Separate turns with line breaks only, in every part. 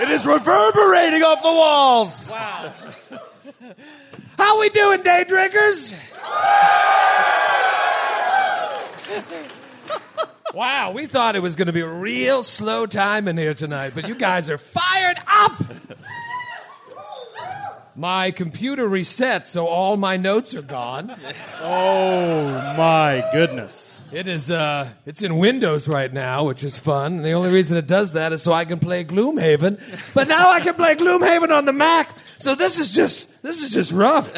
It is reverberating off the walls. Wow. How we doing, day drinkers? wow, we thought it was going to be a real slow time in here tonight, but you guys are fired up. My computer reset, so all my notes are gone.
Oh my goodness.
It is uh it's in Windows right now, which is fun. And the only reason it does that is so I can play Gloomhaven. But now I can play Gloomhaven on the Mac. So this is just this is just rough.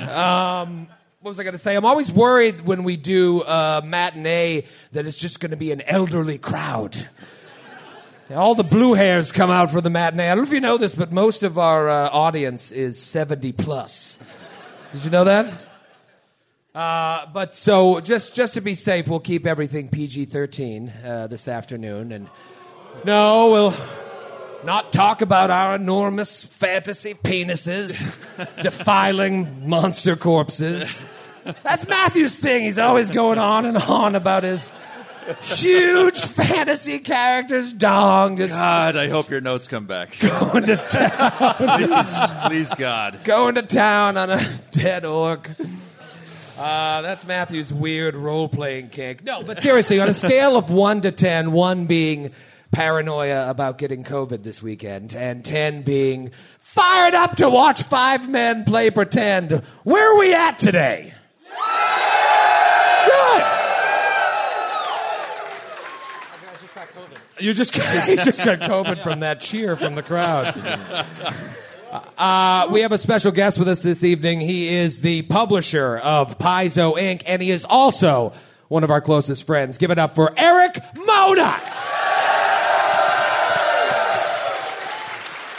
Um what was I going to say? I'm always worried when we do uh, matinee that it's just going to be an elderly crowd. All the blue hairs come out for the matinee. I don't know if you know this, but most of our uh, audience is 70 plus. Did you know that? Uh, but so just just to be safe, we'll keep everything PG thirteen uh, this afternoon, and no, we'll not talk about our enormous fantasy penises defiling monster corpses. That's Matthew's thing. He's always going on and on about his huge fantasy characters dong just
God, I hope your notes come back.
going to town.
Please, please, God.
going to town on a dead orc. Uh, that's Matthew's weird role playing kink. No, but seriously, on a scale of 1 to ten, one being paranoia about getting COVID this weekend, and 10 being fired up to watch five men play pretend, where are we at today? Good! You just, you just got COVID from that cheer from the crowd. Uh, we have a special guest with us this evening. He is the publisher of Paizo Inc., and he is also one of our closest friends. Give it up for Eric Mona.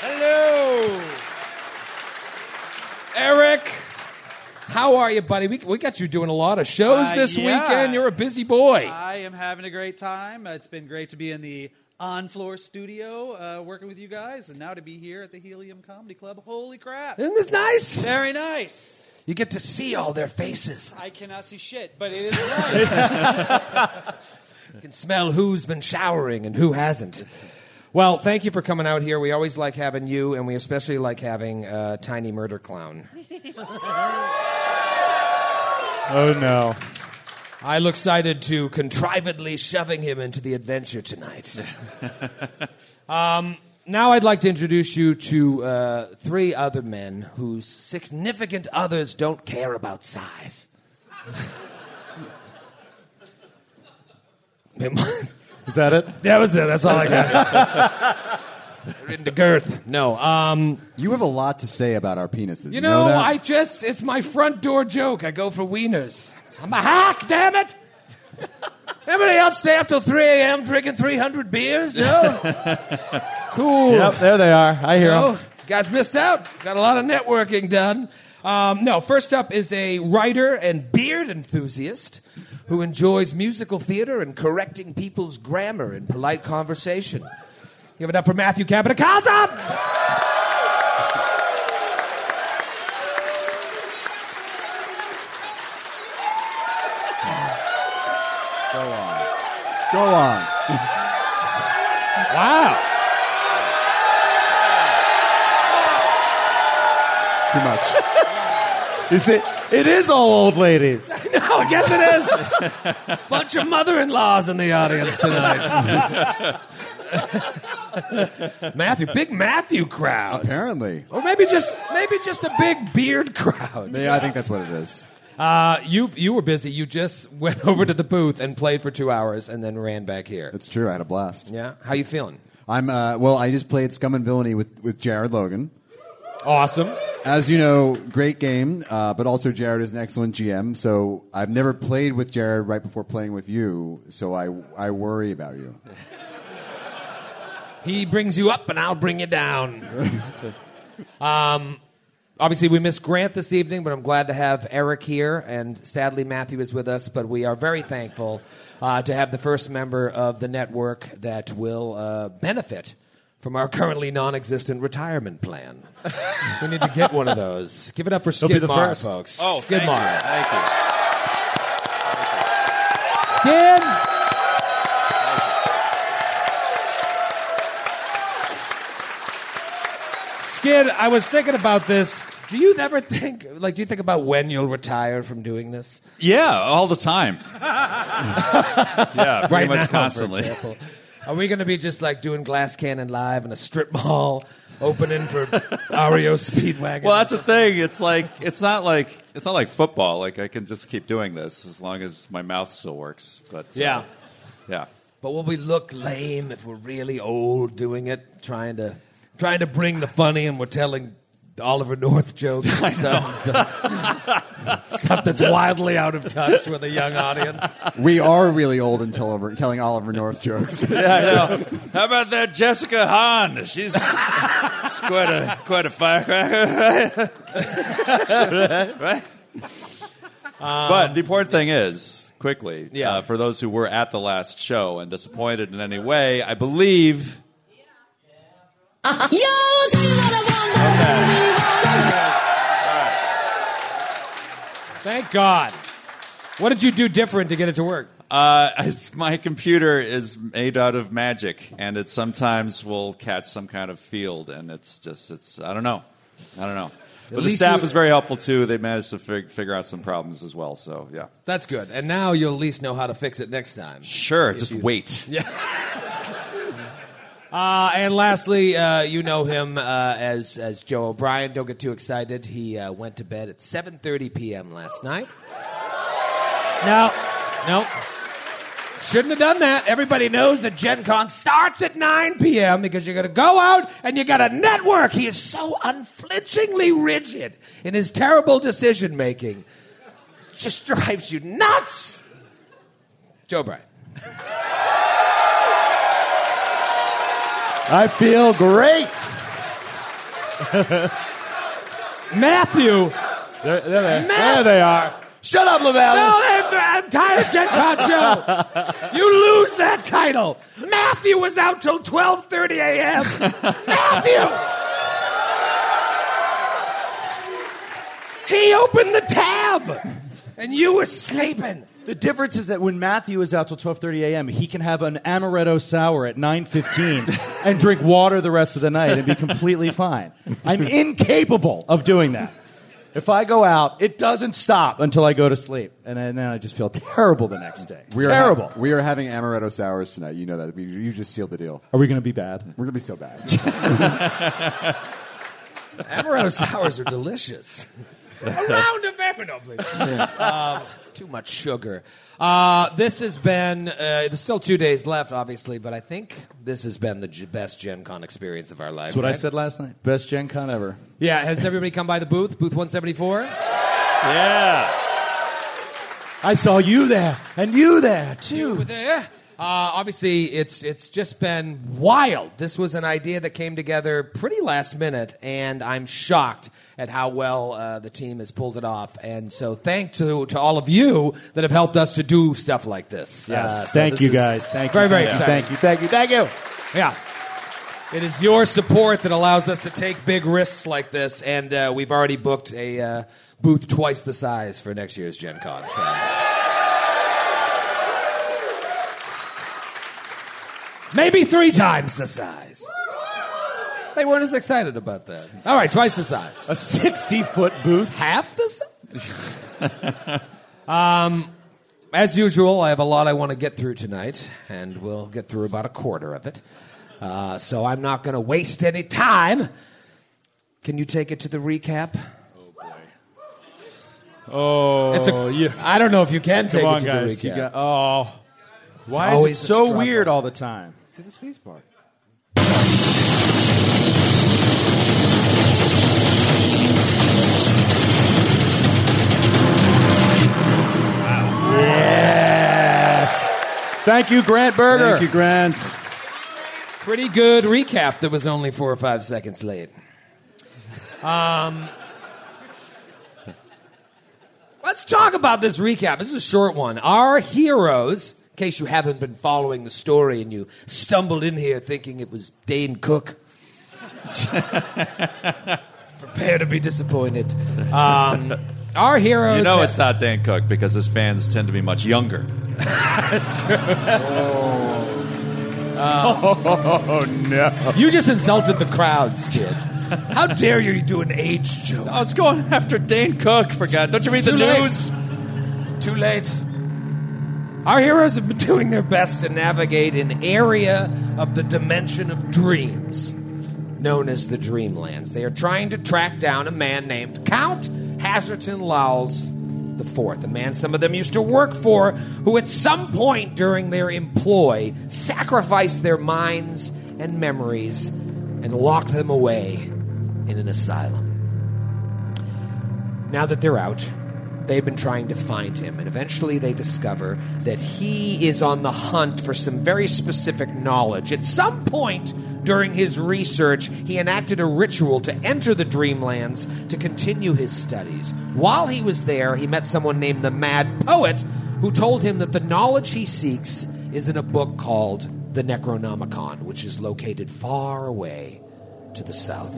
Hello. Eric, how are you, buddy? We, we got you doing a lot of shows
Uh,
this
yeah.
weekend. You're a busy boy.
I am having a great time. It's been great to be in the on floor studio uh, working with you guys, and now to be here at the Helium Comedy Club. Holy crap!
Isn't this nice?
Very nice.
You get to see all their faces.
I cannot see shit, but it is nice.
You can smell who's been showering and who hasn't. Well, thank you for coming out here. We always like having you, and we especially like having uh, Tiny Murder Clown.
Oh no.
I look excited to contrivedly shoving him into the adventure tonight. um, now I'd like to introduce you to uh, three other men whose significant others don't care about size.
Is that it?
That was it. That's all I got. Into girth. No. Um,
You have a lot to say about our penises.
you know,
that?
I just, it's my front door joke. I go for wieners. I'm a hack, damn it. Everybody else stay up till 3 a.m. drinking 300 beers? No? cool.
Yep, there they are. I hear
No?
them.
You guys missed out. Got a lot of networking done. Um, no, first up is a writer and beard enthusiast who enjoys musical theater and correcting people's grammar in polite conversation. Give it up for Matthew Capitacasa!
Go on.
Wow.
Too much.
Is it? It is all old ladies.
No, I guess it is. Bunch of mother-in-laws in the audience tonight. Matthew, big Matthew crowd.
Apparently.
Or maybe just maybe just a big beard crowd.
Yeah, I think that's what it is.
Uh, you you were busy. You just went over to the booth and played for two hours, and then ran back here.
That's true. I had a blast.
yeah. How you feeling?
I'm uh, well. I just played Scum and Villainy with with Jared Logan.
Awesome.
As you know, great game, uh, but also Jared is an excellent GM. So I've never played with Jared right before playing with you. So I I worry about you.
He brings you up, and I'll bring you down. um, obviously, we missed Grant this evening, but I'm glad to have Eric here. And sadly, Matthew is with us, but we are very thankful uh, to have the first member of the network that will uh, benefit from our currently non-existent retirement plan. we need to get one of those. Give it up for
He'll be the
Skidmar,
first.
folks.
Oh, thank you.
Skidmar.
Thank you.
Skid. Skid, I was thinking about this. Do you ever think, like, do you think about when you'll retire from doing this?
Yeah, all the time. yeah, pretty
right
much
now, for
constantly.
example. Are we going to be just like doing Glass Cannon live in a strip mall, opening for REO Speedwagon?
Well, that's the thing. It's like it's not like it's not like football. Like I can just keep doing this as long as my mouth still works. But uh,
Yeah.
yeah.
But will we look lame if we're really old doing it, trying to trying to bring the funny and we're telling Oliver North jokes and stuff, stuff that's wildly out of touch with a young audience?
We are really old and tell over, telling Oliver North jokes.
How about that Jessica Hahn? She's, she's quite a quite a firecracker, right? right? but the important thing is, quickly,
Um, Yeah.
uh, for those who were at the last show and disappointed in any way, I believe
Yo, see what I want.
Thank God. What did you do different to get it to work?
Uh, it's, my computer is made out of magic, and it sometimes will catch some kind of field, and it's just it's I don't know, I don't know. But the
least
staff
you-
is very helpful too. They managed to fig- figure out some problems as well. So yeah,
That's good. And now you'll at least know how to fix it next time.
sure, just wait.
Uh, and lastly, uh, you know him uh, as as Joe O'Brien. Don't get too excited. He uh, went to bed at 7:30 p.m. last night. No, no, shouldn't have done that. Everybody knows that Gen Con starts at 9 p.m. because you're going to go out and you got to network. He is so unflinchingly rigid in his terrible decision making. Just drives you nuts. Joe O'Brien.
I feel great.
Matthew.
There, there, they-
Matt!
there they are. Shut up, Lavelle.
No, I'm, I'm tired of Gen Con Joe. You lose that title. Matthew was out till 12:30 a.m. Matthew. He opened the tab, and you were sleeping.
The difference is that when Matthew is out till 12:30 a.m., he can have an amaretto sour at 9:15 and drink water the rest of the night and be completely fine. I'm incapable of doing that. If I go out, it doesn't stop until I go to sleep, and then I just feel terrible the next day.
We are ha-
terrible.
we are having amaretto sours tonight. You know that. We, you just sealed the deal.
are we going to be bad?
We're gonna be so bad.
Amaretto sours are delicious. A round of Amaretto, please. Um, it's too much sugar. Uh, this has been, uh, there's still two days left, obviously, but I think this has been the g- best Gen Con experience of our life.
That's what I
right?
said last night. Best Gen Con ever.
Yeah, has everybody come by the booth? Booth 174?
Yeah,
I saw you there and you there too.
Over there. Uh, obviously, it's it's just been wild. This was an idea that came together pretty last minute, and I'm shocked at how well uh, the team has pulled it off. And so, thank to to all of you that have helped us to do stuff like this. Uh, so
thank
this
you
is
guys. Thank you.
very, very
Thank you.
exciting.
Thank you. Thank you. Thank you.
Yeah. It is your support that allows us to take big risks like this, and uh, we've already booked a uh, booth twice the size for next year's Gen Con. So. Maybe three times the size. They weren't as excited about that. All right, twice the size.
A 60 foot booth.
Half the size? Um, As usual, I have a lot I want to get through tonight, and we'll get through about a quarter of it. Uh, so I'm not going to waste any time. Can you take it to the recap? Oh, boy.
Oh,
It's a-
you,
I don't know if you can take
come on,
it to
guys.
the
You
weekend.
got, oh, why
Oh,
always
is
a
it so
struggle.
weird all the time?
See the space bar.
Yes. Thank you, Grant Berger.
Thank you, Grant.
Pretty good recap that was only four or five seconds late. Um, let's talk about this recap. This is a short one. Our heroes, in case you haven't been following the story and you stumbled in here thinking it was Dane Cook, prepare to be disappointed. Um, our heroes.
You know
have-
it's not Dan Cook because his fans tend to be much younger. Oh.
You just insulted the crowds, kid. How dare you do an age joke?
Oh, it's going after Dane Cook for God. Don't you read
Too
the
late.
news?
Too late. Our heroes have been doing their best to navigate an area of the dimension of dreams known as the Dreamlands. They are trying to track down a man named Count Hazerton Lowles the fourth, a man some of them used to work for, who at some point during their employ sacrificed their minds and memories and locked them away in an asylum. Now that they're out, they've been trying to find him, and eventually they discover that he is on the hunt for some very specific knowledge. At some point during his research, he enacted a ritual to enter the Dreamlands to continue his studies. While he was there, he met someone named the Mad Poet, who told him that the knowledge he seeks is in a book called the Necronomicon, which is located far away to the south.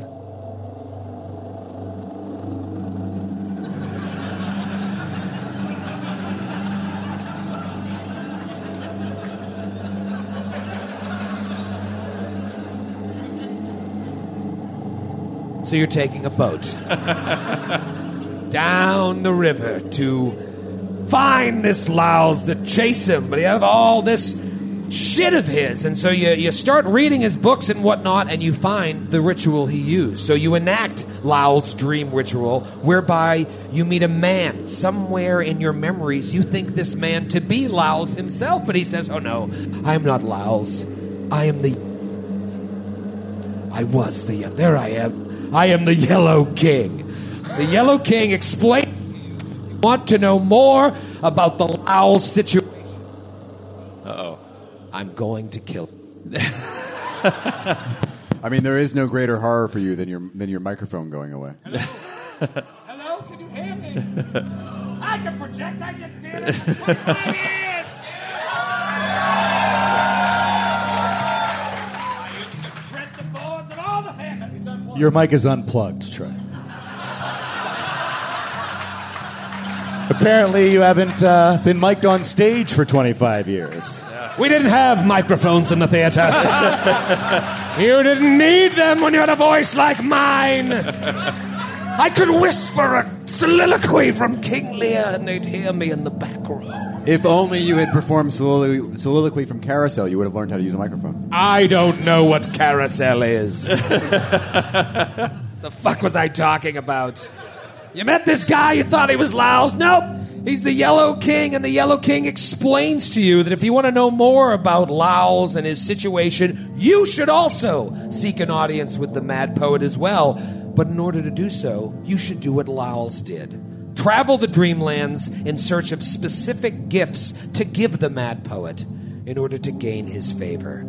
So you're taking a boat down the river to find this Laos to chase him, but you have all this shit of his. And so you, you start reading his books and whatnot, and you find the ritual he used. So you enact Laos' dream ritual, whereby you meet a man. Somewhere in your memories, you think this man to be Laos himself, but he says, Oh no, I am not Laos. I am the I was the there I am. I am the Yellow King. The Yellow King explains to you if you want to know more about the Lowell situation. Uh oh. I'm going to kill
I mean, there is no greater horror for you than your than your microphone going away.
Hello, can you hear me? I can project, I can feel it for 25 years! I used to tread the boards of all the heavens.
Your mic is unplugged, Trey. Apparently, you haven't uh, been mic'd on stage for 25 years.
We didn't have microphones in the theater. you didn't need them when you had a voice like mine. I could whisper a soliloquy from King Lear and they'd hear me in the back row.
If only you had performed solilo- soliloquy from Carousel, you would have learned how to use a microphone.
I don't know what carousel is. the fuck was I talking about? You met this guy, you thought he was Laos. Nope. He's the Yellow King, and the Yellow King explains to you that if you want to know more about Laos and his situation, you should also seek an audience with the Mad Poet as well. But in order to do so, you should do what Laos did travel the dreamlands in search of specific gifts to give the Mad Poet in order to gain his favor.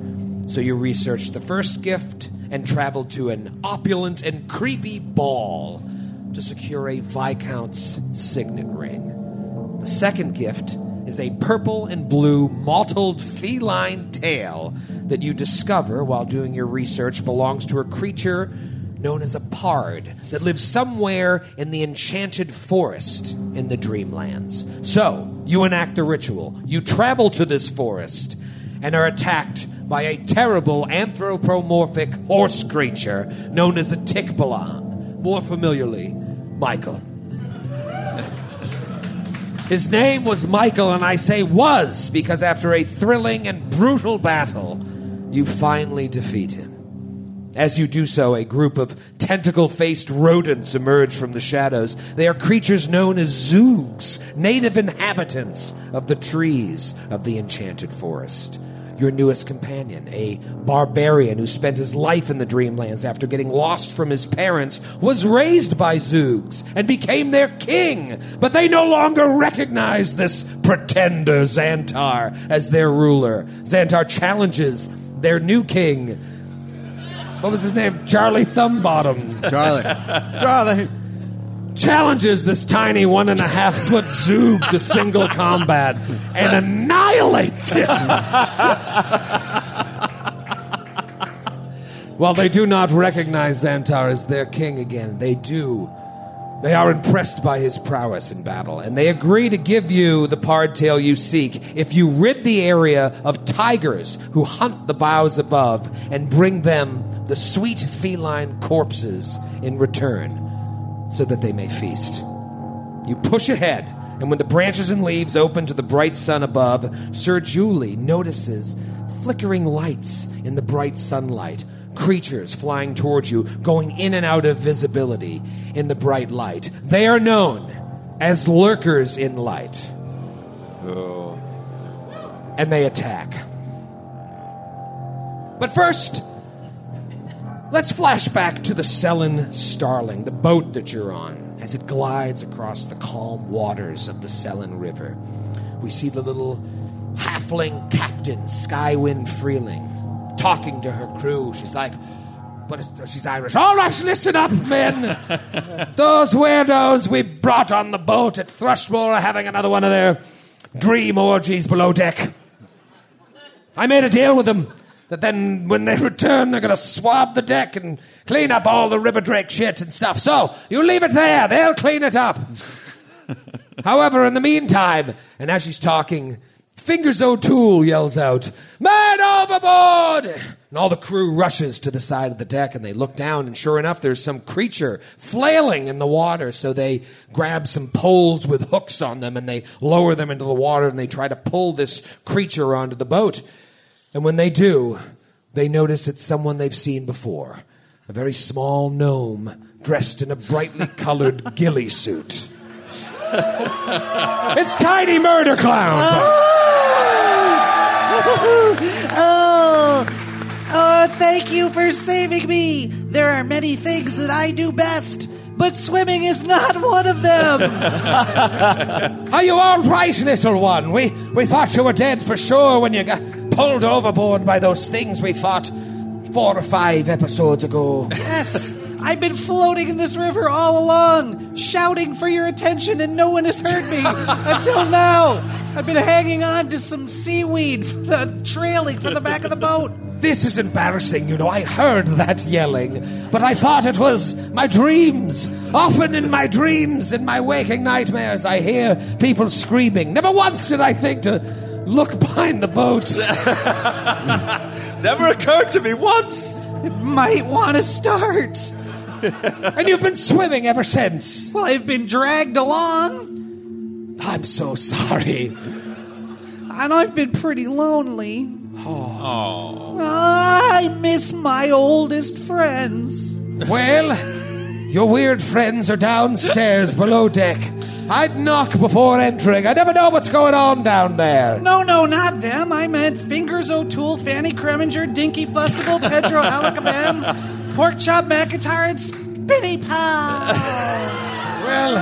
So you researched the first gift and traveled to an opulent and creepy ball to secure a Viscount's signet ring. The second gift is a purple and blue mottled feline tail that you discover while doing your research belongs to a creature known as a pard that lives somewhere in the enchanted forest in the dreamlands. So, you enact the ritual. You travel to this forest and are attacked by a terrible anthropomorphic horse creature known as a Tikbalan, more familiarly, Michael. His name was Michael, and I say was because after a thrilling and brutal battle, you finally defeat him.
As you do so, a group of tentacle faced rodents emerge from the shadows. They are creatures known as Zoogs, native inhabitants of the trees of the enchanted forest your newest companion, a barbarian who spent his life in the Dreamlands after getting lost from his parents, was raised by Zoogs and became their king. But they no longer recognize this pretender Xantar as their ruler. Xantar challenges their new king. What was his name? Charlie Thumbbottom
Charlie. Charlie.
challenges this tiny one and a half foot Zoog to single combat and annihilates him. While they do not recognize Xantar as their king again, they do. They are impressed by his prowess in battle, and they agree to give you the pardtail you seek if you rid the area of tigers who hunt the boughs above and bring them the sweet feline corpses in return so that they may feast. You push ahead, and when the branches and leaves open to the bright sun above, Sir Julie notices flickering lights in the bright sunlight, creatures flying towards you, going in and out of visibility in the bright light. They are known as lurkers in light. And they attack. But first, Let's flash back to the Selen Starling, the boat that you're on, as it glides across the calm waters of the Selen River. We see the little halfling captain, Skywind Freeling, talking to her crew. She's like, but it's- she's Irish. All right, listen up, men. Those weirdos we brought on the boat at Thrushmore are having another one of their dream orgies below deck. I made a deal with them that then when they return, they're going to swab the deck and clean up all the River Drake shit and stuff. So you leave it there, they'll clean it up. However, in the meantime, and as she's talking, Fingers O'Toole yells out, Man overboard! And all the crew rushes to the side of the deck and they look down, and sure enough, there's some creature flailing in the water. So they grab some poles with hooks on them and they lower them into the water and they try to pull this creature onto the boat. And when they do, they notice it's someone they've seen before a very small gnome dressed in a brightly colored ghillie suit. It's Tiny Murder Clown!
oh, oh, thank you for saving me. There are many things that I do best, but swimming is not one of them.
Are you all right, little one? We we thought you were dead for sure when you got pulled overboard by those things we fought four or five episodes ago.
yes, I've been floating in this river all along, shouting for your attention, and no one has heard me until now. I've been hanging on to some seaweed, the trailing from the back of the boat.
This is embarrassing, you know. I heard that yelling, but I thought it was my dreams. Often in my dreams, in my waking nightmares, I hear people screaming. Never once did I think to look behind the boat.
Never occurred to me once.
Might want to start.
And you've been swimming ever since.
Well, I've been dragged along,
I'm so sorry.
and I've been pretty lonely. Oh. I miss my oldest friends.
Well, your weird friends are downstairs below deck. I'd knock before entering. I never know what's going on down there.
No, no, not them. I meant Fingers O'Toole, Fanny Creminger, Dinky Festival, Pedro Alacabam, Porkchop McIntyre, and Spinny Pie.
Well,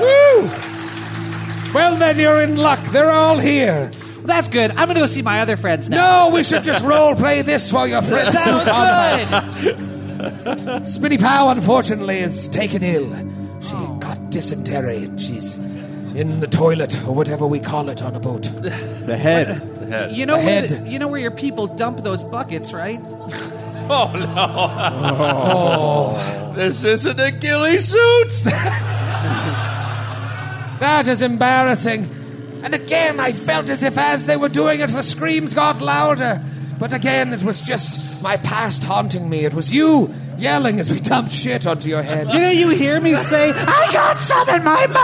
woo. Well, then you're in luck. They're all here.
That's good. I'm gonna go see my other friends now.
No, we should just role play this while your friends
Sounds good.
Spinny Pow, unfortunately, is taken ill. She got dysentery and she's in the toilet or whatever we call it on a boat.
The head.
You know where
Ahead.
the- you know where your people dump those buckets, right?
Oh,
Oh.
This isn't a ghillie suit.
That is embarrassing. And again, I felt as if as they were doing it, the screams got louder. But again, it was just my past haunting me. It was you yelling as we dumped shit onto your head.
Didn't you hear me say?
I got some in my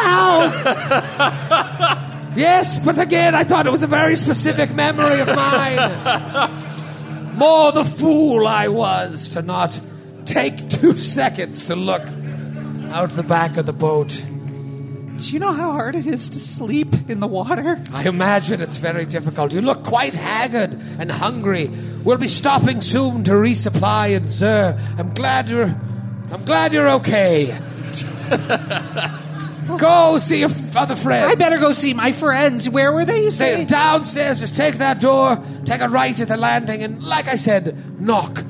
mouth! yes, but again, I thought it was a very specific memory of mine.
more the fool I was to not take two seconds to look out the back of the boat.
Do you know how hard it is to sleep in the water?
I imagine it's very difficult. You look quite haggard and hungry. We'll be stopping soon to resupply and sir, I'm glad you're I'm glad you're okay. Go see your f- other friends.
I better go see my friends. Where were they? You
Say
say?
it downstairs, just take that door, take a right at the landing, and like I said, knock.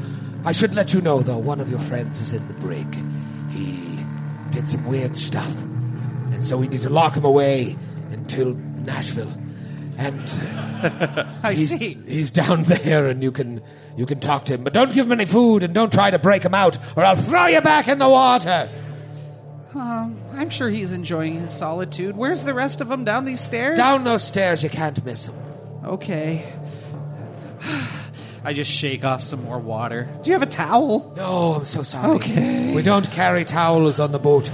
I should let you know, though, one of your friends is in the brig. He did some weird stuff, and so we need to lock him away until Nashville. And uh,
I
he's,
see.
he's down there, and you can you can talk to him, but don't give him any food, and don't try to break him out, or I'll throw you back in the water.
Um, I'm sure he's enjoying his solitude. Where's the rest of them down these stairs?
Down those stairs, you can't miss him.
Okay. I just shake off some more water. Do you have a towel?
No, I'm so sorry.
Okay.
We don't carry towels on the boat.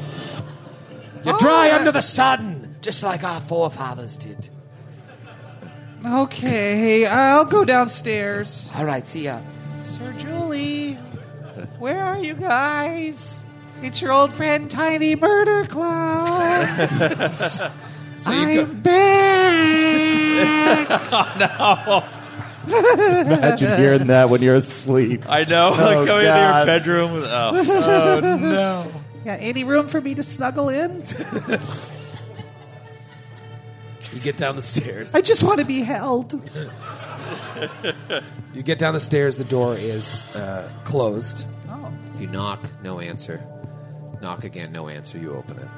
You
Oh,
dry
yeah.
under the sun, just like our forefathers did.
Okay, I'll go downstairs.
All right, see ya.
Sir Julie, where are you guys? It's your old friend Tiny Murder Clown. I'm back.
Imagine hearing that when you're asleep.
I know.
Oh,
Coming into your
God.
bedroom. Oh.
yeah, any room for me to snuggle in?
You get down the stairs.
I just want to be held.
You get down the stairs, the door is uh, closed. If you knock, no answer. Knock again, no answer. You open it.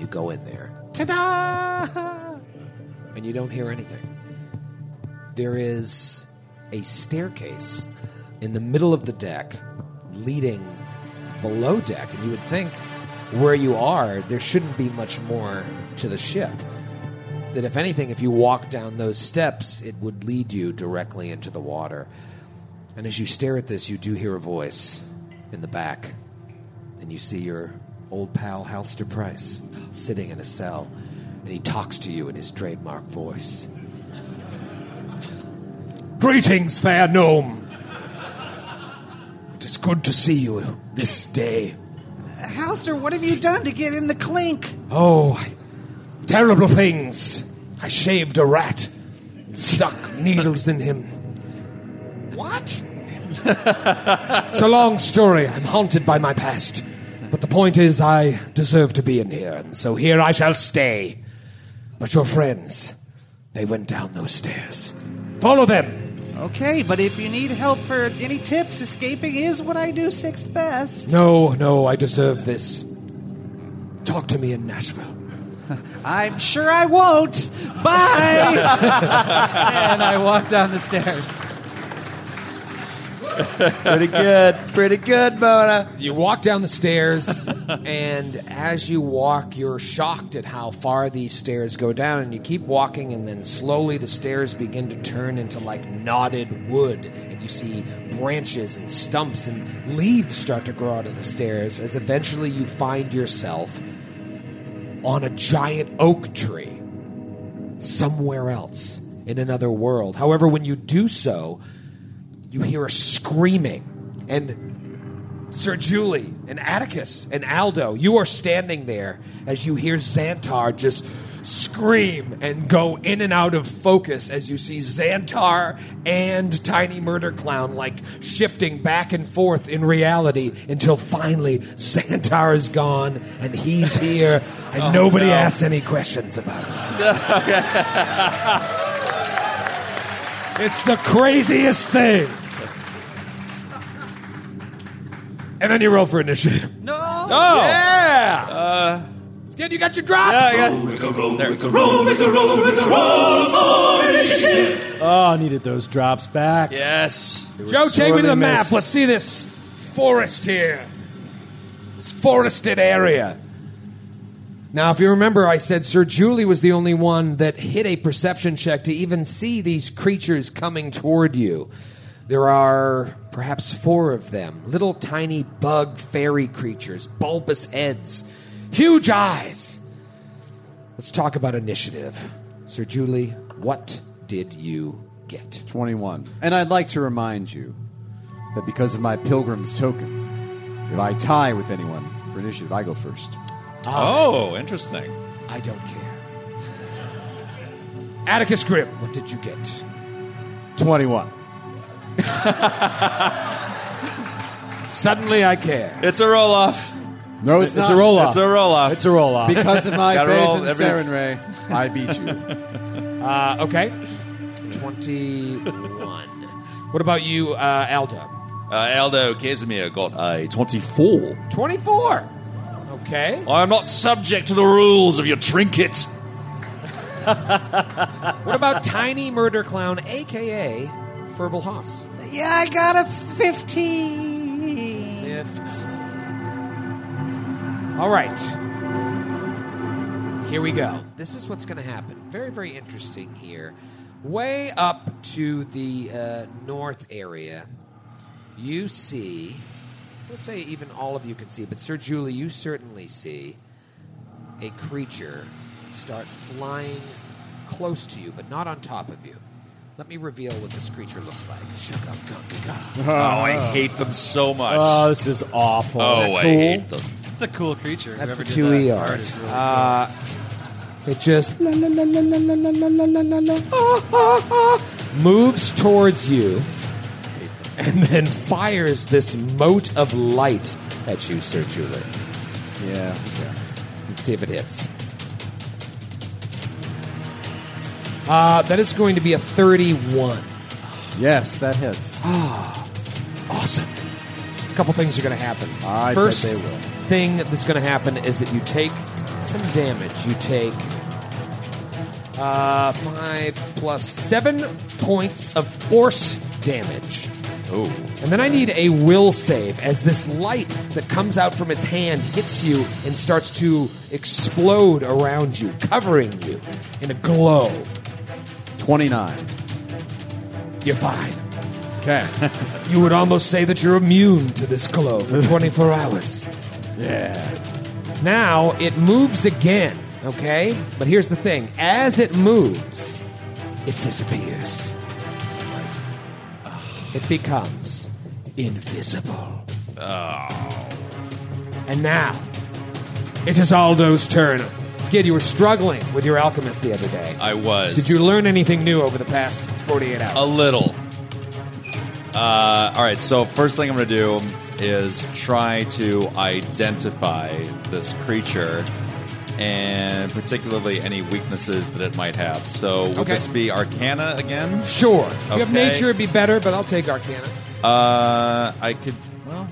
You go in there.
Ta-da!
and you don't hear anything. There is a staircase in the middle of the deck leading below deck, and you would think where you are, there shouldn't be much more to the ship. That if anything, if you walk down those steps, it would lead you directly into the water. And as you stare at this, you do hear a voice in the back, and you see your old pal Halster Price sitting in a cell, and he talks to you in his trademark voice. Greetings, fair gnome. It is good to see you this day.
Halster, what have you done to get in the clink?
Oh, I- terrible things. I shaved a rat and stuck needles in him. What? it's a long story. I'm haunted by my past. But the point is, I deserve to be in here, and so here I shall stay. But your friends, they went down those stairs. Follow them.
Okay, but if you need help for any tips, escaping is what I do sixth best.
No, no, I deserve this. Talk to me in Nashville.
I'm sure I won't. Bye. and I walk down the stairs.
Pretty good. Pretty good, Mona.
You walk down the stairs, and as you walk, you're shocked at how far these stairs go down. And you keep walking, and then slowly the stairs begin to turn into like knotted wood. And you see branches and stumps and leaves start to grow out of the stairs as eventually you find yourself on a giant oak tree somewhere else in another world. However, when you do so, you hear a screaming and Sir Julie and Atticus and Aldo, you are standing there as you hear Xantar just scream and go in and out of focus as you see Xantar and Tiny Murder Clown like shifting back and forth in reality until finally Xantar is gone and he's here and nobody
no.
asked any questions about it. it's the craziest thing. And then you roll for initiative.
Oh.
It's good, Uh, you got your drops.
Yeah, I got-
Oh, I needed those drops back.
Yes.
Joe, take me to
sorely
the map.
missed.
Let's see this forest here. This forested area. Now, if you remember, I said Sir Julie was the only one that hit a perception check to even see these creatures coming toward you. There are perhaps four of them little tiny bug fairy creatures, bulbous heads, huge eyes. Let's talk about initiative. Sir Julie, what did you
forget.
21. And I'd like to remind you that because of my pilgrim's token, if I tie with anyone for initiative, I go first.
Ah.
Oh, interesting.
I don't care.
Atticus Grip.
What did you get?
21.
Suddenly I care.
It's a roll off.
No, it's,
It's
not.
a roll off.
It's a roll off.
It's a roll off.
Because of my
Gotta
faith
roll
in
every-
Serenray, I beat you.
Uh, okay. 21. what about you, uh, Aldo?
Uh, Aldo Casimir got a 24.
24. Okay.
I am not subject to the rules of your trinket.
What about Tiny Murder Clown, a.k.a. Ferbal Haas?
Yeah, I got a 15.
All right. Here we go. This is what's going to happen. Very, very interesting here. Way up to the uh, north area, you see, let's say even all of you can see, but Sir Julie, you certainly see a creature start flying close to you, but not on top of you. Let me reveal what this creature looks like. Shaka gunka
oh, I hate them so much.
Oh, this is awful.
oh, I hate them.
It's a cool creature.
That's the
Whoever did
two
that
E
art
art.
is really
Uh, it just la, la, la, la, la, la, la, la, la, la, la, la, ah, ah, ah, moves towards you, and then fires this mote of light at you, Sir Julie.
Yeah.
Let's see if it hits. Uh, that is going to be a thirty-one.
Yes, that hits.
Ah, awesome. A couple things are going to happen.
I bet
First
they will.
thing that's going to happen is that you take some damage. You take uh, five plus seven points of force damage. And then I need a will save as this light that comes out from its hand hits you and starts to explode around you, covering you in a glow.
29.
You're fine.
Okay.
You would almost say that you're immune to this glow for 24 hours. Yeah. Now it moves again, okay? But here's the thing as it moves, it disappears. It becomes invisible.
Oh.
And now, it is Aldo's turn. Skid, you were struggling with your alchemist the other day.
I was.
Did you learn anything new over the past 48 hours?
A little. Uh, all right, so first thing I'm going to do is try to identify this creature and particularly any weaknesses that it might have. So would
Okay.
this be Arcana again?
Sure. If you have
Okay.
nature, it'd be better, but I'll take Arcana.
Uh, I could. Well,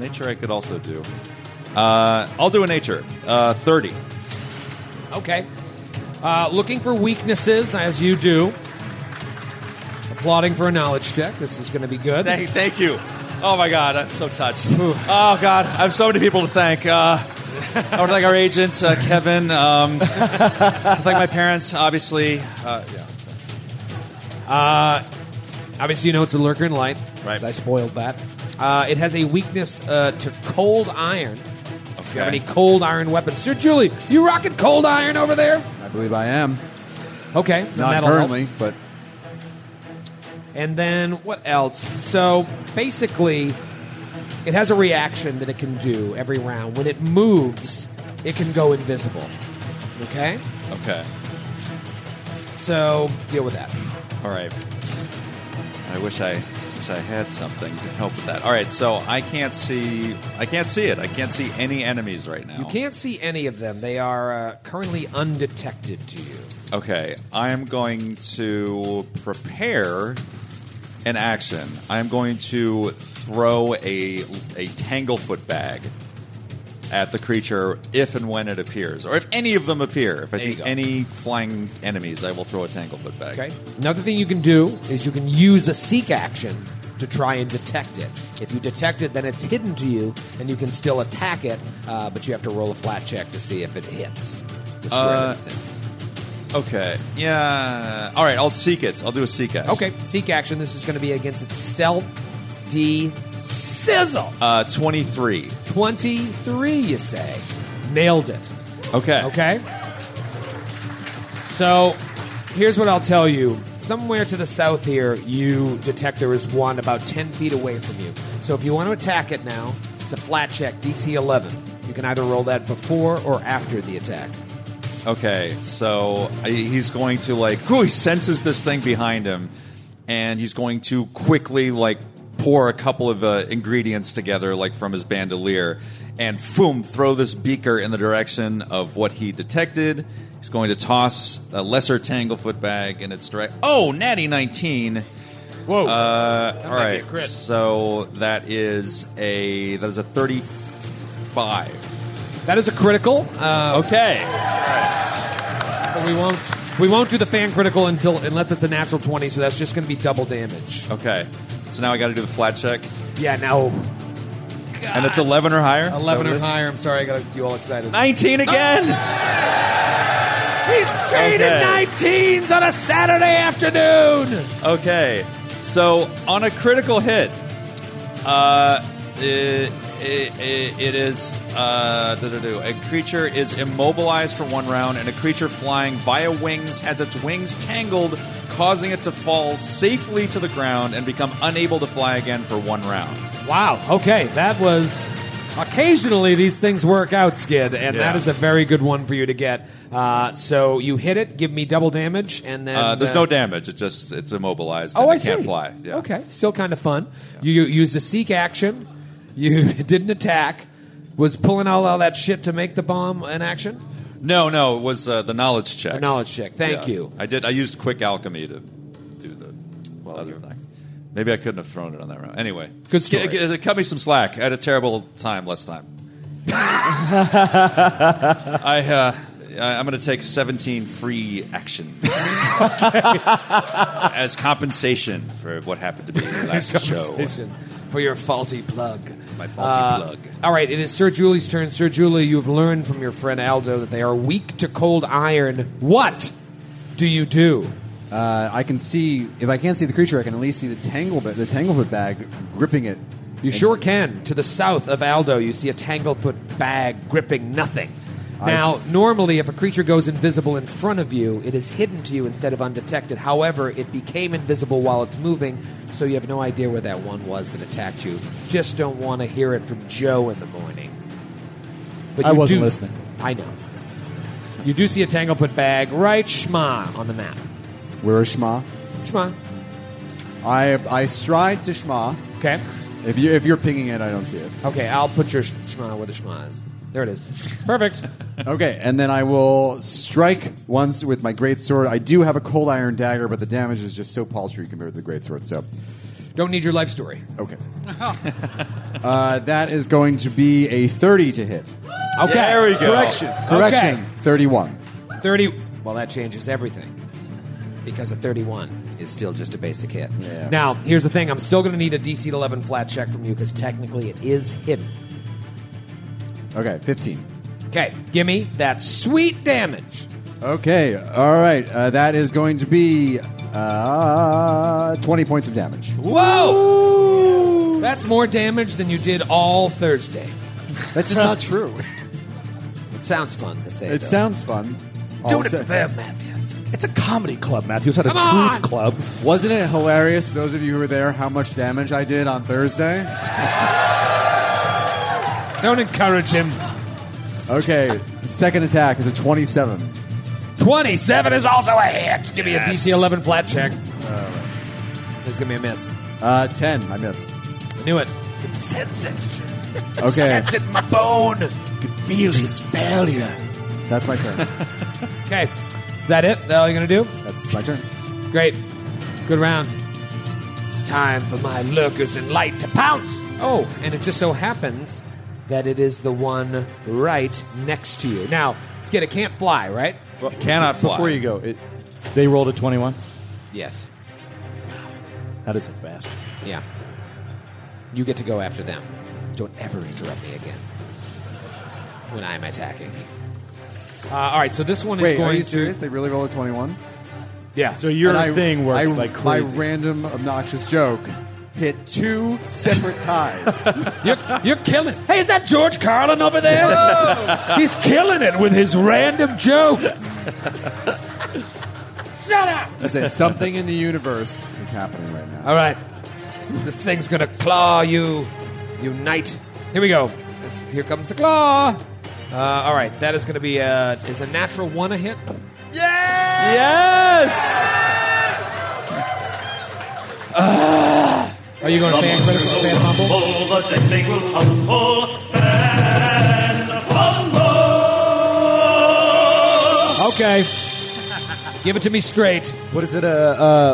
nature I could also do. Uh, I'll do a nature. Uh, Thirty.
Okay. Uh, looking for weaknesses, as you do. Applauding for a knowledge check. This is going to be good.
Thank, thank you. Oh my God, I'm so touched. Oh God, I have so many people to thank. Uh, I want to thank our agent uh, Kevin. Um, I wanna thank my parents, obviously. Uh, yeah.
Uh, Obviously, you know it's a lurker in light.
Right.
'cause I spoiled that. Uh, it has a weakness uh, to cold iron. If you have any cold iron weapons, Sir Julie, you rocking cold iron over there?
I believe I am.
Okay. then
Not
that'll help.
currently, but
And then what else? So basically, it has a reaction that it can do every round. When it moves, it can go invisible. Okay?
Okay.
So deal with that.
All right. I wish I wish I had something to help with that. All right, so I can't see. I can't see it. I can't see any enemies right now.
You can't see any of them. They are uh, currently undetected to you.
Okay, I am going to prepare an action. I am going to throw a a tanglefoot bag at the creature if and when it appears, or if any of them appear. If I
There you
see
go.
any flying enemies, I will throw a tanglefoot bag.
Okay. Another thing you can do is you can use a seek action to try and detect it. If you detect it, then it's hidden to you, and you can still attack it, uh, but you have to roll a flat check to see if it hits. The square
Uh,
that it's in.
Okay. Yeah. All right. I'll seek it. I'll do a seek action.
Okay, seek action. This is going to be against its stealth D sizzle.
Uh, Twenty three.
23, you say. Nailed it.
Okay.
Okay? So, here's what I'll tell you. somewhere to the south here, you detect there is one about 10 feet away from you. So if you want to attack it now, it's a flat check, DC 11. You can either roll that before or after the attack.
Okay, so I- he's going to like, who he senses this thing behind him, and he's going to quickly like pour a couple of uh, ingredients together, like from his bandolier, and boom, throw this beaker in the direction of what he detected. He's going to toss a lesser tanglefoot bag in its direct. Oh, natty nineteen.
Whoa!
Uh,
That
all
might be a
right,
crit.
so that is a that is a thirty-five.
That is a critical. Uh,
okay.
But we won't we won't do the fan critical until unless it's a natural 20, so that's just going to be double damage.
Okay. So now I got to do the flat check.
Yeah, now
And it's 11 or higher?
11
So it
Oh, or
is?
higher. Oh, I'm sorry, I got you all excited.
19 again?
He's trading
Okay.
19s on a Saturday afternoon.
Okay. So on a critical hit, uh, it, it, it is uh, do-do-do. a creature is immobilized for one round, and a creature flying via wings has its wings tangled, causing it to fall safely to the ground and become unable to fly again for one round.
Wow. Okay, that was. Occasionally, these things work out, Skid, and
Yeah.
that is a very good one for you to get. Uh, so you hit it, give me double damage, and then
Uh, there's
uh,
no damage. It just it's immobilized.
Oh,
and
I
it can't
see.
fly. Yeah.
Okay, still kind of fun. You, you used a seek action. You didn't attack. Was pulling all, all that shit to make the bomb an action?
No, no, it was uh, the knowledge check.
The knowledge check. Thank
Yeah.
you.
I did. I used quick alchemy to do the other thing. Maybe I couldn't have thrown it on that round. Anyway,
Good story.
G- g- cut me some slack. I had a terrible time last time. I, uh, I- I'm going to take 17 free actions as compensation for what happened to me last
Oh.
show.
for your faulty plug.
My faulty
Uh,
plug.
All right, it is Sir Julie's turn. Sir Julie, you've learned from your friend Aldo that they are weak to cold iron. What do you do?
Uh, I can see if I can't see the creature, I can at least see the tangle ba- the tanglefoot bag gripping it.
You sure can. To the south of Aldo, you see a tanglefoot bag gripping nothing.
I
Now,
s-
normally, if a creature goes invisible in front of you, it is hidden to you instead of undetected. However, it became invisible while it's moving, so you have no idea where that one was that attacked you. Just don't want to hear it from Joe in the morning. But
I
you
wasn't
do-
listening.
I know. You do see a tanglefoot bag right schma on the map.
Where is Shma?
Schma.
I I stride to Shma.
Okay.
If you if you're pinging it, I don't see it.
Okay, I'll put your sh- schma where the schma is. There it is. Perfect.
Okay, and then I will strike once with my great sword. I do have a cold iron dagger, but the damage is just so paltry compared to the great sword. So,
don't need your life story.
okay, uh, that is going to be a thirty to hit.
Okay.
There we go.
Correction, correction, thirty-one.
30. Well, that changes everything. Because a 31 is still just a basic hit.
Yeah.
Now, here's the thing I'm still going to need a DC 11 flat check from you because technically it is hidden.
Okay, fifteen.
Okay, give me that sweet damage.
Okay, all right. Uh, that is going to be uh, twenty points of damage.
Whoa! That's more damage than you did all Thursday.
That's just not true.
It sounds fun to say.
It
though.
sounds fun. Also-
It's a comedy club, Matthews. Had a
Come
truth
on!
club.
Wasn't it hilarious, those of you who were there, how much damage I did on Thursday?
Don't encourage him.
Okay, second attack is a 27.
27 is also a hit. Give me a DC 11 flat check. There's going to be a miss.
Uh, 10, I miss.
I knew it. It sense it.
Okay,
it in my bone. Can feel his failure.
that's my turn.
Okay, is that it? That all you're gonna do?
That's my turn.
Great, good round. It's time for my lurkers in light to pounce. Oh, and it just so happens that it is the one right next to you. Now, Skid, it can't fly, right?
Cannot fly.
Before you go, it, they rolled a 21.
Yes.
That is a bastard.
Yeah. You get to go after them. Don't ever interrupt me again when I'm attacking. Uh, all right, so this one is
Wait,
going
are you
to.
serious? They really roll a 21?
Yeah.
So your
And I-
thing works
I,
like crazy.
My random obnoxious joke hit two separate ties.
You're, you're killing. Hey, is that George Carlin over there? He's killing it with his random joke. Shut up!
He said something in the universe is happening right now.
All right. This thing's gonna claw you, unite. Here we go. This, here comes the claw. Uh, all right, that is gonna be a, is a natural one a hit.
Yes!
Uh, Are you going fan critical, fan humble?
Over the thing will tumble, fan fumble.
Okay. Give it to me straight.
What is it? Uh,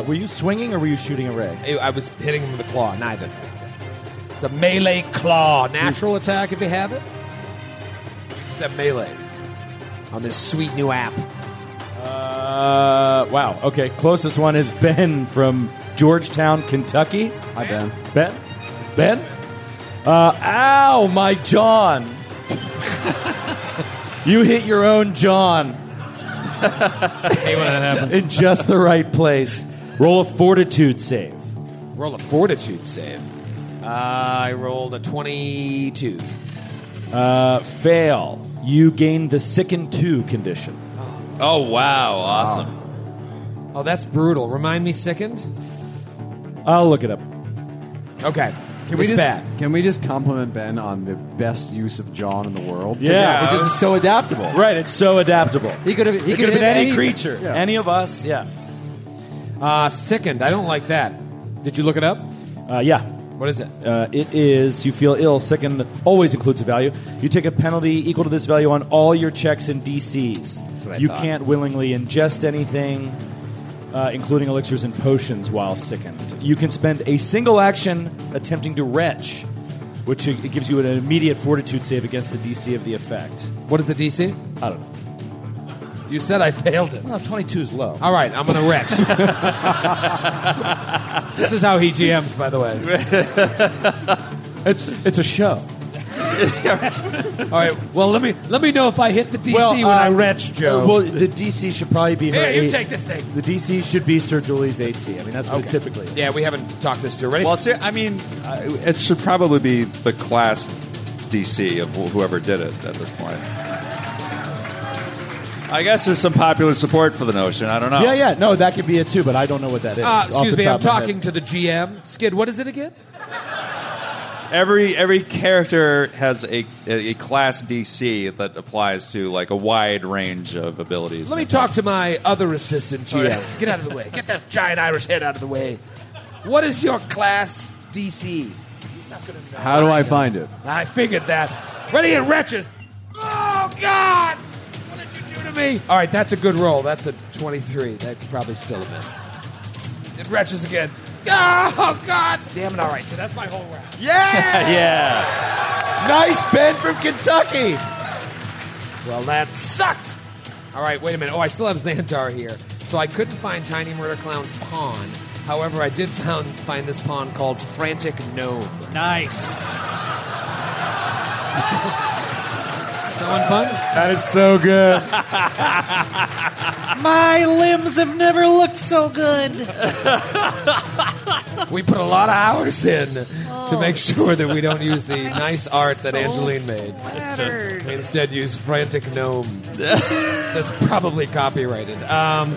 uh, were you swinging or were you shooting a ray?
I I was hitting him with a claw. Neither. It's a melee claw. Natural attack if you have it. It's a melee on this sweet new app.
Uh, wow. Okay. Closest one is Ben from Georgetown, Kentucky.
Hi, Ben.
Ben? Ben? Uh, ow, my John. you hit your own John. In just the right place. Roll a fortitude save.
Roll a fortitude save. Uh, I rolled a 22.
Uh, fail. You gain the sickened two condition.
Oh, wow. Awesome.
Oh, that's brutal. Remind me second?
I'll look it up.
Okay.
Can we
It's
just
bad.
can we just compliment Ben on the best use of John in the world?
Yeah.
which is so adaptable.
Right, it's so adaptable.
He could have he
It
could
could have been any,
any
creature,
Yeah.
any of us. Yeah.
Uh, sickened. I don't like that. Did you look it up?
Uh, yeah.
What is it?
Uh, it is you feel ill, sick, and always includes a value. You take a penalty equal to this value on all your checks and
what I
DCs. You
thought.
can't willingly ingest anything, uh, including elixirs and potions, while sickened. You can spend a single action attempting to retch, which it it gives you an immediate fortitude save against the DC of the effect.
What is the DC?
I don't know.
You said I failed it.
Well, twenty-two is low.
All right, I'm going to retch. this is how he GMs, by the way.
It's it's a show.
All right, well, let me let me know if I hit the DC when
uh,
I retch, Joe.
Well, the DC should probably be her
Here, you
eight.
take this thing.
The DC should be Sir Julie's AC. I mean, that's what it typically is.
Yeah, we haven't talked this through. Ready?
Well, see, I mean, uh, I- it should probably be the class DC of wh- whoever did it at this point. I guess there's some popular support for the notion. I don't know.
Yeah, yeah. No, that could be it too, but I don't know what that is.
Uh,
off
excuse
the
me,
top
I'm
of my head.
talking to the GM. Skid, what is it again?
Every every character has a a a class DC that applies to like a wide range of abilities.
Let me talk to my other assistant GM. Get out of the way. Get that giant Irish head out of the way. What is your class DC? He's not going to know.
How do I find it?
I figured that. Ready and wretches. Oh God! What did you do to me? All right, that's a good roll. That's a 23. That's probably still a miss. And wretches again. Oh God! Damn it! All right, so that's my whole round.
Yeah, yeah.
Nice Ben from Kentucky.
Well, that sucked. All right, wait a minute. Oh, I still have Xantar here. So I couldn't find Tiny Murder Clown's pawn. However, I did found, find this pawn called Frantic Gnome.
Nice.
Someone fun?
That is so good.
My limbs have never looked so good.
We put a lot of hours in to make sure that we don't use the nice art that Angeline made.
Flattered.
We instead use Frantic Gnome. That's probably copyrighted. Um,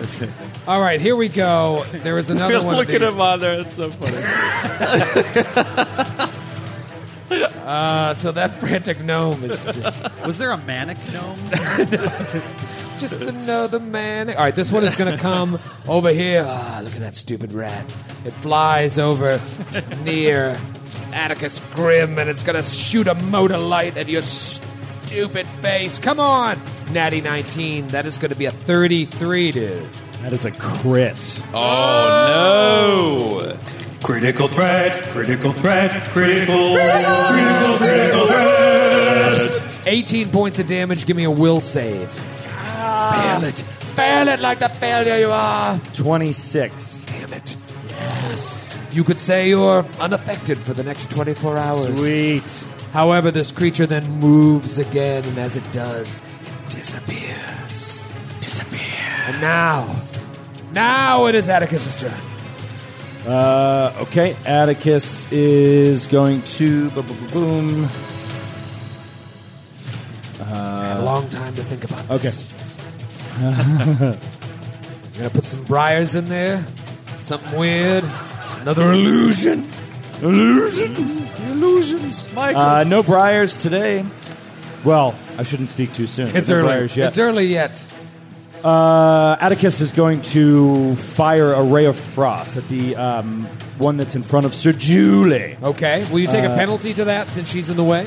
all right, here we go. There was another one. of
Look at
these.
him on there. It's so funny.
Uh, so that Frantic Gnome is just.
Was there a manic gnome?
Just another man. All right, this one is going to come over here. Ah, look at that stupid rat. It flies over near Atticus Grim and it's going to shoot a motor light at your stupid face. Come on, Natty 19. That is going to be a 33, dude.
That is a crit.
Oh no.
Critical threat, critical threat, critical, critical, critical threat.
18 points of damage. Give me a will save. Fail it. Fail it like the failure you are.
Twenty-six.
Damn it. Yes. You could say you're unaffected for the next 24 hours.
Sweet.
However, this creature then moves again, and as it does, it disappears. Disappears. And now, now it is Atticus's turn.
Uh, okay, Atticus is going to bu- bu- bu- boom.
I had a long time to think about
Okay.
this. Gonna put some briars in there. Something weird. Another illusion.
Illusion.
Illusions. Michael.
Uh, no Briars today. Well, I shouldn't speak too soon.
It's
No
early.
Briars yet.
It's early yet.
Uh, Atticus is going to fire a ray of frost at the um, one that's in front of Sir Julie.
Okay. Will you take a
Uh,
penalty to that since she's in the way? Or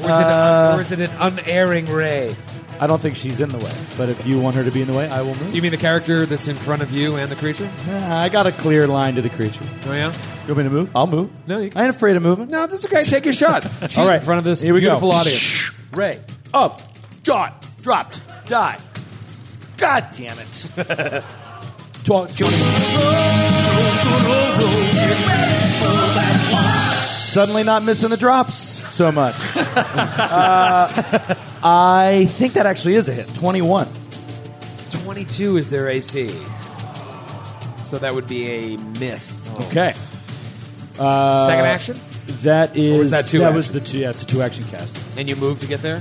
is,
Uh,
it, or is it an unerring ray?
I don't think she's in the way, but if you want her to be in the way, I will move.
You mean the character that's in front of you and the creature?
Ah, I got a clear line to the creature.
Oh yeah.
You want me to move? I'll move.
No, you can.
I ain't afraid of moving.
No, this is okay. Take your shot. Shoot
All right,
in front of this
Here we
beautiful
go.
audience.
Ray up, dot, dropped, die. God damn it! Tw-
Oh,
Suddenly, not missing the drops so much. Uh, I think that actually is a hit. Twenty-one.
22 is their AC. So that would be a miss.
Okay. Uh,
Second action?
That is.
Or was that two
That
action?
was the two. That's a two-action cast.
And you move to get there?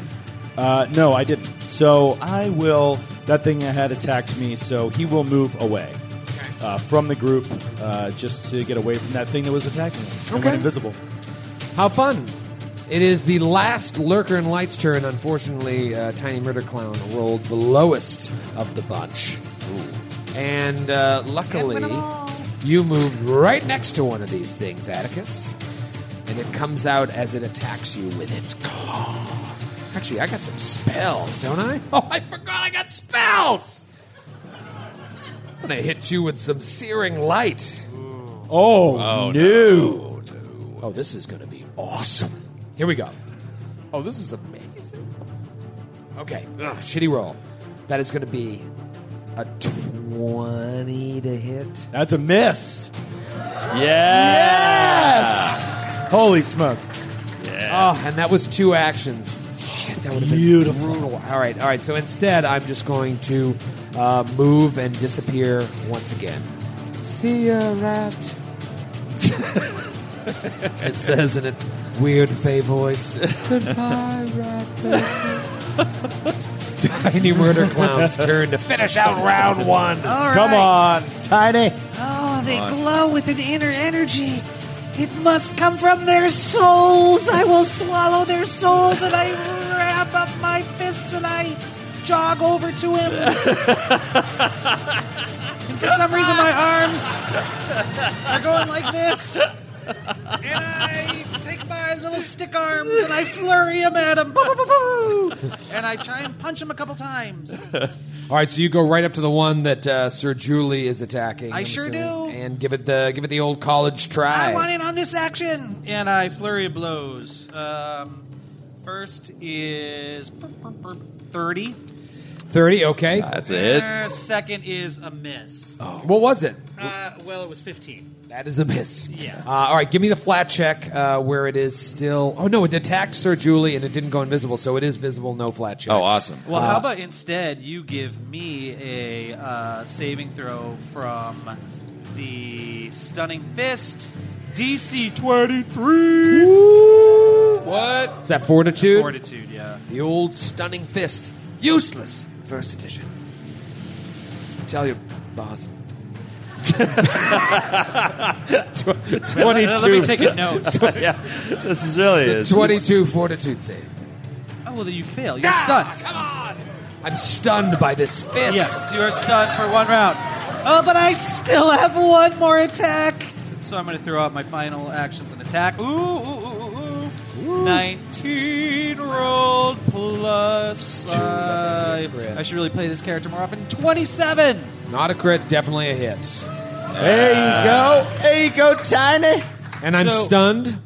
Uh, no, I didn't. So I will. That thing had attacked me, so he will move away uh, from the group uh, just to get away from that thing that was attacking me. and went
Okay.
invisible.
How fun! It is the last Lurker and Lights turn. Unfortunately, uh, Tiny Murder Clown rolled the lowest of the bunch. And uh, luckily, you moved right next to one of these things, Atticus. And it comes out as it attacks you with its claw. Actually, I got some spells, don't I? Oh, I forgot I got spells! I'm gonna hit you with some searing light.
Oh, no.
Oh, this is going to be awesome. Here we go. Oh, this is amazing. Okay, Ugh, shitty roll. That is going to be a 20 to hit.
That's a miss.
Yes.
Holy smokes.
Oh, and that was two actions. Shit, that would have been
Beautiful.
brutal. All right, all right. So instead, I'm just going to uh, move and disappear once again. See ya, rat. it says in its weird fey voice. Goodbye, rat. person." Tiny murder clown's turn to finish out round one.
All right.
Come on, Tiny.
Oh, they glow with an inner energy. It must come from their souls. I will swallow their souls, and I wrap up my fists and I jog over to him. and for some reason, my arms are going like this. And I take my little stick arms and I flurry him at him. Boo, boo, boo, boo, boo. And I try and punch him a couple times.
All right, so you go right up to the one that uh, Sir Julie is attacking.
I sure do.
And give it the give it the old college try.
I want in on this action.
And I flurry of blows. Um, first is burp, burp, burp, 30.
30, okay.
That's a hit.
Uh, second is a miss.
What was it?
Uh, well, it was 15.
Oh. That is a miss.
Yeah.
Uh, all right, give me the flat check uh, where it is still. Oh, no, it attacked Sir Julie and it didn't go invisible, so it is visible, no flat check.
Oh, awesome.
Well,
Uh,
how about instead you give me a uh, saving throw from the Stunning Fist DC 23
What? Is that fortitude?
Fortitude, yeah.
The old stunning fist. Useless. First edition. Tell your boss. 22.
Let me take a note.
This is really is.
22 fortitude save.
Oh, well, then you fail. You're stunned.
I'm stunned by this fist.
Yes, you are stunned for one round.
Oh, but I still have one more attack.
So I'm going to throw out my final actions and attack. Ooh, ooh, ooh, ooh, ooh. 19 rolled plus. Uh, I should really play this character more often. 27!
Not a crit, definitely a hit.
Ah.
There you go. There you go, Tiny.
And I'm
So-
stunned.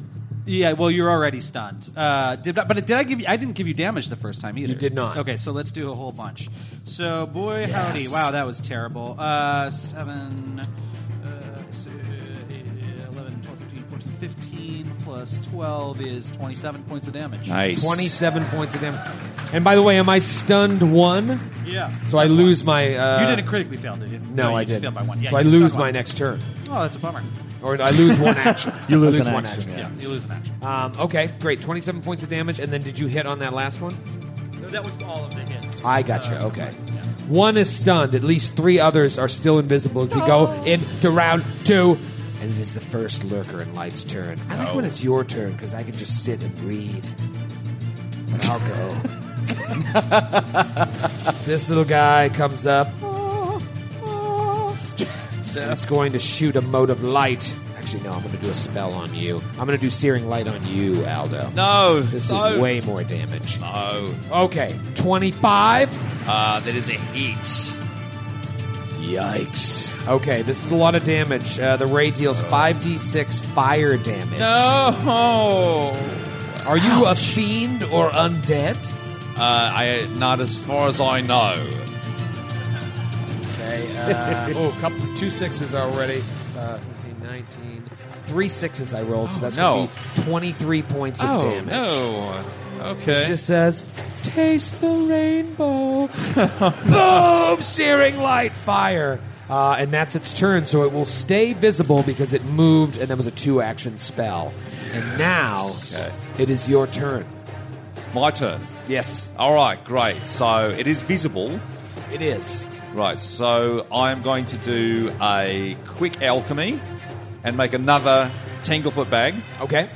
Yeah, well, you're already stunned. Uh, did not, but did I give you? I didn't give you damage the first time either.
You did not.
Okay, so let's do a whole bunch. So, boy, howdy! Wow, that was terrible. Uh, seven, uh, s- uh, eight, 11, 12, 13, 14, 15 plus twelve is twenty-seven points of damage.
nice.
27 points of damage. And by the way, am I stunned one?
Yeah.
So I lose my. Uh,
you didn't critically fail, did you?
No,
you
I
just
didn't.
failed by one. Yeah,
so I
you just
lose
got one.
my next turn,
Oh, that's a bummer.
or I lose one action.
You lose
I lose
an
one
action,
Yeah, you lose an action.
Um, okay, great. Twenty-seven points of damage, and then did you hit on that last one?
No, that was all of the hits.
I got you.
Uh,
Okay. One is stunned. At least three others are still invisible as we go into round two. And it is the first lurker in Light's turn. I like when it's your turn because I can just sit and read. But I'll go. this little guy comes up. And It's going to shoot a mode of light. Actually, no, I'm going to do a spell on you. I'm going to do Searing Light on you, Aldo.
No,
This is
no.
way more damage.
No.
Okay, 25.
Uh, that is a heat.
Yikes. Okay, this is a lot of damage. Uh, the ray deals 5d6 fire damage.
No.
Are you a fiend or undead?
Uh, I not as far as I know.
Okay, uh, oh, a couple, two sixes already. Uh, 15, 19. Three sixes I rolled, so that's
Oh, no.
going to be 23 points of
oh
damage.
no.
It
Okay.
just says, "Taste the rainbow." Boom! Searing light, fire, uh, and that's its turn. So it will stay visible because it moved, and that was a two-action spell. And now
Okay.
it is your turn.
My turn.
Yes,
All right. Great. So it is visible.
it is.
Right, so I'm going to do a quick alchemy and make another tangle foot bag.
Okay,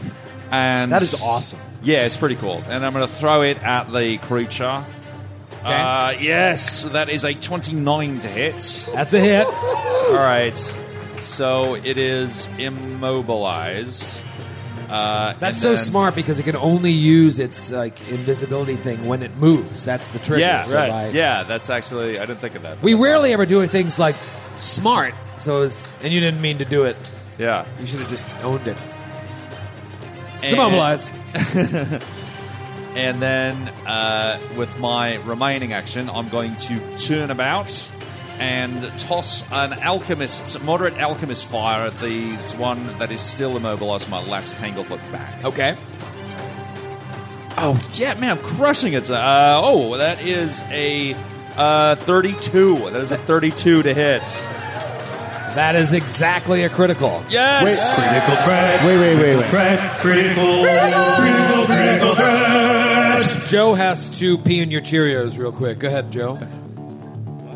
And
that is awesome.
yeah, it's pretty cool. And I'm going to throw it at the creature. Uh, yes, that is a 29 to hit.
That's a hit.
All right, so it is immobilized. Uh, and
That's so
then-
smart because it can only use its like invisibility thing when it moves. That's the trick.
Yeah,
So, like,
yeah. That's actually I didn't think of that. but
We
that's
rarely ever do things like smart. So, it's, and you didn't mean to do it.
awesome. yeah.
You should have just owned it. It's
And-
immobilized.
And then uh, with my remaining action, I'm going to turn about and toss an alchemist, moderate alchemist fire at these one that is still immobilized. My last tanglefoot back.
Okay.
Oh yeah, man, I'm crushing it. Uh, oh, that is a uh, 32. That is a 32 to hit.
That is exactly a critical.
Yes.
Critical
Wait, wait, wait, wait.
Joe has to pee in your Cheerios real quick. Go ahead, Joe.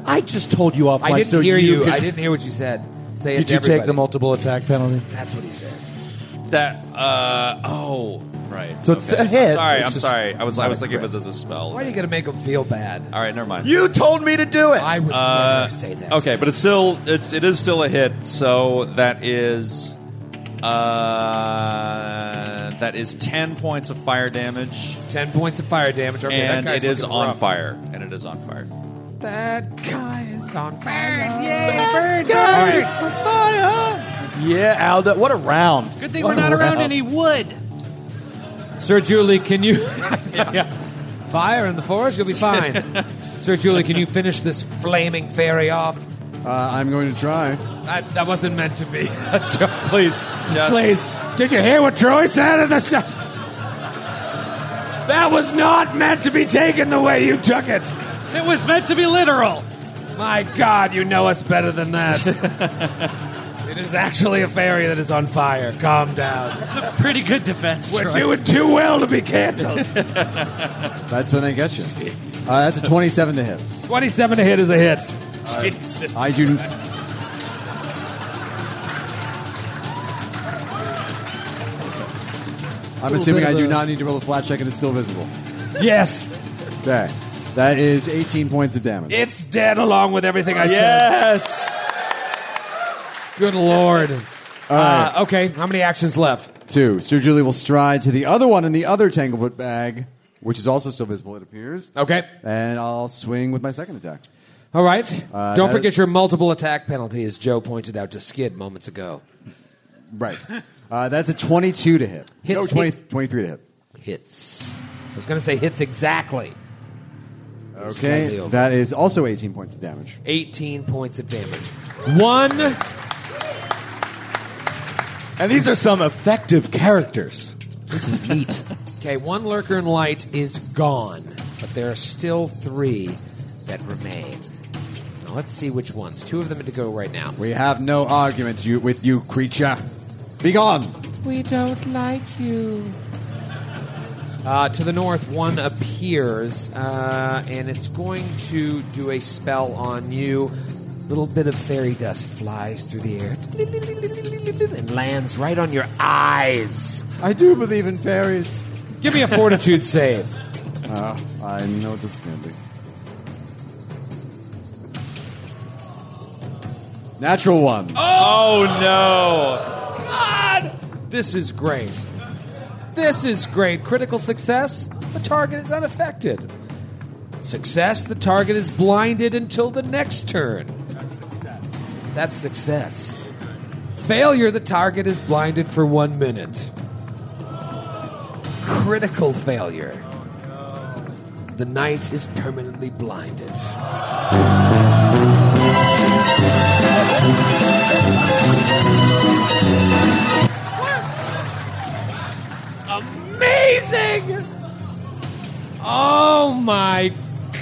I just told you off.
I
mic
didn't
so
hear you.
could-
I didn't hear what you said. Say it
Did
to
you
everybody.
take the multiple attack penalty?
That's what he said.
That. Uh, oh, right.
So it's
Okay.
a hit.
I'm sorry,
It's
I'm
just
sorry. I was I
not
was
a
thinking of
crit.
it as a spell.
Why are you going to make him feel bad?
All right, never mind.
You told me to do it.
I would
Uh,
never say that.
Okay, but it's still it's, it is still a hit. So that is uh, that is ten points of fire damage,
Ten points of fire damage. Okay, that
and
guy's
it is
looking
on
rough.
fire, and it is on fire.
That guy is on fire.
Yeah, Aldo. What a round.
Good thing we're not around any wood.
Sir Julie, can you? Fire in the forest, you'll be fine. Sir Julie, can you finish this flaming fairy off?
Uh, I'm going to try.
That, that wasn't meant to be.
Please, just,
Did you hear what Troy said at the show? That was not meant to be taken the way you took it.
It was meant to be literal.
My God, you know us better than that. it is actually a fairy that is on fire. Calm down.
It's a pretty good defense.
We're
Troy.
doing too well to be canceled.
That's when I get you. Uh, that's a 27 to hit.
27 to hit is a hit.
I do. I'm assuming I do not need to roll a flat check and it's still visible.
Yes,
Okay. That is 18 points of damage.
it's dead along with everything I said.
yes.
Good Lord. Uh, okay, how many actions left?
Two. Sir Julie will stride to the other one in the other Tanglefoot bag, which is also still visible, it appears.
Okay.
And I'll swing with my second attack.
All right.
Uh,
Don't
that
forget
is-
your multiple attack penalty, as Joe pointed out to Skid moments ago.
Right. Uh, that's a 22 to hit.
Hits-
no, 20, 23 to hit.
Hits. I was going to say hits exactly. Slightly
Okay.
over.
That is also 18 points of damage.
18 points of damage. One.
And these are some effective characters.
This is neat. okay, one lurker in light is gone, but there are still three that remain. Now let's see which ones. Two of them to go right now.
We have no argument you, with you, creature. Be gone.
We don't like you. Uh, to the north, one appears, uh, and it's going to do a spell on you. little bit of fairy dust flies through the air and lands right on your eyes.
I do believe in fairies.
Give me a fortitude save.
Uh, I know what this is going to be. Natural one.
Oh, no.
God! This is great. This is great. Critical success, the target is unaffected. Success, the target is blinded until the next turn. That's success. Failure, the target is blinded for one minute. Critical failure. The knight is permanently blinded. Amazing! Oh my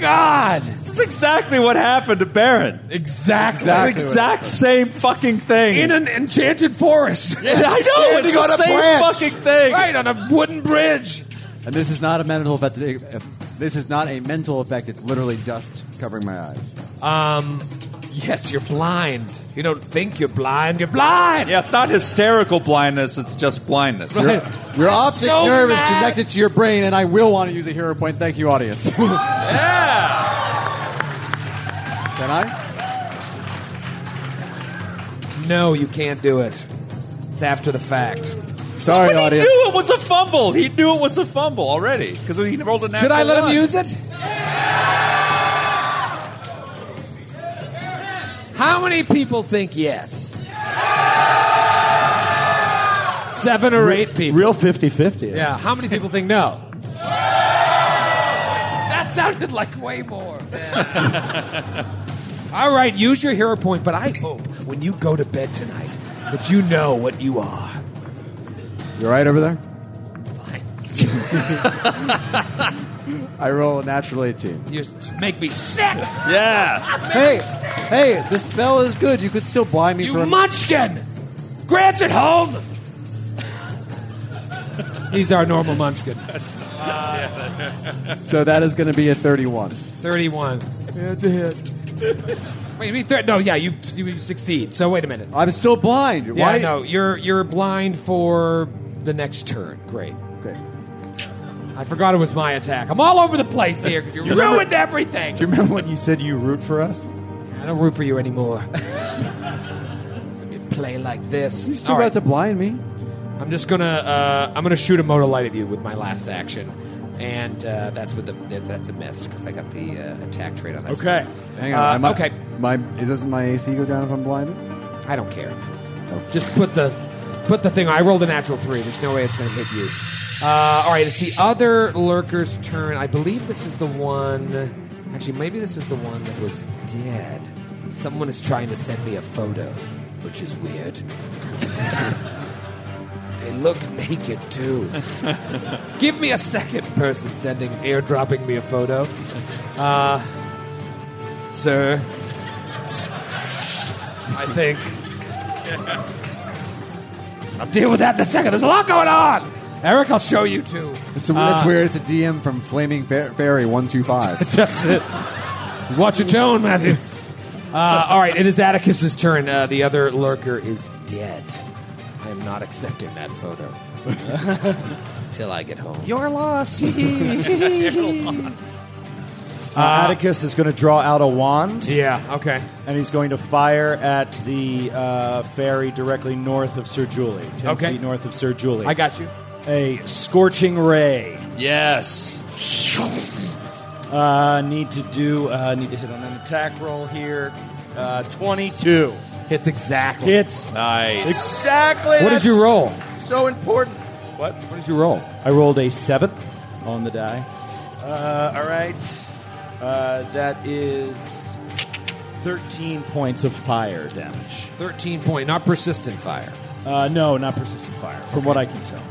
god!
This is exactly what happened to Baron.
Exactly.
The exact same fucking thing.
In an enchanted forest.
I know, it's
Standing on
the
a
same
branch.
fucking thing.
Right, on a wooden bridge.
And this is not a mental effect. eh, This is not a mental effect. It's literally dust covering my eyes.
Um,
Yes, you're blind. You don't think you're blind, you're blind!
Yeah, it's not hysterical blindness, it's just blindness.
Your, your optic
so
nerve is
mad.
connected to your brain, and I will want to use a hero point. Thank you, audience. Can
Yeah.
I?
No, you can't do it. It's after the fact.
Sorry,
But he
audience.
knew it was a fumble. He knew it was a fumble already because he rolled a natural
Should I let him
one.
use it? How many people think yes? Seven or eight people.
Real 50 50.
Yeah. How many people think no? That sounded like way more. man. All right, use your hero point, but I hope when you go to bed tonight that you know what you are.
You're right over there. I roll a natural 18.
You make me sick.
Yeah.
Hey, hey, the spell is good. You could still blind me
you
for a
munchkin! Grant's at home!
He's our normal munchkin.
So that is going to be a 31.
31. Wait, you mean thir- No, yeah, you, you succeed. So wait a minute.
I'm still blind.
Yeah,
Why?
no, you're you're blind for the next turn. Great.
Okay.
I forgot it was my attack. I'm all over the place here because you,
Ruined
ruined
everything!
Do you remember when you said you root for us?
it. I don't root for you anymore. You Play like this.
You're still
All
about
right,
to blind me.
I'm just gonna uh, I'm gonna shoot a motor light at you with my last action, and uh, that's with the that's a miss because I got the uh, attack trait on that.
Okay.
Hang on.
Uh,
I might-
okay.
My doesn't my AC go down if I'm blinded?
I don't care. Just put the put the thing. I rolled a natural three. There's no way it's going to hit you. Uh, all right, it's the other lurker's turn. I believe this is the one. Actually, maybe this is the one that was dead. Someone is trying to send me a photo, which is weird. they look naked too. Give me a second person sending airdropping me a photo, uh, sir. I think. I'll deal with that in a second. There's a lot going on. Eric, I'll show you too.
It's a,
Uh,
that's weird. It's a DM from Flaming Fa- Fairy 125.
That's it. Watch your tone, Matthew. Uh, all right, it is Atticus's turn. Uh, the other lurker is dead. I am not accepting that photo until I get home.
Your loss.
Uh, Atticus is going to draw out a wand,
Uh, Yeah. Okay.
and he's going to fire at the uh, fairy directly north of Sir Julie. 10
Okay.
feet north of Sir Julie.
I got you.
a scorching ray.
Yes.
Uh, need to do. Uh, need to hit on an attack roll here. Uh, Twenty-two
Hits exactly.
hits
Nice.
exactly.
What did you roll?
roll? So important. What? What did you roll? I rolled a seven on the die. Uh, all right. Uh, that is thirteen points of fire damage.
Thirteen point, not persistent fire.
Uh, no, not persistent fire, from what I can tell.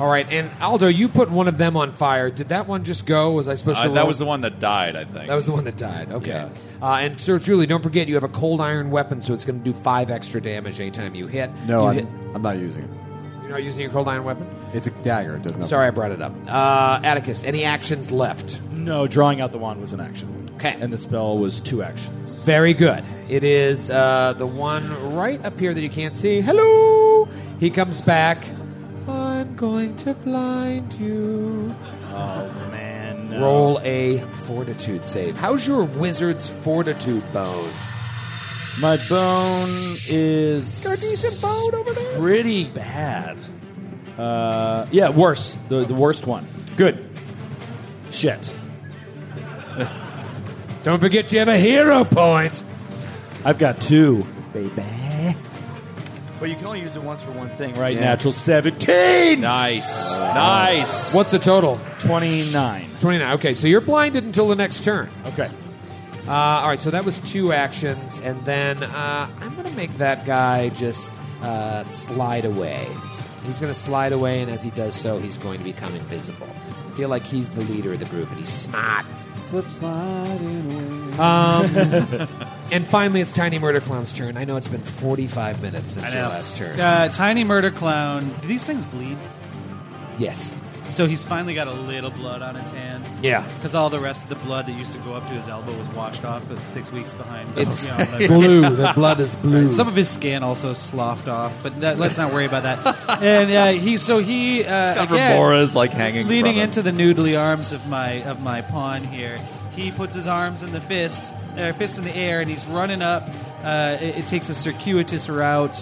All right, and Aldo, you put one of them on fire. Did that one just go? Was I supposed
Uh,
to?
that
roll?
was the one that died, I think.
That was the one that died. Okay.
Yeah.
Uh, and Sir Julie, don't forget you have a cold iron weapon, so it's going to do five extra damage anytime you hit.
No,
You
I'm,
hit-
I'm not using it.
you're are you using a cold iron weapon?
It's a dagger. It does not.
Sorry, I brought it up. Uh, Atticus, any actions left?
No, drawing out the wand was an action.
Okay.
And the spell was two actions.
Very good. It is uh, the one right up here that you can't see. Hello! He comes back. I'm going to blind you.
Oh, Man.
Roll a fortitude save. How's your wizard's fortitude bone?
My bone is.
Got a decent bone over there?
Pretty bad. Uh, yeah, worse. The, the worst one. Good. Shit.
Don't forget you have a hero point.
I've got two.
Baby.
But you can only use it once for one thing, right? Natural 17!
Nice. nice.
What's the total?
29.
29. Okay, so you're blinded until the next turn.
Okay.
Uh, all right, so that was two actions, and then uh, I'm going to make that guy just uh, slide away. He's going to slide away, and as he does so, he's going to become invisible. I feel like he's the leader of the group, and he's smart.
Slip sliding away.
Um, And finally, it's Tiny Murder Clown's turn. I know it's been 45 minutes since your last turn.
Uh, tiny murder clown. Do these things bleed?
yes.
So he's finally got a little blood on his hand.
Yeah.
Because all the rest of the blood that used to go up to his elbow was washed off with six weeks behind.
It's
you know, the-
Blue. The blood is blue.
Some of his skin also sloughed off, but that, let's not worry about that. And uh, he, so he, uh,
Got
again,
Verbora's like hanging.
leaning
from him.
into the noodly arms of my of my pawn here. He puts his arms in the fist, uh, fist in the air, and he's running up. Uh, it, it takes a circuitous route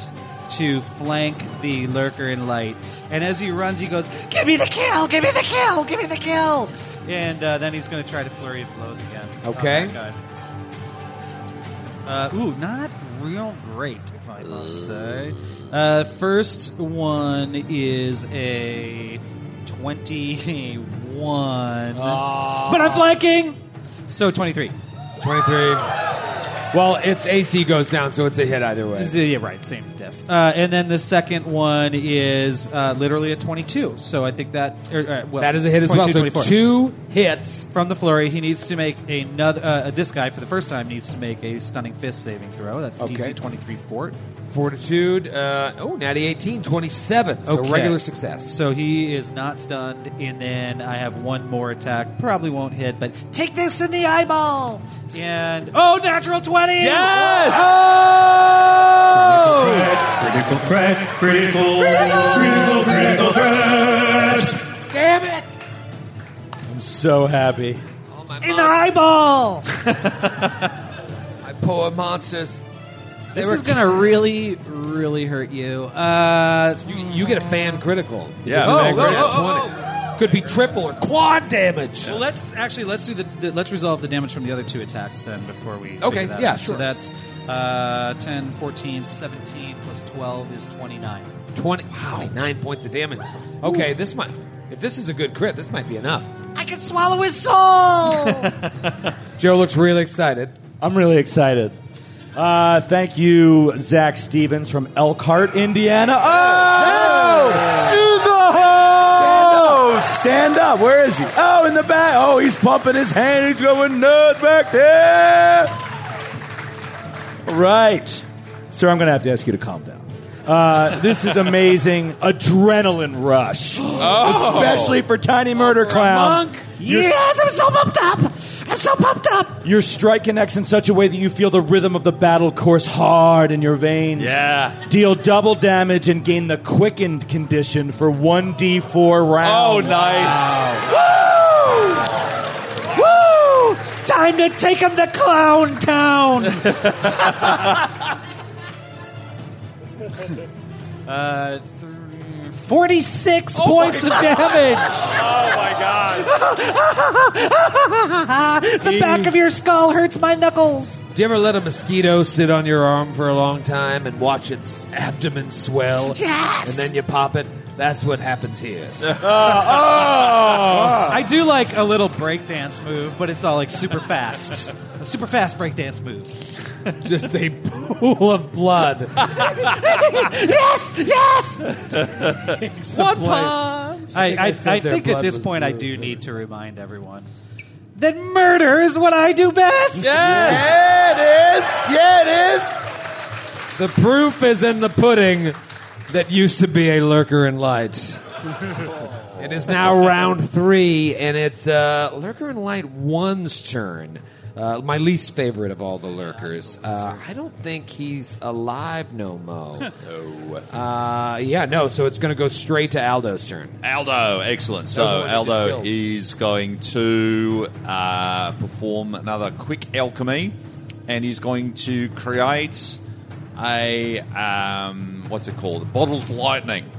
to flank the lurker in light. And as he runs, he goes, "Give me the kill! Give me the kill! Give me the kill!" And uh, then he's going to try to flurry of blows again. on
Okay.
that guy. Uh, ooh, not
Oh,
real great, if I must say. Uh, first one is a 21. But I'm flanking! So 23.
23. Well, its AC goes down, so it's a hit either way.
Z- Yeah, right, same diff. Uh, and then the second one is uh, literally a 22. So I think that. er, uh, well,
That is a hit as well.
22,
So
24.
two hits.
from the flurry, he needs to make another. Uh, this guy, for the first time, needs to make a stunning fist saving throw. That's
Okay.
DC 23 fort.
Fortitude, uh, oh, natty 18, 27. So
Okay.
regular success.
So he is not stunned, and then I have one more attack. Probably won't hit, but take this in the eyeball. And oh, natural twenty!
Yes!
Critical threat, critical, critical, critical threat.
Damn it!
I'm so happy.
All my
in the eyeball.
mon- my poor monsters.
This is gonna really, really hurt you. Uh,
You, you get a fan critical.
Yeah.
Oh,
Fan
oh,
critical.
oh, oh, oh. Could be triple or quad damage.
well, let's actually let's do the, the let's resolve the damage from the other two attacks then before we. figure
Okay,
that
yeah,
out.
sure.
So that's uh, 10, 14, 17 plus twelve is twenty nine.
20, wow, nine points of damage. Okay, this might, if this is a good crit, this might be enough.
I can swallow his soul.
Joe looks really excited.
I'm really excited. Uh, thank you, Zach Stevens from Elkhart, Indiana. Oh! In the house! Stand up. Where is he? Oh, in the back. Oh, he's pumping his hand. He's going nuts back there. All right. Sir, I'm going to have to ask you to calm down. Uh, this is amazing adrenaline rush, especially for Tiny Murder Clown. Oh. Yes, I'm so pumped up. I'm so pumped up. Your strike connects in such a way that you feel the rhythm of the battle course hard in your veins.
Yeah.
Deal double damage and gain the quickened condition for 1d4
Oh,
rounds.
nice.
Woo! Time to take him to Clown Town.
Uh, three, 46 points of damage.
Oh my god.
the back of your skull hurts my knuckles.
Do you ever let a mosquito sit on your arm for a long time and watch its abdomen swell? Yes. And then you pop it? That's what happens here. Oh!
I do like a little breakdance move, but it's all like super fast. a super fast breakdance move.
Just a pool of blood.
yes! Yes! One punch! I, I, I
said their
think at
blood
this
was
point I do need to remind everyone that murder is what I do best!
Yes! Yeah, it is! Yeah, it is! The proof is in the pudding.
that used to be a lurker in light. It is now round three, and it's uh, Lurker in Light One's turn. Uh, my least favorite of all the lurkers. Uh, I don't think he's alive no mo.
No.
Uh, yeah, no. So it's going to go straight to Aldo's turn.
Aldo, excellent.
That was the
So
one that just
Aldo
killed.
is going to uh, perform another quick alchemy, and he's going to create a um, what's it called? Bottled lightning.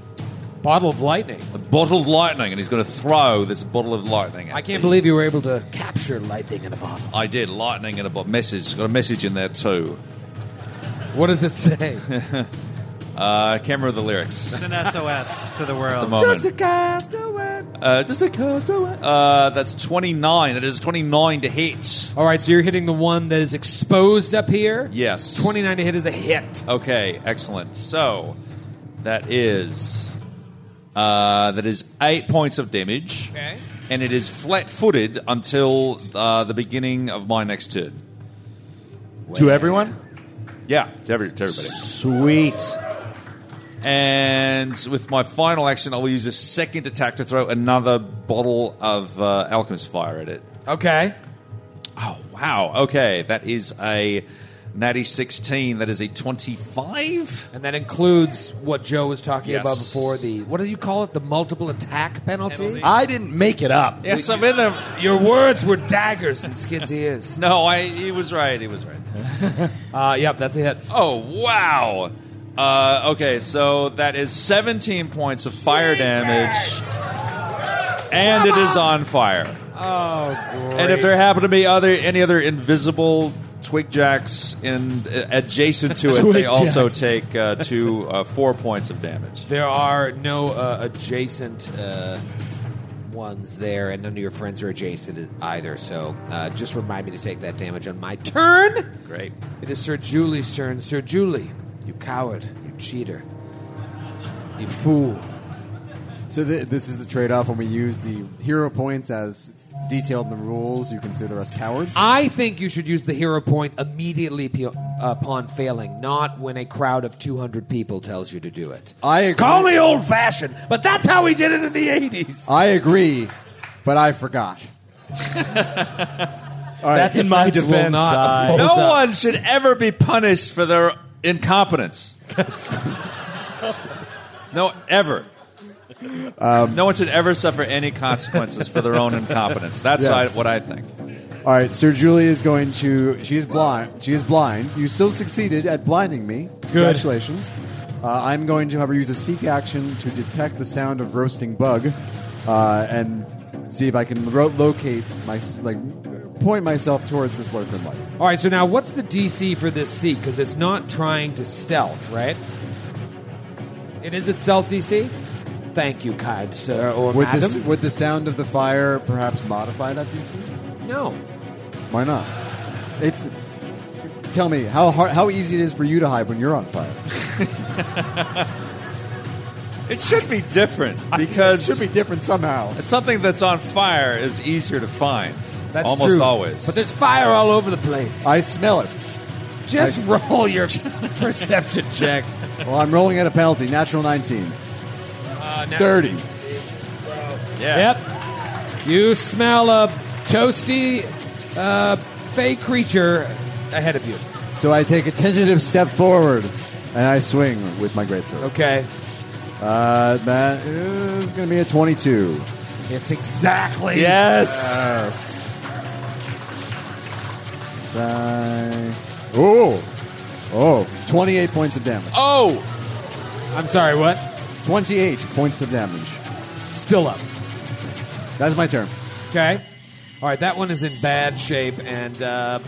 Bottle of lightning.
A bottled lightning, and he's going to throw this bottle of lightning. At
I can't believe you were able to capture lightning in a bottle.
I did lightning and a bo- message. Got a message in there too.
What does it say?
uh, camera of the lyrics.
It's an SOS to
At
the
the
world.
moment.
castaway.
Uh, just a castaway. Uh, that's 29. It is 29 to hit.
All right, so you're hitting the one that is exposed up here.
Yes.
29 to hit is a hit.
Okay, excellent. So that is uh, that is eight points of damage.
Okay.
And it is flat-footed until uh, the beginning of my next turn.
To everyone?
Yeah, to every- to everybody.
Sweet.
And with my final action, I will use a second attack to throw another bottle of uh, Alchemist Fire at it.
Okay.
Oh, wow. Okay, that is a natty 16. That is a 25.
And that includes what Joe was talking
Yes.
about before the what do you call it? The multiple attack penalty.
I didn't make it up.
Yes, I'm in them.
Your words were daggers in Skid's ears.
No, I, he was right. He was right.
uh, yep, that's a hit.
Oh, wow. Uh, okay, so that is 17 points of fire damage. And it is on fire.
Oh, great.
And if there happen to be other any other invisible twig jacks in, uh, adjacent to it, they
Twig
also
jacks.
take uh, two, uh, four points of damage.
There are no uh, adjacent uh, ones there, and none of your friends are adjacent either. So uh, just remind me to take that damage on my turn.
Great.
It is Sir Julie's turn. Sir Julie, you coward, you cheater, you fool.
So th- this is the trade-off when we use the hero points as detailed in the rules. You consider us cowards.
I think you should use the hero point immediately pe- upon failing, not when a crowd of 200 people tells you to do it.
I agree.
Call me old fashioned, but that's how we did it in the 80s.
I agree, but I forgot. All right.
That's in my defense, I-
No
Hold up.
one should ever be punished for their incompetence. no, ever.
Um,
no one should ever suffer any consequences for their own incompetence. That's
Yes.
I- what I think.
All right, Sir Julie is going to. She is blind. She is blind. You still succeeded at blinding me. Congratulations. Uh, I'm going to have her use a seek action to detect the sound of roasting bug, uh, and see if I can ro- locate my s- like point myself towards this lurker light.
All right, so now what's the DC for this seek? Because it's not trying to stealth, right? It is a stealth DC? Thank you, kind sir Uh, or
Would
madam.
this would the sound of the fire perhaps modify that DC?
No.
Why not? It's. Tell me how hard, how easy it is for you to hide when you're on fire.
It should be different because
it should be different somehow.
something that's on fire is easier to find.
That's
almost
true.
always.
But there's fire all over the place.
I smell it.
Just roll your perception check.
Well, I'm rolling at a penalty. Natural 19.
Uh, now-
30.
Yep. You smell a toasty, uh, fey creature ahead of you.
So I take a tentative step forward and I swing with my greatsword.
Okay.
Uh, that is going to be a 22.
It's exactly.
Yes.
Uh, oh. Oh. 28 points of damage.
Oh,
I'm sorry, what?
28 points of damage.
Still up.
That's my turn.
Okay. All right, that one is in bad shape, and uh,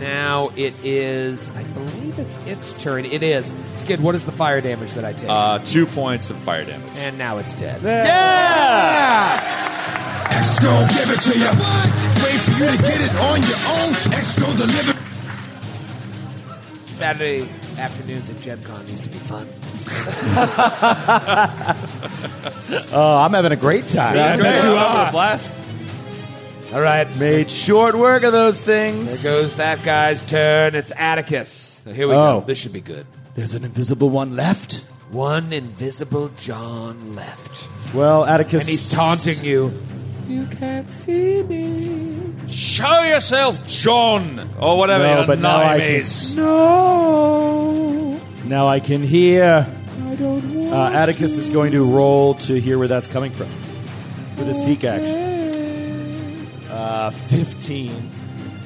now it is. I believe it's its turn. It is. Skid, what is the fire damage that I take?
uh, two points of fire damage.
and now it's dead.
Yeah!
X go give it to you. Wait for you to get it on your own. X go deliver.
Saturday afternoons at Gen Con used to be fun.
Oh, I'm having a great time.
Yeah,
bet you
are. Blast.
All right, made short work of those
There
things.
goes that guy's turn. It's Atticus. So here we
Oh.
go. This should be good.
There's an invisible one left.
One invisible John left.
Well, Atticus.
And he's taunting you.
You can't see me.
Show yourself, John, or whatever
No,
your
but now I
name
can-
is.
No.
Now I can hear.
I don't want
Uh, Atticus is going to roll to hear where that's coming from with a seek action. Uh, 15.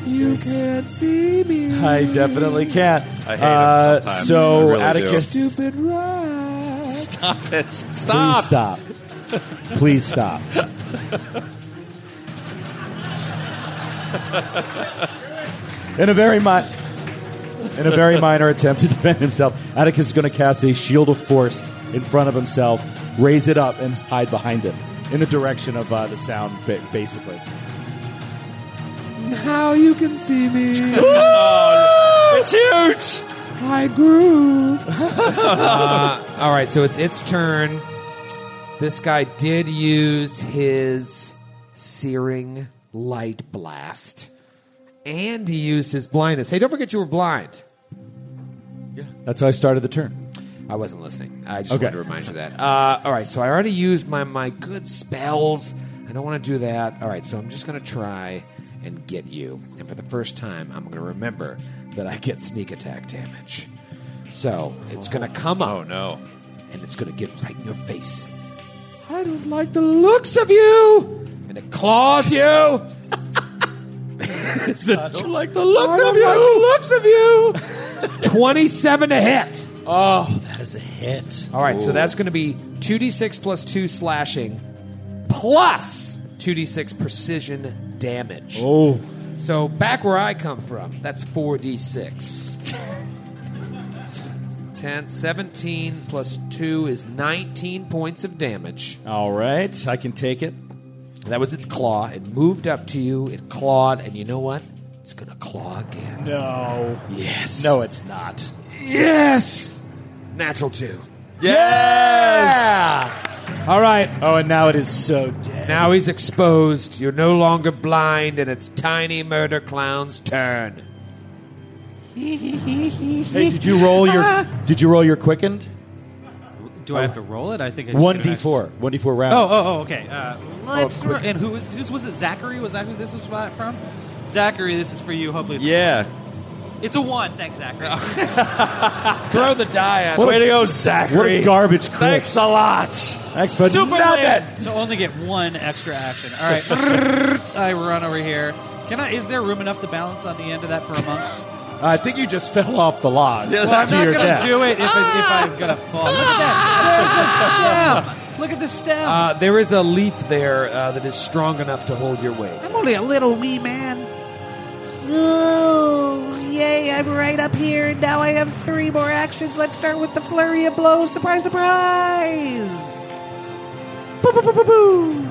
You can't see me.
I definitely can't.
I hate him
uh,
sometimes.
So,
I really do.
Atticus.
Stupid rat.
Stop it.
Please stop. Please stop. In a very mi- in a very minor attempt to defend himself, Atticus is going to cast a shield of force in front of himself, raise it up, and hide behind him in the direction of uh, the sound, ba- basically.
How you can see me?
it's huge.
I grew.
Uh, all right, so it's its turn. This guy did use his searing light blast, and he used his blindness. Hey, don't forget you were blind.
That's how I started the turn.
I wasn't listening. I just
Okay.
wanted to remind you of that. Uh, all right, so I already used my my good spells. I don't want to do that. All right, so I'm just going to try and get you. And for the first time, I'm going to remember that I get sneak attack damage. So it's going to come up. Oh
no!
And it's going to get right in your face.
I don't like the looks of you.
And it claws you. it's
I
a
don't
like
the looks of you. looks of you.
27 to hit.
Oh, that is a hit.
All right, so that's going to be 2d6 plus 2 slashing plus 2d6 precision damage.
Oh.
So back where I come from, that's 4d6. 10, 17 plus 2 is 19 points of damage.
All right, I can take it.
That was its claw. It moved up to you, it clawed, and you know what? It's going to claw again.
No.
Yes.
No, it's not.
Yes! Natural 2.
Yeah! All right. Oh, and now it is so dead.
Now he's exposed. You're no longer blind, and it's Tiny Murder Clown's turn.
Hey, did you roll your Did you roll your quickened?
Do I have to roll it? I think I just
One
get
d
an extra-
four. One d four round.
Oh, oh, oh, okay. Uh, let's.
Oh, quick.
and who was who was it? Zachary? Was that who this was from? Zachary, this is for you. Hopefully,
Yeah.
it's- It's a one. Thanks, Zachary.
Oh. Throw the die at
Way to go, Zachary.
What a garbage crit.
Thanks a lot.
Thanks for
Super
nothing.
lame. To only get one extra action. All right, I run over here. Can I? Is there room enough to balance on the end of that for a monk?
I think you just fell off the log.
well, oh. I'm not gonna do it if, it, if
Ah!
I'm gonna fall. Look at that. There's a stem. Look at the stem.
Uh, there is a leaf there uh, that is strong enough to hold your weight.
I'm only a little wee man. Ooh, yay, I'm right up here, and now I have three more actions. Let's start with the flurry of blows. Surprise, surprise! Boo, boo, boo, boo, boo.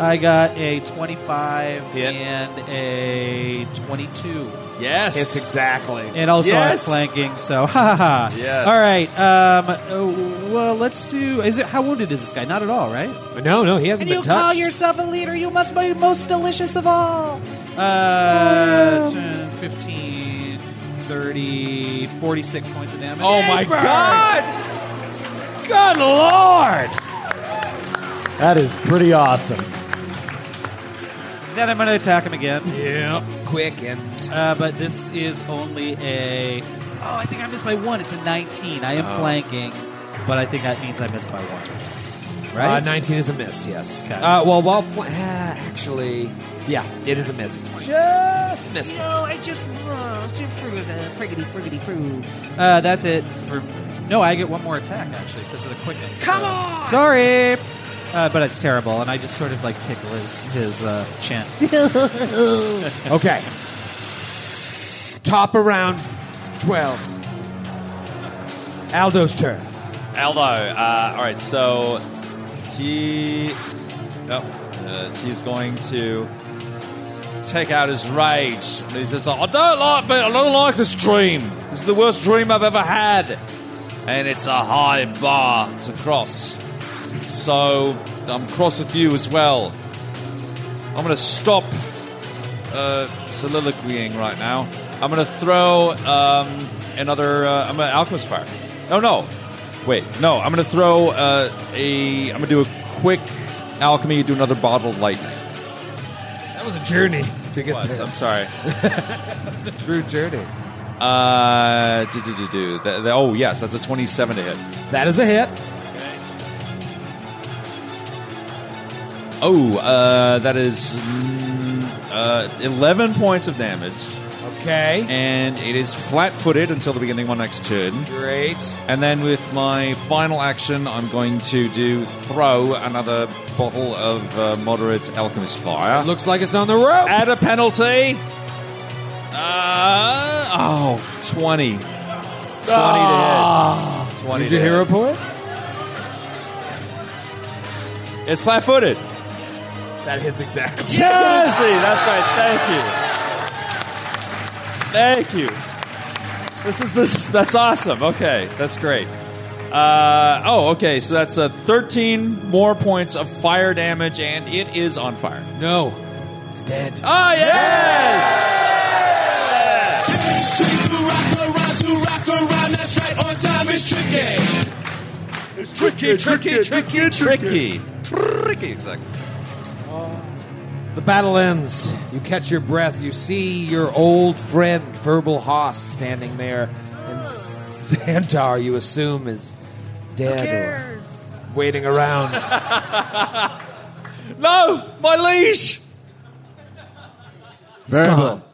I got a 25 and a 22.
Yes.
It's
exactly.
And also
Yes.
I'm flanking, so ha ha. ha.
Yes.
All right. Um, uh, well, let's do. Is it how wounded is this guy? Not at all, right?
No, no, he hasn't
And
You call yourself a leader, you must be most delicious of all.
Uh,
Oh.
10, 15, 30, 46 points of damage.
Oh my Jeepers! God! Good lord.
That is pretty awesome.
Then I'm going to attack him again.
Yeah. Quick and.
Uh, but this is only a. Oh, I think I missed by one. It's a 19. I am
Oh.
flanking, but I think that means I missed by one. Right?
Uh, 19 is a miss, yes.
Okay.
Uh, well, while fl- ah, actually, yeah, it is a miss. Just missed it.
No, I just. Oh, just fru- uh, friggity, friggity, froo.
Uh, that's it for. No, I get one more attack actually because of the quickness.
Come
on! Sorry, uh, but it's terrible, and I just sort of like tickle his his uh, chin.
okay. Top around 12. Aldo's turn.
Aldo. Uh, all right, so he. Oh, uh, he's going to take out his rage. And He says, "I don't like, but I don't like this dream. This is the worst dream I've ever had, and it's a high bar to cross. So I'm cross with you as well. I'm going to stop uh, soliloquying right now. I'm going to throw um, another. Uh, I'm going to alchemist fire. Oh no, Wait, no, I'm gonna throw uh, a. I'm gonna do a quick alchemy. Do another bottle of lightning.
That was a journey to get
Was,
there.
I'm sorry.
the true journey.
Uh, do, do, do, do. That- that- oh yes, that's a 27 to hit.
That is a hit.
Oh, uh, that is mm, uh, 11 points of damage.
Okay.
And it is flat-footed until the beginning of my next turn.
Great.
And then with my final action, I'm going to do throw another bottle of uh, moderate alchemist fire.
looks like it's on the rope.
Add a penalty. Uh, oh, 20. 20
Ah.
to hit. 20
Use
to
your
hit.
hero point.
It's flat footed.
That hits exactly.
Jesse! That's right. Thank you. Thank you. This is this. That's awesome. Okay. That's great. Uh, oh, okay. So that's uh, 13 more points of fire damage, and it is on fire.
No. It's dead.
Oh, yes!
Straight to rock around, to rock around, that's right on time is tricky.
It's tricky, tricky, tricky, tricky. Tricky, exactly.
The battle ends. You catch your breath. You see your old friend, Verbal Haas, standing there. And Xantar, you assume, is dead. Or waiting around.
no, my liege.
Verbal.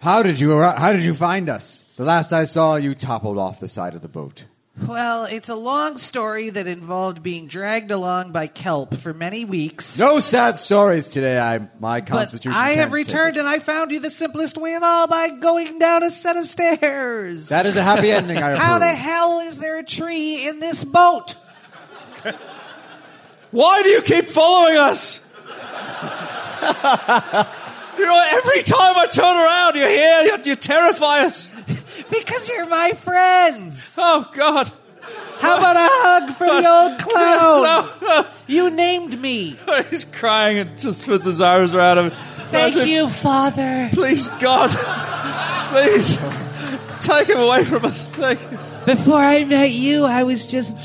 How did you arri- how did you find us? The last I saw, you toppled off the side of the boat.
Well, it's a long story that involved being dragged along by kelp for many weeks.
No sad stories today. I my
But
constitution.
I
can't
have
take
returned and I found you the simplest way of all by going down a set of stairs.
That is a happy ending, I
How the
approve.
hell is there a tree in this boat?
Why do you keep following us? you know, every time I turn around, you're here, you, you terrify us.
Because you're my friends.
Oh, God.
How about a hug from the old clown? You named me.
He's crying and just puts his arms around him.
Thank you, Father.
Please, God. Please. Take him away from us. Thank you.
Before I met you, I was just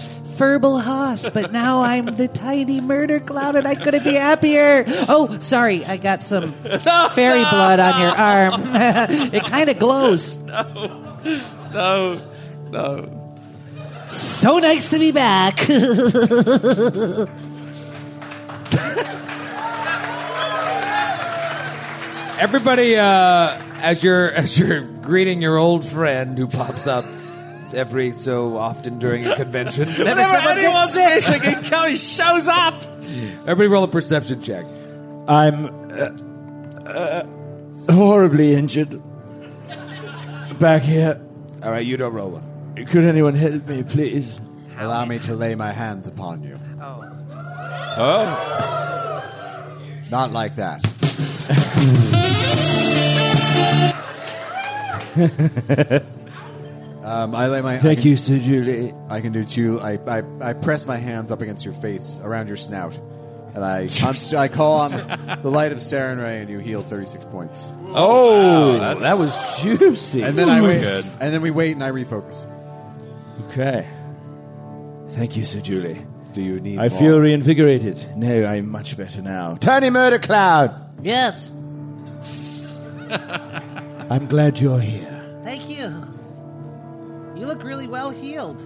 verbal hoss, but now I'm the tiny murder clown and I couldn't be happier. Oh, sorry, I got some fairy blood on your
Um,
arm. it kind of glows.
No. No. No.
So nice to be back.
Everybody, uh, as you're as you're greeting your old friend who pops up every so often during a convention,
Whenever
someone gets
anyone's
sick.
missing, he comes- he shows up.
everybody roll a perception check.
I'm uh, uh, horribly injured. Back here.
All right, you don't roll one.
Could anyone help me, please?
Allow me to lay my hands upon you.
Oh.
Not like that. um, I lay my.
Thank
I can-
you, Sir Julie.
I can do two. I, I, I press my hands up against your face, around your snout, and I const- I call on the light of Serenray, and you heal thirty six points.
Oh, that was juicy.
And then I wait,
Good.
and then we wait, and I refocus.
Okay. Thank you, Sir Julie.
Do you need?
I
more?
feel reinvigorated. No, I'm much better now. Tiny Murder Cloud!
yes,
I'm glad you're here.
thank you. You look really well healed.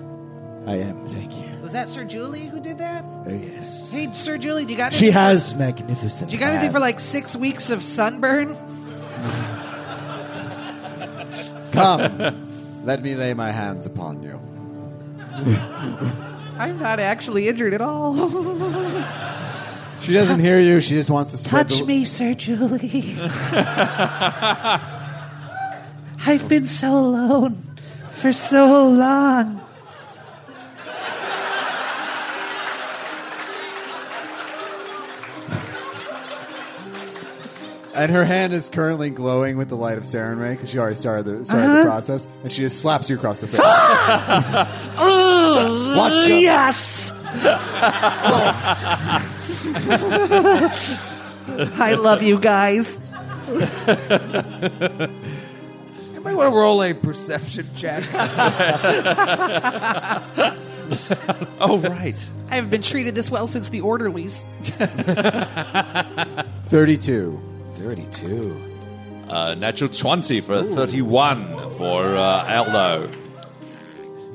I am, thank you.
Was that Sir Julie who did that?
Oh, yes.
Hey, Sir Julie, do you got
She
anything for-
has magnificent.
Do you got anything for
hands.
like six weeks of sunburn?
Come, let me lay my hands upon you.
I'm not actually injured at all.
She doesn't hear you. She just wants to spread
Touch
the-
me, Sir Julie. I've been so alone for so long.
And her hand is currently glowing with the light of Sarenrae because she already started the started
Uh-huh. Ah!
the process, and she just slaps you across the face.
Oh,
Watch out.
yes. I love you guys.
Everybody want to roll a perception check.
oh, right.
I have been treated this well since the orderlies.
32.
32. Uh, natural 20 for 31 for uh, Aldo.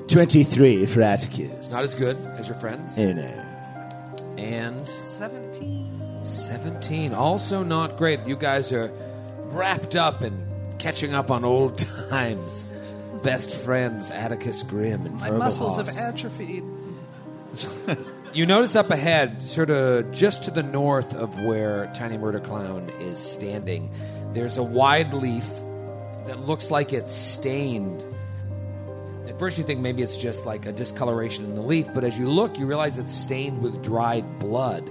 23 for Atticus.
Not as good as your friends.
Oh, no.
And 17. 17. Also not great. You guys are wrapped up in catching up on old times. Best friends, Atticus Grimm and
My
Furbalhaus.
muscles have atrophied.
You notice up ahead, sort of just to the north of where Tiny Murder Clown is standing, there's a wide leaf that looks like it's stained. At first, you think maybe it's just like a discoloration in the leaf, but as you look, you realize it's stained with dried blood.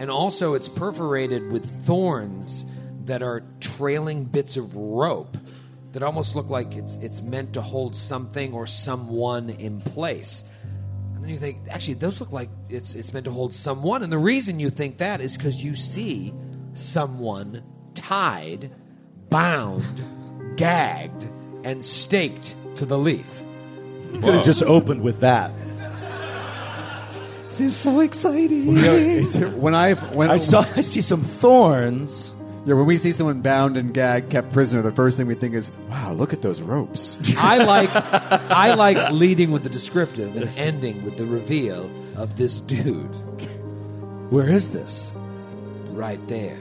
And also, it's perforated with thorns that are trailing bits of rope that almost look like it's, it's meant to hold something or someone in place. And then you think, actually, those look like it's it's meant to hold someone. And the reason you think that is because you see someone tied, bound, gagged, and staked to the leaf.
Could have just opened with that.
This is so exciting.
when I when
I saw-
I see some thorns. Yeah, when we see someone bound and gagged, kept prisoner, the first thing we think is, "Wow, look at those ropes."
I like I like leading with the descriptive and ending with the reveal of this dude.
Where is this?
Right there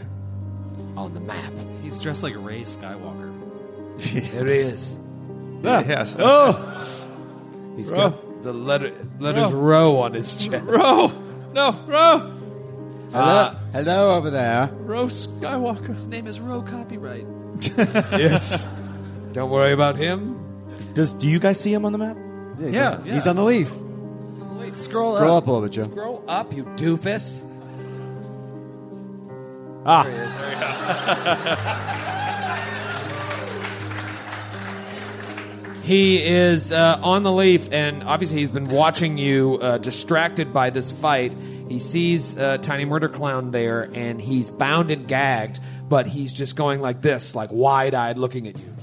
on the map.
He's dressed like Ray Skywalker.
There he is.
Ah.
Yes.
Oh. He's
Row.
got the letter, letters
Row.
row on his chest.
Row. No, Row.
Hello,
Ah.
hello over there.
Row Skywalker.
His name is Roe Copyright.
yes. Don't worry about him.
Does do you guys see him on the map?
Yeah,
he's Yeah. on-
he's on the leaf. Scroll
Scroll, up.
up a little bit, Joe.
Scroll up, you doofus.
Ah.
There he is. He is uh, on the leaf, and obviously he's been watching you, uh, distracted by this fight. He sees uh, Tiny Murder Clown there, and he's bound and gagged, but he's just going like this, like wide eyed, looking at you.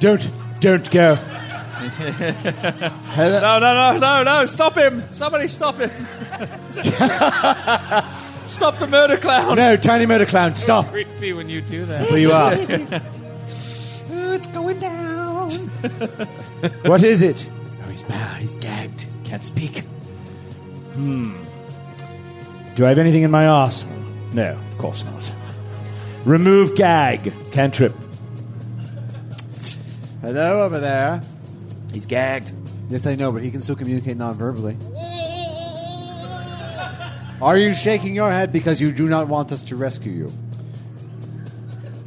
Don't don't go.
No, no, no, no, no. Stop him. Somebody stop him. stop the murder clown.
No, tiny motor clown, stop.
Creepy when you do
That's where you are.
Ooh, it's going down.
what is it? Oh, he's bound. He's gagged. Can't speak. Hmm. Do I have anything in my arsenal? No, of course not. Remove gag. Cantrip.
Hello over there.
He's gagged.
Yes, I know, but he can still communicate non-verbally. Are you shaking your head because you do not want us to rescue you?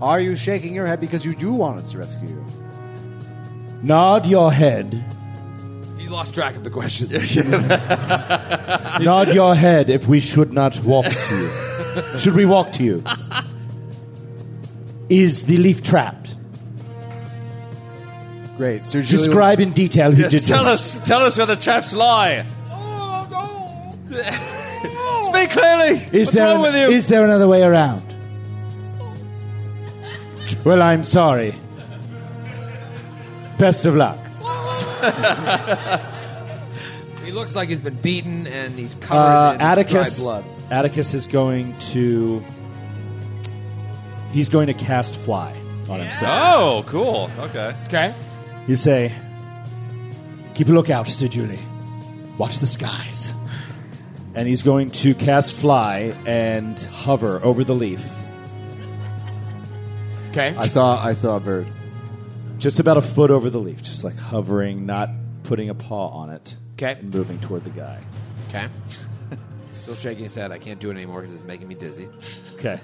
Are you shaking your head because you do want us to rescue you?
Nod your head.
He lost track of the question.
Nod your head if we should not walk to you. Should we walk to you? Is the leaf trapped?
Great. Sir Julian-
Describe in detail who
Yes,
did
tell
this.
us, tell us where the traps lie. Speak clearly.
Is
What's
there
wrong
an-
with you?
Is there another way around? Well, I'm sorry. Best of luck.
he looks like he's been beaten, and he's
Uh,
covered in
Atticus.
dry blood.
Atticus is going to. He's going to cast fly on himself.
Oh, cool. Okay.
Okay.
You say, "Keep a lookout, Sir Julie. Watch the skies." And he's going to cast fly and hover over the leaf,
Okay.
I saw I saw a bird.
just about a foot over the leaf, just like hovering, not putting a paw on it.
Okay.
moving toward the guy.
Okay. Still shaking his head. I can't do it anymore because it's making me dizzy.
Okay.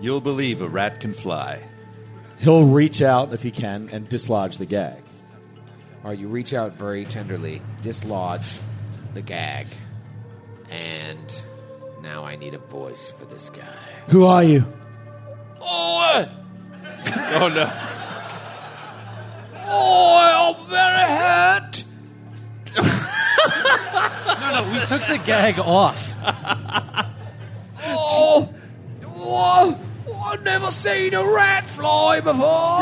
You'll believe a rat can fly.
He'll reach out if he can and dislodge the gag.
All right, you reach out very tenderly, dislodge the gag, and now I need a voice for this guy.
Who are you?
uh,
Oh,
oh no.
oh, I'm very hurt.
no, no, we took the gag off.
Oh, whoa, I've never seen a rat fly before.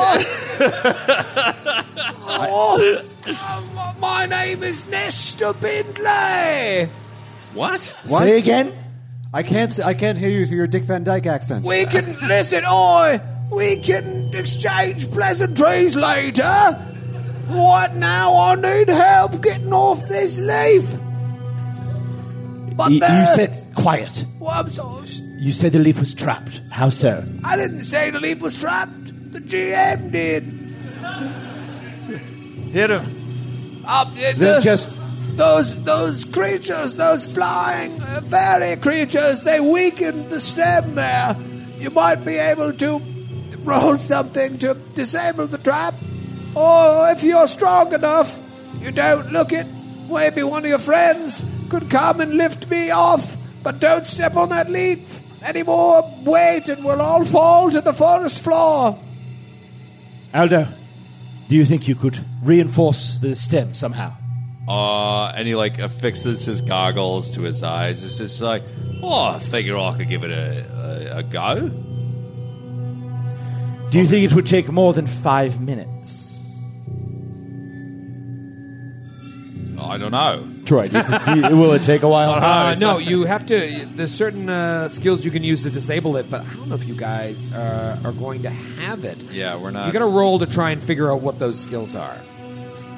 Oh, uh, my name is Nestor Bindley.
What?
What?
Say
again? I can't. I can't hear you through your Dick Van Dyke accent.
We can listen. I. We can exchange pleasantries later. Right now, I need help getting off this leaf. But
you,
there-
said quiet.
Well, I'm sorry.
You said the leaf was trapped. How so?
I didn't say the leaf was trapped. The GM did.
Hit him.
Up in
They're
the-
just-
those those creatures, those flying uh, fairy creatures. They weakened the stem there. You might be able to roll something to disable the trap, or if you're strong enough, you don't look it. Maybe one of your friends could come and lift me off, but don't step on that leaf anymore. Wait, and we'll all fall to the forest floor.
Aldo, do you think you could reinforce the stem somehow?
Uh, and he like affixes his goggles to his eyes. It's just like, oh, I figure I could give it a, a, a go.
Do you think it would take more than five minutes?
I don't know.
Troy, do you think- do you- will it take a while?
Uh, no, you have to. There's certain uh, skills you can use to disable it, but I don't know if you guys uh, are going to have it.
Yeah, we're not.
You're gonna roll to try and figure out what those skills are.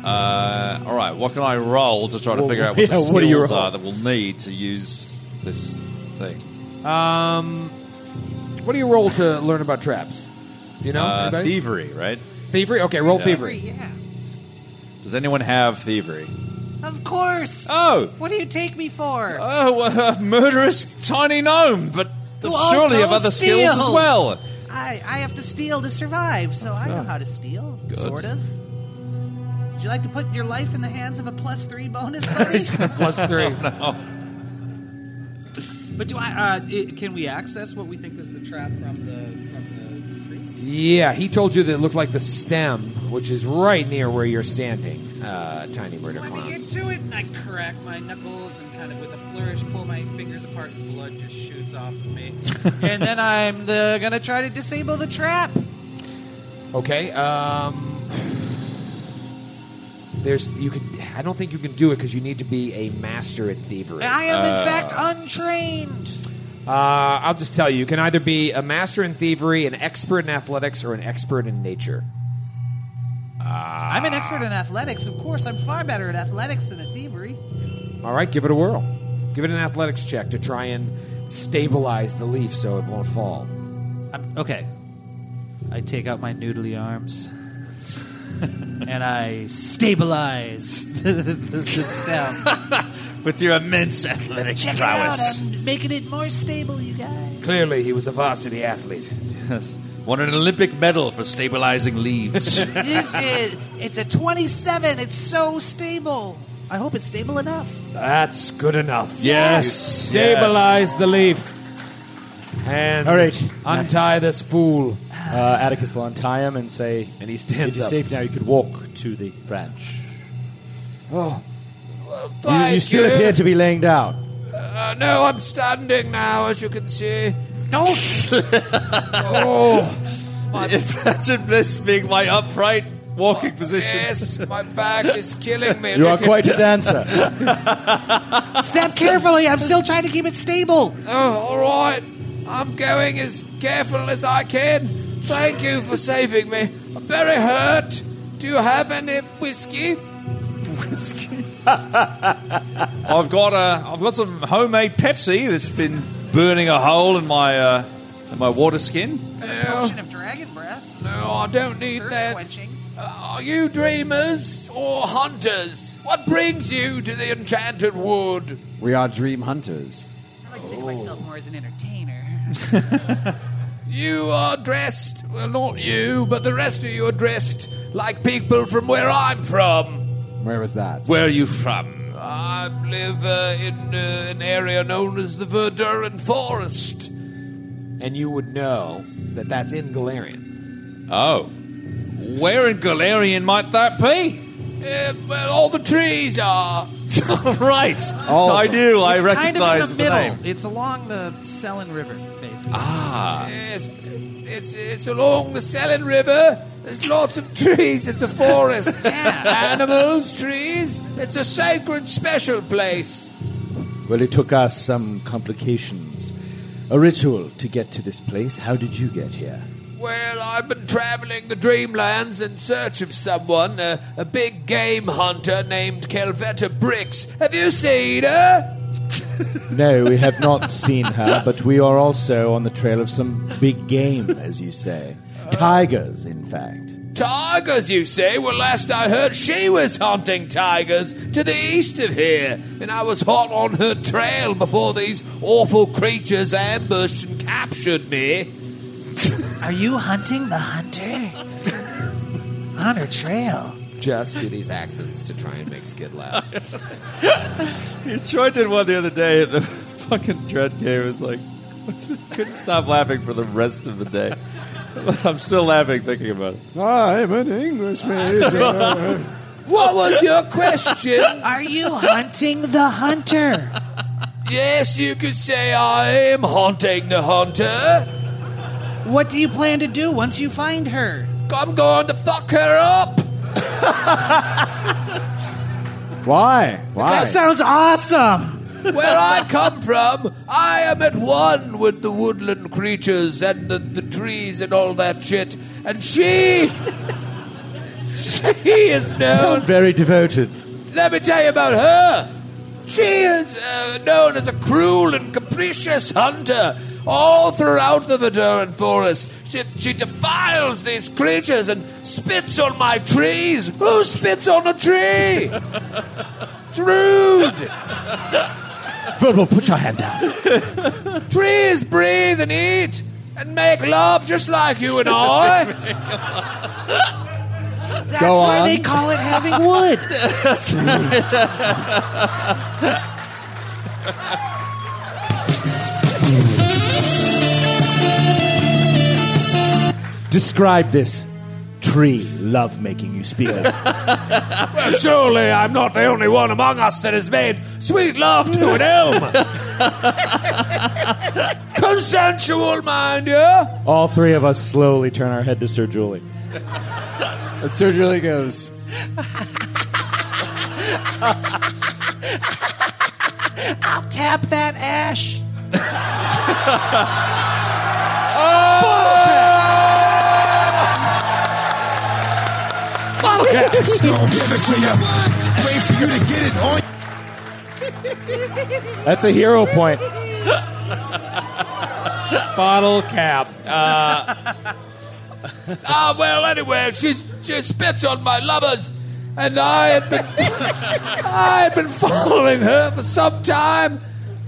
Uh, all right, what can I roll to try to
Well,
figure out what the
yeah, what do you
skills
roll?
are that we'll need to use this thing?
Um, what do you roll to learn about traps? You know,
Uh,
anybody?
thievery, right?
Thievery. Okay, roll
Yeah.
thievery.
Does anyone have thievery?
Of course.
Oh.
What do you take me for?
Oh, a murderous tiny gnome, but
Who
surely
also
have other skills as
steals.
well. Ah.
I, I have to steal to survive, so I know how to steal.
Good.
Sort of. Would you like to put your life in the hands of a plus three bonus, buddy? But do I? Uh, it, can we access what we think is the trap from the from the tree?
Yeah, he told you that it looked like the stem, which is right near where you're standing, uh, Tiny Murder
Let me
Clown.
get to it, and I crack my knuckles and kind of with a flourish pull my fingers apart, and blood just shoots off of me. and then I'm the, gonna try to disable the trap.
Okay. Um, there's you can. I don't think you can do it because you need to be a master at thievery.
And I am
Uh,
in fact untrained.
Uh, I'll just tell you, you can either be a master in thievery, an expert in athletics, or an expert in nature.
Uh, I'm an expert in
ah.
athletics, of course. I'm far better at athletics than at thievery.
All right, give it a whirl. Give it an athletics check to try and stabilize the leaf so it won't fall.
I'm, okay. I take out my noodly arms and I stabilize the, the, the stem.
With your immense athletic
Check
prowess.
it out. I'm making it more stable, you guys.
Clearly, he was a varsity athlete.
Yes. Won an Olympic medal for stabilizing leaves.
this is it's a 27. It's so stable. I hope it's stable enough.
That's good enough.
Yes.
You stabilize the leaf. And
All right.
untie this fool.
Uh, Atticus will untie him and say,
"And he stands
it is
up.
safe now. You could walk to the branch.
Oh,
You, you still appear to be laying down.
Uh, no, I'm standing now, as you can see. Don't. oh,
Imagine this being my upright
Oh,
walking position.
yes, my back is killing me.
You are
Look at-
quite a dancer.
Step carefully. I'm still trying to keep it stable.
Oh, all right. I'm going as careful as I can. Thank you for saving me. I'm very hurt. Do you have any whiskey? Whiskey.
I've got uh, I've got some homemade Pepsi that's been burning a hole in my uh, in my water skin.
Potion of dragon breath.
No, I don't need
Thirst
that. Uh,
quenching.
Are you dreamers or hunters? What brings you to the enchanted wood?
We are dream hunters.
I like to think of myself more as an entertainer.
You are dressed, well, not you, but the rest of you are dressed like people from where I'm from.
Where was that?
Where are you from?
I live uh, in uh, an area known as the Verduran Forest.
And you would know that that's in Galarian.
Oh, where in Galarian might that be?
Eh,
Uh, well, all the trees are.
right. I do. I
it's
recognize
kind of in the,
the,
middle.
name.
It's along the Selin River, basically.
Ah.
Yes. it's it's along the Selin River. There's lots of trees. It's a forest. Animals, trees. It's a sacred, special place.
Well, it took us some complications. A ritual to get to this place. How did you get here?
Well, I've been traveling the dreamlands in search of someone, a, a big game hunter named Kelvetta Bricks. Have you seen her?
No, we have not seen her, but we are also on the trail of some big game, as you say. Tigers, in fact.
Tigers, you say? Well, last I heard, she was hunting tigers to the east of here, and I was hot on her trail before these awful creatures ambushed and captured me.
Are you hunting the hunter? On her trail.
Just do these accents to try and make Skid laugh.
You sure did one the other day at the fucking dread game. It was like, couldn't stop laughing for the rest of the day. I'm still laughing thinking about it.
Ah, I'm an English major.
What was your question?
Are you hunting the hunter?
Yes, you could say I am hunting the hunter.
What do you plan to do once you find her?
I'm going to fuck her up.
Why? Why?
That sounds awesome.
Where I come from, I am at one with the woodland creatures and the, the trees and all that shit. And she. she is known.
Very devoted.
Let me tell you about her. She is uh, known as a cruel and capricious hunter all throughout the Verduran forest. She, she defiles these creatures and spits on my trees. Who spits on a tree? it's rude.
Verbal, put your hand down.
Trees breathe and eat and make love just like you and I.
That's
Go
why
on.
they call it having wood.
Describe this tree lovemaking you speak of.
well, surely I'm not the only one among us that has made sweet love to an elm. Consensual, mind you.
All three of us slowly turn our head to Sir Julie.
And Sir Julie goes,
I'll tap that ash.
Oh.
It's gonna give it to you. Wait for you to get it on.
That's a hero point.
Bottle cap. Uh, ah, well, anyway, she's, she spits on my lovers, and I had been, I had been following her for some time,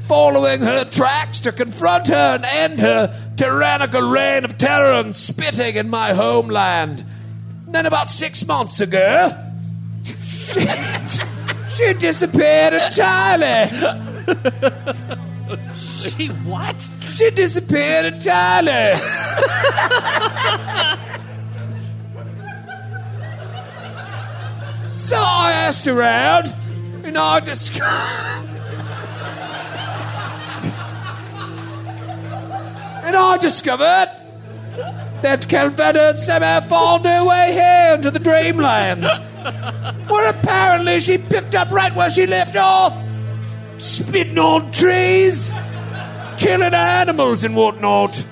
following her tracks to confront her and end her tyrannical reign of terror and spitting in my homeland. Then, about six months ago, she, she disappeared entirely.
She what?
She disappeared entirely. so I asked around, and I discovered. and I discovered that Calvetta had somehow found her way here into the dreamlands, where apparently she picked up right where she left off, spitting on trees killing animals and whatnot,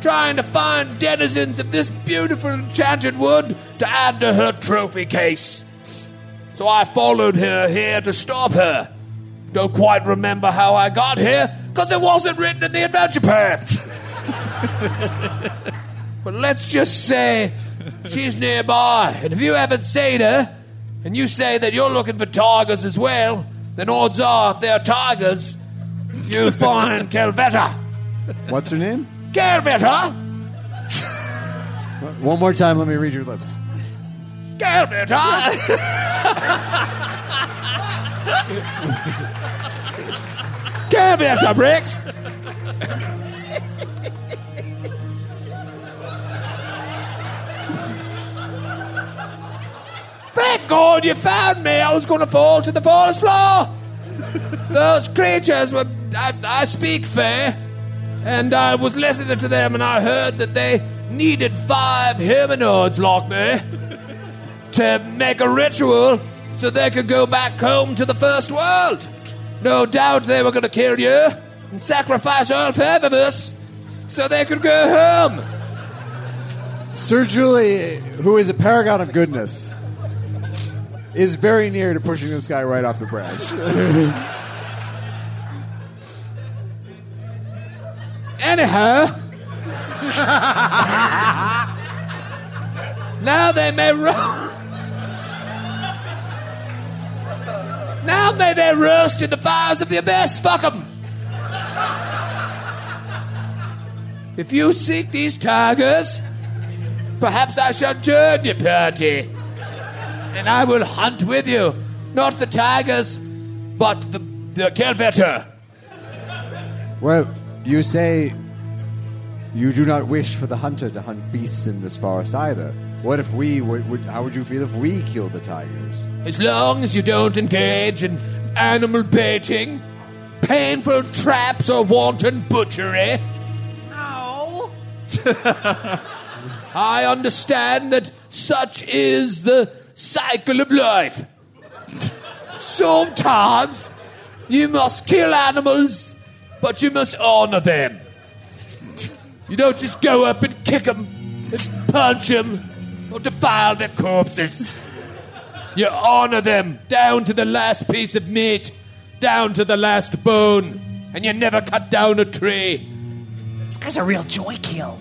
trying to find denizens of this beautiful enchanted wood to add to her trophy case. So I followed her here to stop her. Don't quite remember how I got here, because it wasn't written in the adventure path. but let's just say she's nearby, and if you haven't seen her, and you say that you're looking for tigers as well, then odds are if they're tigers, you find Calvetta.
What's her name?
Calvetta!
One more time, let me read your lips.
Calvetta! Calvetta, Bricks! Thank God you found me! I was going to fall to the forest floor! Those creatures were. I, I speak fair, and I was listening to them, and I heard that they needed five humanoids like me to make a ritual so they could go back home to the first world. No doubt they were going to kill you and sacrifice all five of us so they could go home.
Sir Julie, who is a paragon of goodness, is very near to pushing this guy right off the branch.
Anyhow, now they may roast. Now may they roast in the fires of the abyss. Fuck 'em. If you seek these tigers, perhaps I shall join your party, and I will hunt with you, not the tigers, but the the Kelvetter.
well, you say you do not wish for the hunter to hunt beasts in this forest either. What if we would? would how would you feel if we killed the tigers?
As long as you don't engage in animal baiting, painful traps, or wanton butchery. No. I understand that such is the cycle of life. Sometimes you must kill animals, but you must honor them. You don't just go up and kick them, and punch them, or defile their corpses. You honor them down to the last piece of meat, down to the last bone, and you never cut down a tree.
This guy's a real joy kill.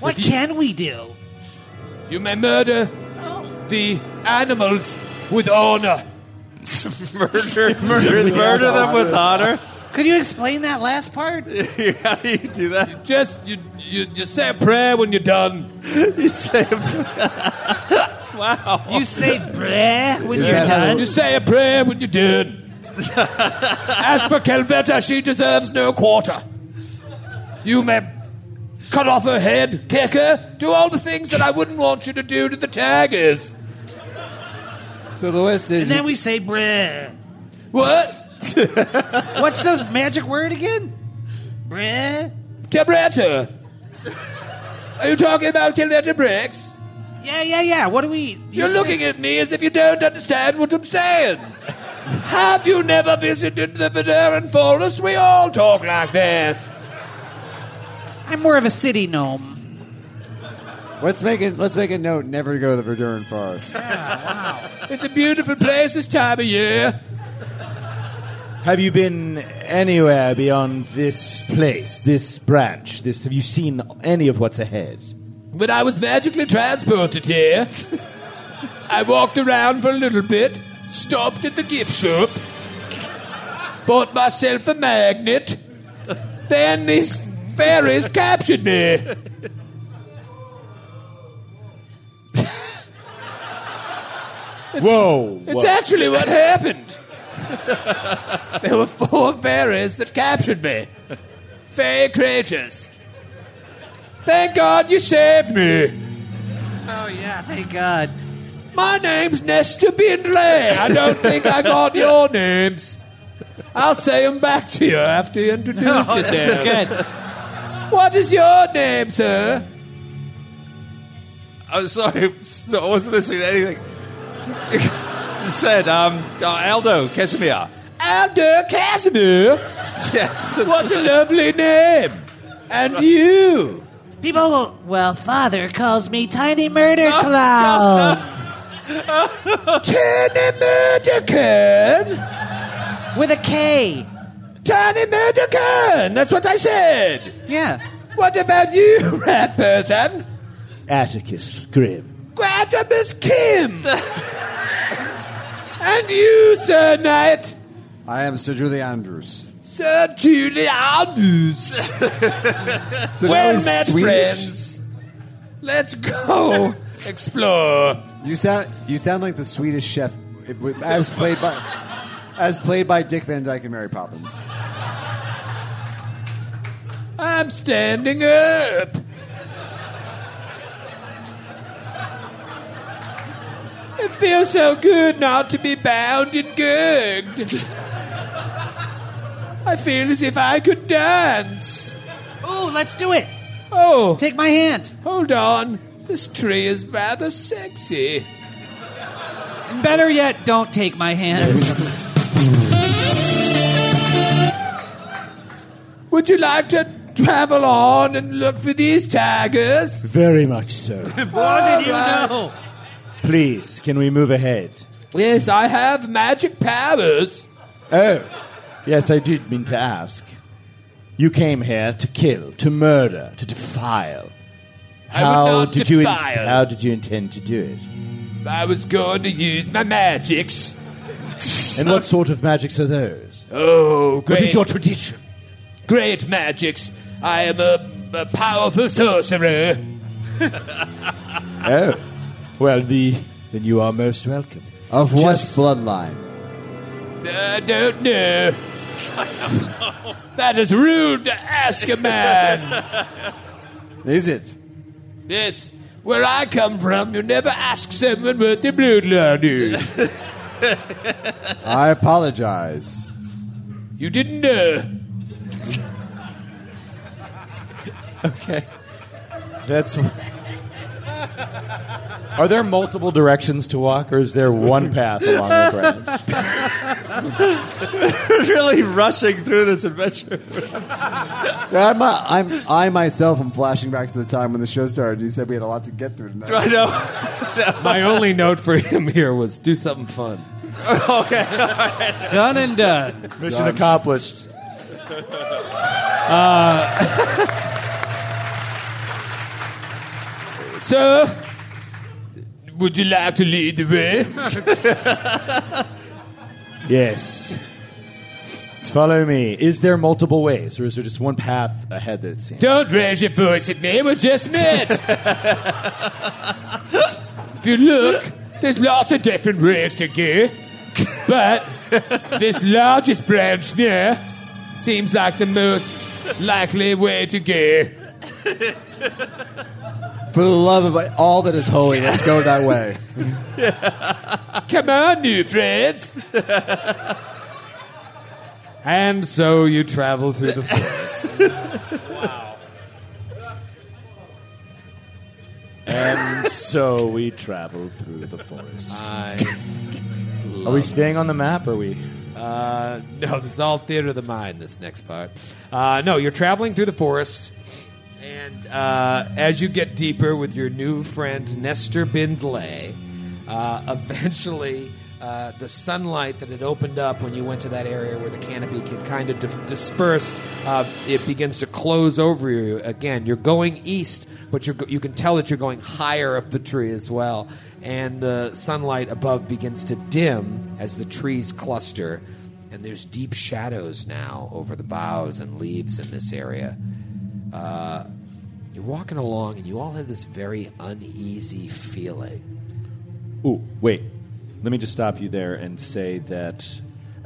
What can we do?
You may murder the animals with honor.
murder, murder, murder them with honor.
Could you explain that last part?
How do you do that?
Just you, you, you say a prayer when you're done. you say a
wow.
You say bleh when you're done.
You say a prayer when you're done. As for Calvetta, she deserves no quarter. You may cut off her head, kick her, do all the things that I wouldn't want you to do to the tigers.
So the list
and then we say bleh.
What?
What's the magic word again? Bleh.
Cabretta. Are you talking about Calvetta Bricks?
Yeah, yeah, yeah. What do we?
You're looking at me as if you don't understand what I'm saying. Have you never visited the Veneran forest? We all talk like this.
I'm more of a city gnome.
Let's make it. Let's make a note. Never to go to the Verdurin Forest.
It's a beautiful place this time of year.
Have you been anywhere beyond this place, this branch? This have you seen any of what's ahead?
When I was magically transported here, I walked around for a little bit, stopped at the gift shop, bought myself a magnet, then these fairies captured me.
Whoa!
It's actually what happened. there were four fairies that captured me. Fair creatures. Thank God you saved me.
Oh yeah, thank God.
My name's Nestor Bindley. I don't think I got your names. I'll say them back to you after you introduce
No,
yourself.
this is good.
What is your name, sir?
I'm sorry, I wasn't listening to anything. you said, um, uh, Aldo Casimir.
Aldo Casimir?
Yes.
What a lovely name. And you?
People, well, father calls me Tiny Murder Clown.
Tiny Murder Clown?
With a K.
Tiny Murder Clown. That's what I said.
Yeah.
What about you, rat person?
Atticus Grim.
Miss Kim. and you, Sir Knight.
I am Sir Julie Andrews.
Sir Julianus.
So that
well
was
met,
Swedish?
friends. Let's go Oh, explore.
You sound you sound like the Swedish chef, it w- as played by as played by Dick Van Dyke and Mary Poppins.
I'm standing up. It feels so good not to be bound and gagged. I feel as if I could dance.
Ooh, let's do it.
Oh.
Take my hand.
Hold on. This tree is rather sexy.
And better yet, don't take my hand.
Would you like to travel on and look for these tigers?
Very much so.
What did you know?
Please, can we move ahead?
Yes, I have magic powers.
Oh, yes, I did mean to ask. You came here to kill, to murder, to defile.
I would not
did you in-
defile.
how did you intend to do it?
I was going to use my magics.
And what sort of magics are those?
Oh, great.
What is your
tradition? Great magics. I am a, a powerful sorcerer.
Oh, well, the then you are most welcome.
Of what bloodline?
Uh, I don't know. That is rude to ask a man.
Is it?
Yes, where I come from, you never ask someone what their bloodline is.
I apologize.
You didn't know.
Okay. That's. Are there multiple directions to walk, or is there one path along the thread?
really rushing through this adventure.
Yeah, I'm, uh, I'm, I myself am flashing back to the time when the show started. You said we had a lot to get through tonight.
I know.
My only note for him here was do something fun.
okay.
Done and done.
Mission
Done.
accomplished.
Uh, Sir, would you like to lead the way?
Yes. Follow me. Is there multiple ways, or is there just one path ahead that it seems?
Don't raise your voice at me, we're just met. if you look, there's lots of different ways to go, but this largest branch there seems like the most likely way to go.
For the love of all that is holy, let's go that way.
Come on, new friends. and so you travel through the forest.
And so we travel through the forest. Are we
love
staying on the map? Or are we?
Uh, no, this is all theater of the mind. This next part. Uh, no, you're traveling through the forest, and uh, as you get deeper with your new friend Nestor Bindley, uh, eventually. Uh, the sunlight that had opened up when you went to that area where the canopy can kind of di- dispersed, uh, it begins to close over you again. You're going east, but you're go- you can tell that you're going higher up the tree as well. And the sunlight above begins to dim as the trees cluster, and there's deep shadows now over the boughs and leaves in this area. Uh, you're walking along, and you all have this very uneasy feeling.
Ooh, wait. Let me just stop you there and say that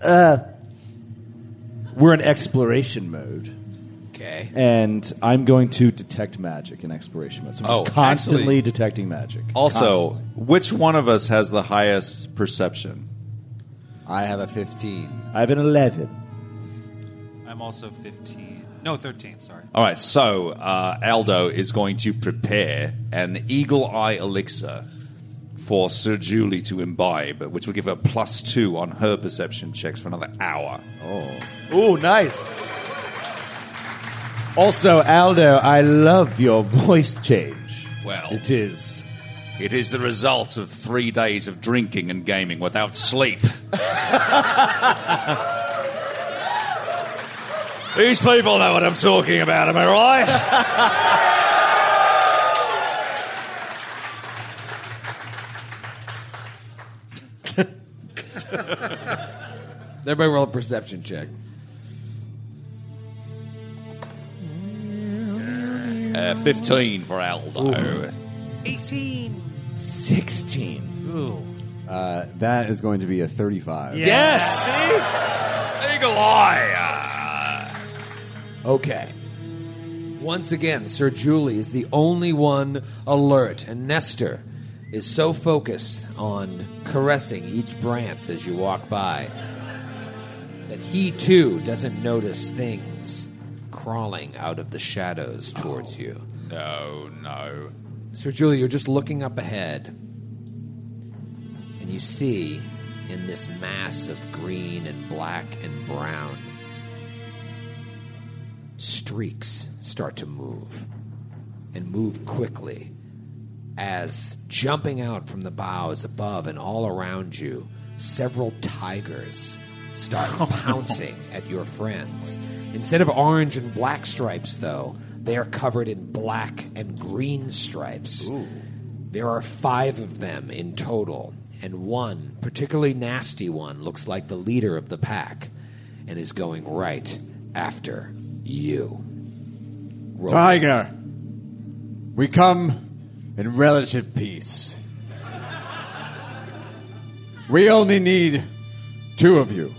uh, we're in exploration mode.
Okay.
And I'm going to detect magic in exploration mode. So I'm
Oh,
just constantly
actually-
detecting magic.
Also,
Constantly.
which one of us has the highest perception?
I have a 15.
I have an 11.
I'm also 15. No, 13, sorry.
All right, so uh, Aldo is going to prepare an eagle eye elixir for Sir Julie to imbibe, which will give her plus two on her perception checks for another hour.
Oh. Ooh, nice. Also, Aldo, I love your voice change.
Well,
it is.
It is the result of three days of drinking and gaming without sleep. These people know what I'm talking about, am I right?
Everybody roll a perception check.
Uh, 15 for Aldo.
18.
16.
Ooh.
Uh, that is going to be a 35.
Yes! See? Eagle eye!
Okay. Once again, Sir Julie is the only one alert, and Nestor is so focused on caressing each branch as you walk by that he too doesn't notice things
crawling out of the shadows towards you.
No, no.
Sir Julia, you're just looking up ahead, and you see in this mass of green and black and brown streaks start to move and move quickly as jumping out from the boughs above and all around you, several tigers start pouncing at your friends. Instead of orange and black stripes, though, they are covered in black and green stripes. There are five of them in total, and one, particularly nasty one, looks like the leader of the pack and is going right after you. Roll-
Tiger, we come in relative peace. We only need two of you.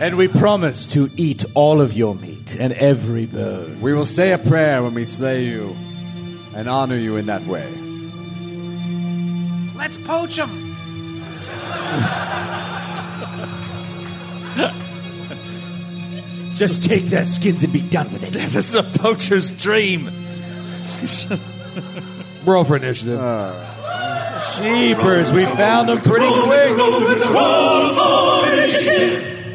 And we promise to eat all of your meat and every bone.
We will say a prayer when we slay you and honor you in that way.
Let's poach him.
Just take their skins and be done with it.
this is a poacher's dream.
Roll for initiative.
Jeepers, we found them pretty quick.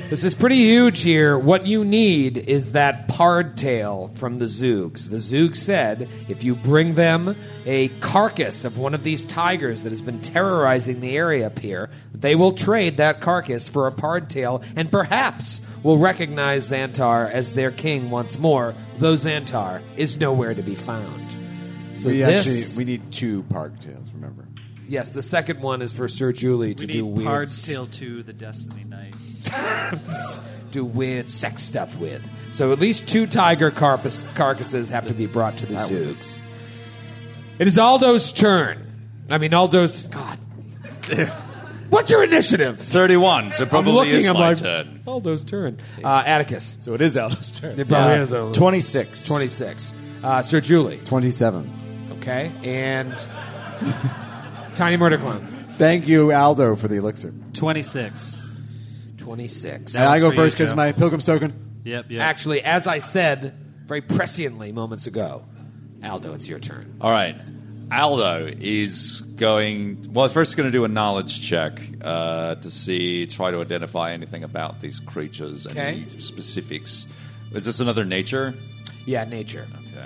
This is pretty huge here. What you need is that pardtail from the Zoogs. The Zoog said if you bring them a carcass of one of these tigers that has been terrorizing the area up here, they will trade that carcass for a pardtail and perhaps will recognize Xantar as their king once more, though Xantar is nowhere to be found. So
we
this,
actually we need two park tails. Remember,
yes, the second one is for Sir Julie to
we
do
need
weird
Pardtail to the Destiny Knight.
do weird sex stuff with. So at least two tiger carpus- carcasses have to be brought to the
That
zoo. It is Aldo's turn. I mean, Aldo's. God. What's your initiative?
31, so probably
I'm looking,
is
I'm
my
like,
turn.
Aldo's turn. Uh, Atticus.
So it is Aldo's turn.
It probably
Yeah.
is Aldo's.
26.
26. Uh, Sir Julie.
twenty-seven.
Okay. And Tiny Murder Clown.
Thank you, Aldo, for the elixir.
26.
26.
And I go first because my pilgrim's token.
Yep,
Actually, as I said very presciently moments ago, Aldo, it's your turn.
All right. Aldo is going. Well, first, he's going to do a knowledge check uh, to see, try to identify anything about these creatures and
Okay.
any specifics. Is this another nature?
Yeah, nature.
Okay.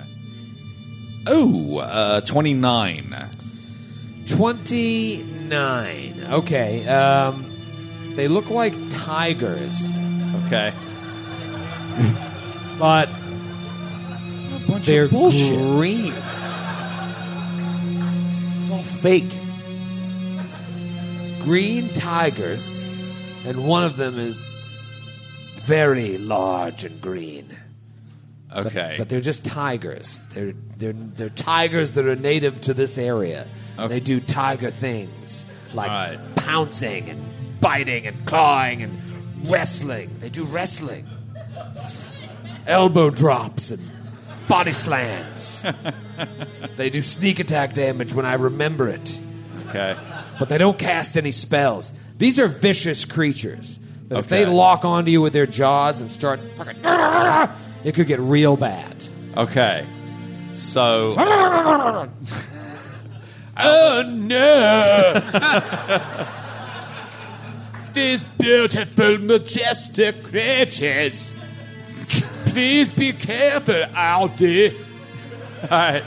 Oh, uh, 29.
29. Okay. Um, they look like tigers.
Okay.
But
bunch
they're
of bullshit.
green.
It's all fake.
Green tigers. And one of them is very large and green.
Okay.
But they're just tigers. They're, they're, they're tigers that are native to this area. They do tiger things like pouncing and biting and clawing and wrestling. They do wrestling. Elbow drops and body slams. they do sneak attack damage when I remember it.
Okay.
But they don't cast any spells. These are vicious creatures. That If they
Okay.
lock onto you with their jaws and start fucking, it could get real bad.
Okay. So. uh,
oh no! These beautiful, majestic creatures. Please be careful, Aldi.
All right.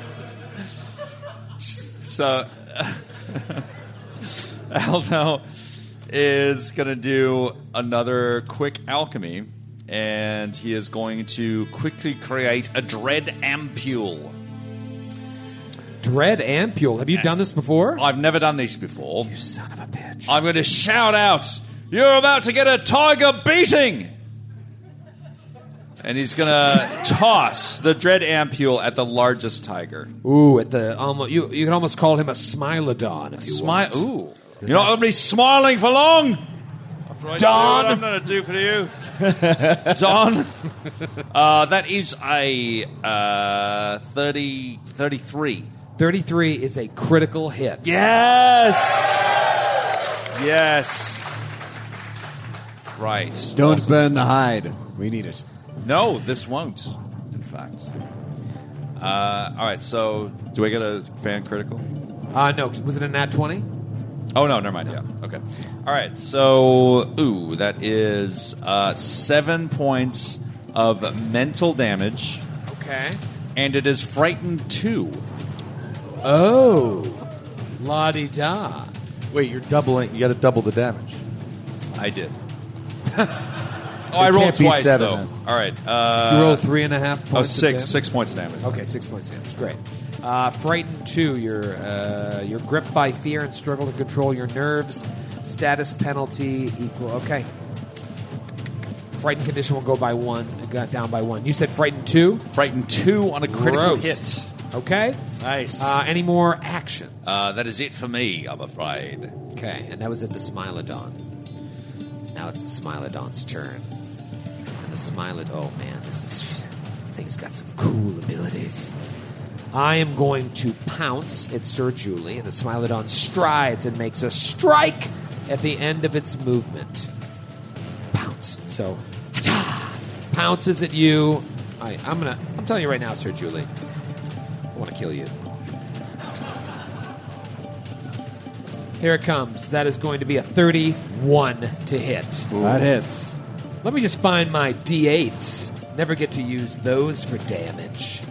So Aldo is going to do another quick alchemy, and he is going to quickly create a dread ampule.
Dread ampule. Have you done this before?
I've never done these before. You son of a bitch! I'm going to shout out, "You're about to get a tiger beating!" And he's going to toss the dread ampule at the largest tiger.
Ooh, at the almost you you can almost call him a smilodon if you
Smi-
want.
Ooh,
Is
You're not
that-
going to be smiling for long. Don, I'm going to do for you, Don. Uh, that is a uh, 30, 33.
33 is a critical hit.
Yes, yes. Right.
Don't burn the hide. We need it.
No, this won't. In fact. Uh, all right. So, do I get a fan critical?
Uh, no. Was it a nat twenty?
Oh no, never mind. Yeah. Okay. All right. So, ooh, that is uh, seven points of mental damage,
Okay.
and it is frightened two.
Oh, la di da.
Wait, you're doubling. You got to double the damage.
I did.
It
Oh, I rolled
can't be
twice
seven,
though.
then.
All right. Uh,
Did you roll three and a half
Oh,
points of
six.
damage?
Six points of damage.
Okay, six points of damage. Great. Uh, frightened two. You're uh, you're gripped by fear and struggle to control your nerves. Status penalty equal. Okay. Frightened condition will go by one. It got down by one. You said frightened two.
Frightened two on a critical
Gross.
hit.
Okay.
Nice.
Uh, any more actions?
Uh, that is it for me, I'm afraid.
Okay, and that was at the Smilodon. Now it's the Smilodon's turn. And the Smilodon, oh man, this is, thing's got some cool abilities. I am going to pounce at Sir Julie, and the Smilodon strides and makes a strike at the end of its movement. Pounce. So, ha-ta! pounces at you. I, I'm gonna. I'm telling you right now, Sir Julie. I want to kill you. Here it comes. That is going to be a 31 to hit.
That hits.
Let me just find my D8s. Never get to use those for damage.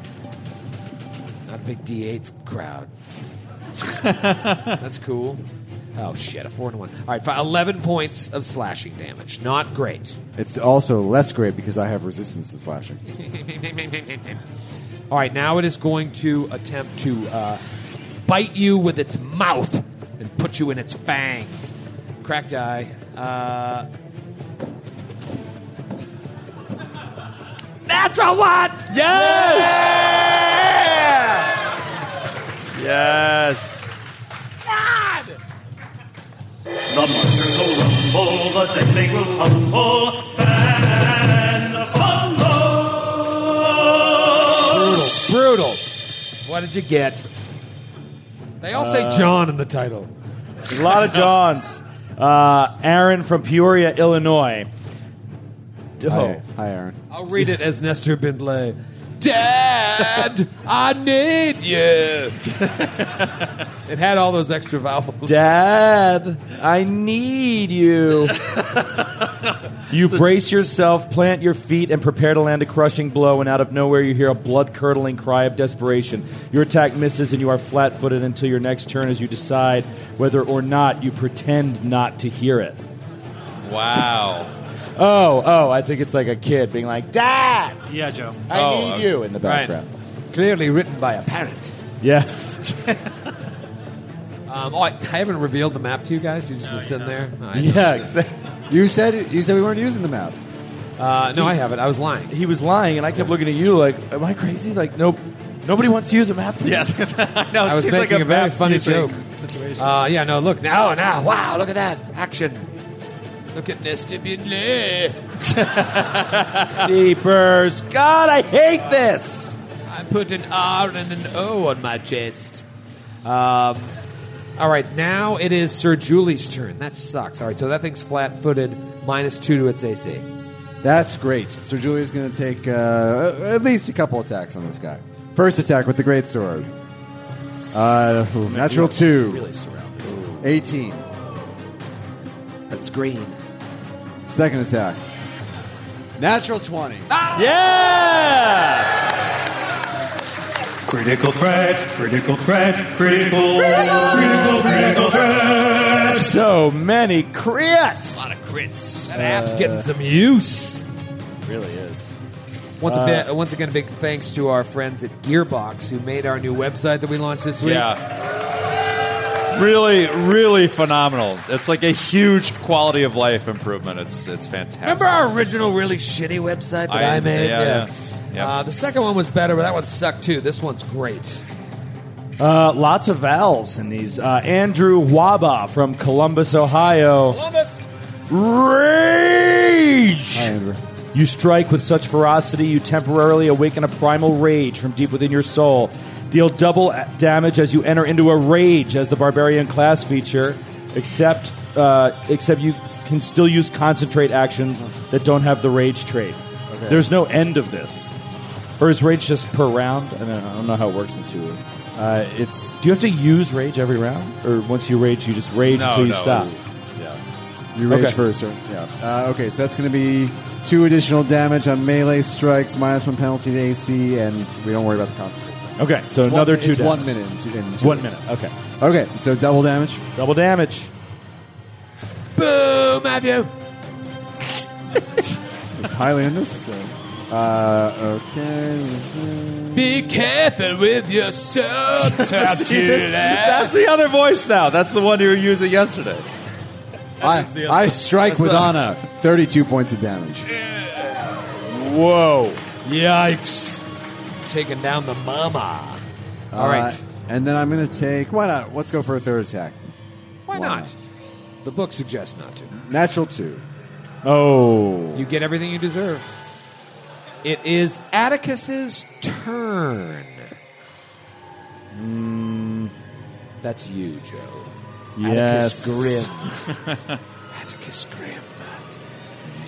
Not a big D8 crowd. That's cool. Oh shit, a 4 and a 1. All right, fi- 11 points of slashing damage. Not great.
It's also less great because I have resistance to slashing.
All right, now it is going to attempt to uh, bite you with its mouth and put you in its fangs. Cracked eye. Uh, Natural one!
Yes!
Yes!
The monsters will rumble, the dead they will tumble, fan fumble.
Brutal. What did you get? They all say
Uh,
John in the title.
A lot of Johns. Uh, Aaron from Peoria, Illinois. Oh.
Hi-
hi, Aaron.
I'll read it as Nestor Bindley. Dad, I need you. it had all those extra vowels.
Dad, I need you. you brace yourself, plant your feet, and prepare to land a crushing blow. And out of nowhere, you hear a blood curdling cry of desperation. Your attack misses, and you are flat footed until your next turn as you decide whether or not you pretend not to hear it.
Wow.
Oh, oh, I think it's like a kid being like, Dad!
Yeah, Joe.
I
Oh,
need
uh,
you in the background.
Clearly written by a parent.
Yes.
Um, oh, I, I haven't revealed the map to you guys. You've just been sitting there. No, I
Yeah,
don't.
exactly.
You said you said we weren't using the map.
Uh, no, I haven't. I was lying.
He was lying, and I kept looking at you like, "Am I crazy?" Like, nope. Nobody wants to use a map.
Yes,
I was making a, very funny joke.
situation.
Uh, yeah, no, look now, now, wow, look at that action. Look at Nestor Bindley.
Jeepers. God, I hate this.
I put an R and an O on my chest. Um, all right, now it is Sir Julie's turn. That sucks. All right, so that thing's flat-footed, minus two to its AC.
That's great. So Julia's going to take uh, at least a couple attacks on this guy. First attack with the great sword. Uh, ooh, natural two. Eighteen.
That's green.
Second attack. Natural twenty.
Ah!
Yeah! Critical threat, critical threat, critical, critical, critical threat.
So many crits.
A lot of crits.
That app's getting some use.
Really is.
Once, a
Uh,
bit, once again, a big thanks to our friends at Gearbox who made our new website that we launched this week.
Yeah. Really, really phenomenal. It's like a huge quality of life improvement. It's it's fantastic.
Remember our original really shitty website that I,
I-
made?
yeah,
yeah. Uh, the second one was better, but that one sucked too. This one's great.
Uh, lots of vowels in these. Uh, Andrew Waba from Columbus, Ohio.
Columbus.
Rage. You strike with such ferocity, you temporarily awaken a primal rage from deep within your soul. Deal double a- damage as you enter into a rage as the barbarian class feature, except uh, except you can still use concentrate actions that don't have the rage trait.
Okay.
There's no end of this. Or is rage just per round? I don't know, I don't know how it works in two.
Uh, it's.
Do you have to use rage every round, or once you rage, you just rage
No,
until you
no,
stop?
it's- You rage
Okay.
first, sir. Yeah. Uh, okay, so that's going to be two additional damage on melee strikes, minus one penalty to AC, and we don't worry about the concentration.
Okay, so
It's
another
one,
two
It's
damage.
one minute. In, in two
One minute. Okay.
Okay, so double damage.
Double damage.
Boo, Matthew.
It's highly unnecessary. Uh, okay.
Be careful with your eh?
That's the other voice now. That's the one you were using yesterday.
I, I strike with honor. Thirty-two points of damage.
Whoa.
Yikes. Taking down the mama. All
Uh,
right.
and then I'm going to take. Why not? Let's go for a third attack.
Why, not? The book suggests not to.
Natural two.
Oh.
You get everything you deserve. It is Atticus's turn. Hmm. That's you, Joe.
Yes.
Atticus Grim. Atticus Grim.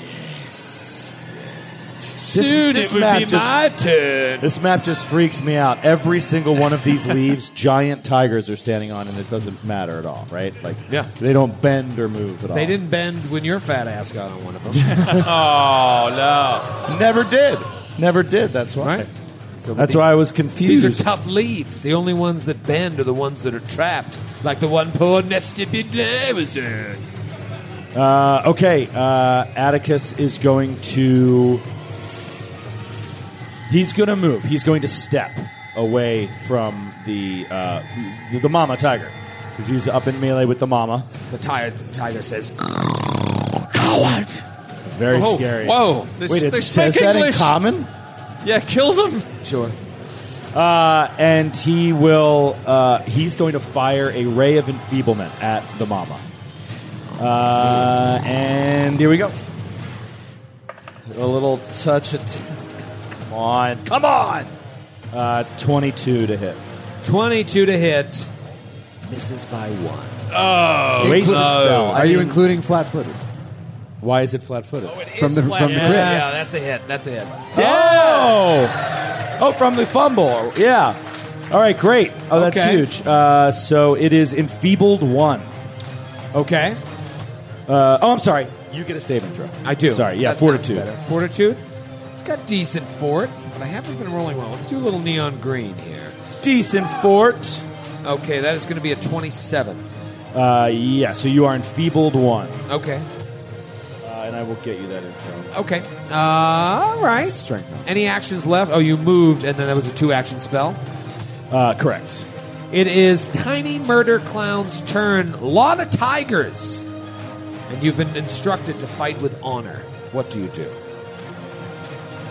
Yes. Soon it will
map
be my turn.
This map just freaks me out. Every single one of these leaves, giant tigers are standing on, and it doesn't matter at all, right? Like, yeah. they don't bend or move at all.
They didn't bend when your fat ass got on one of them.
oh no! Never did. Never did. That's why.
Right? So
That's
these-
why I was
These are
confused.
tough leaves. The only ones that bend are the ones that are trapped, like the one poor Nesty Bidler was in.
uh, okay, uh, Atticus is going to. He's going to move. He's going to step away from the uh, the, the mama tiger because he's up in melee with the mama.
The tiger, tiger says, "Coward." Oh,
Very
Whoa,
scary.
Oh, whoa, they-
Wait, it
they
says
speak
that
English.
in common?
Yeah, kill them.
Sure.
Uh, and he will. Uh, he's going to fire a ray of enfeeblement at the mama. Uh, and here we go. A little touch. At- Come on. Come on. Uh, Twenty-two to hit.
Twenty-two to hit. Misses by one.
Oh,
Raise
Including-
the spell. I
Are you
didn't-
including flat-footed?
Why is Oh, it flat-footed?
From the-
Flat-
from the
yeah,
grip.
yeah, that's a hit. That's a hit.
Oh! Oh, from the fumble. Yeah. All right, great. Oh, that's
Okay.
huge. Uh, so it is enfeebled one.
Okay.
Uh, oh, I'm sorry. You get a saving throw.
I do.
Sorry. Yeah,
That sounds
fortitude.
better. Fortitude. It's got decent fort, but I haven't been rolling well. Let's do a little neon green here.
Decent fort.
Okay, that is going to be a twenty-seven.
Uh, yeah. So you are enfeebled one,
Okay.
uh, and I will get you that info.
Okay. Uh, all right.
Strength.
Any actions left? Oh, you moved, and then that was a two-action spell.
Uh, correct.
It is Tiny Murder Clown's turn. Lot of tigers, and you've been instructed to fight with honor. What do you do?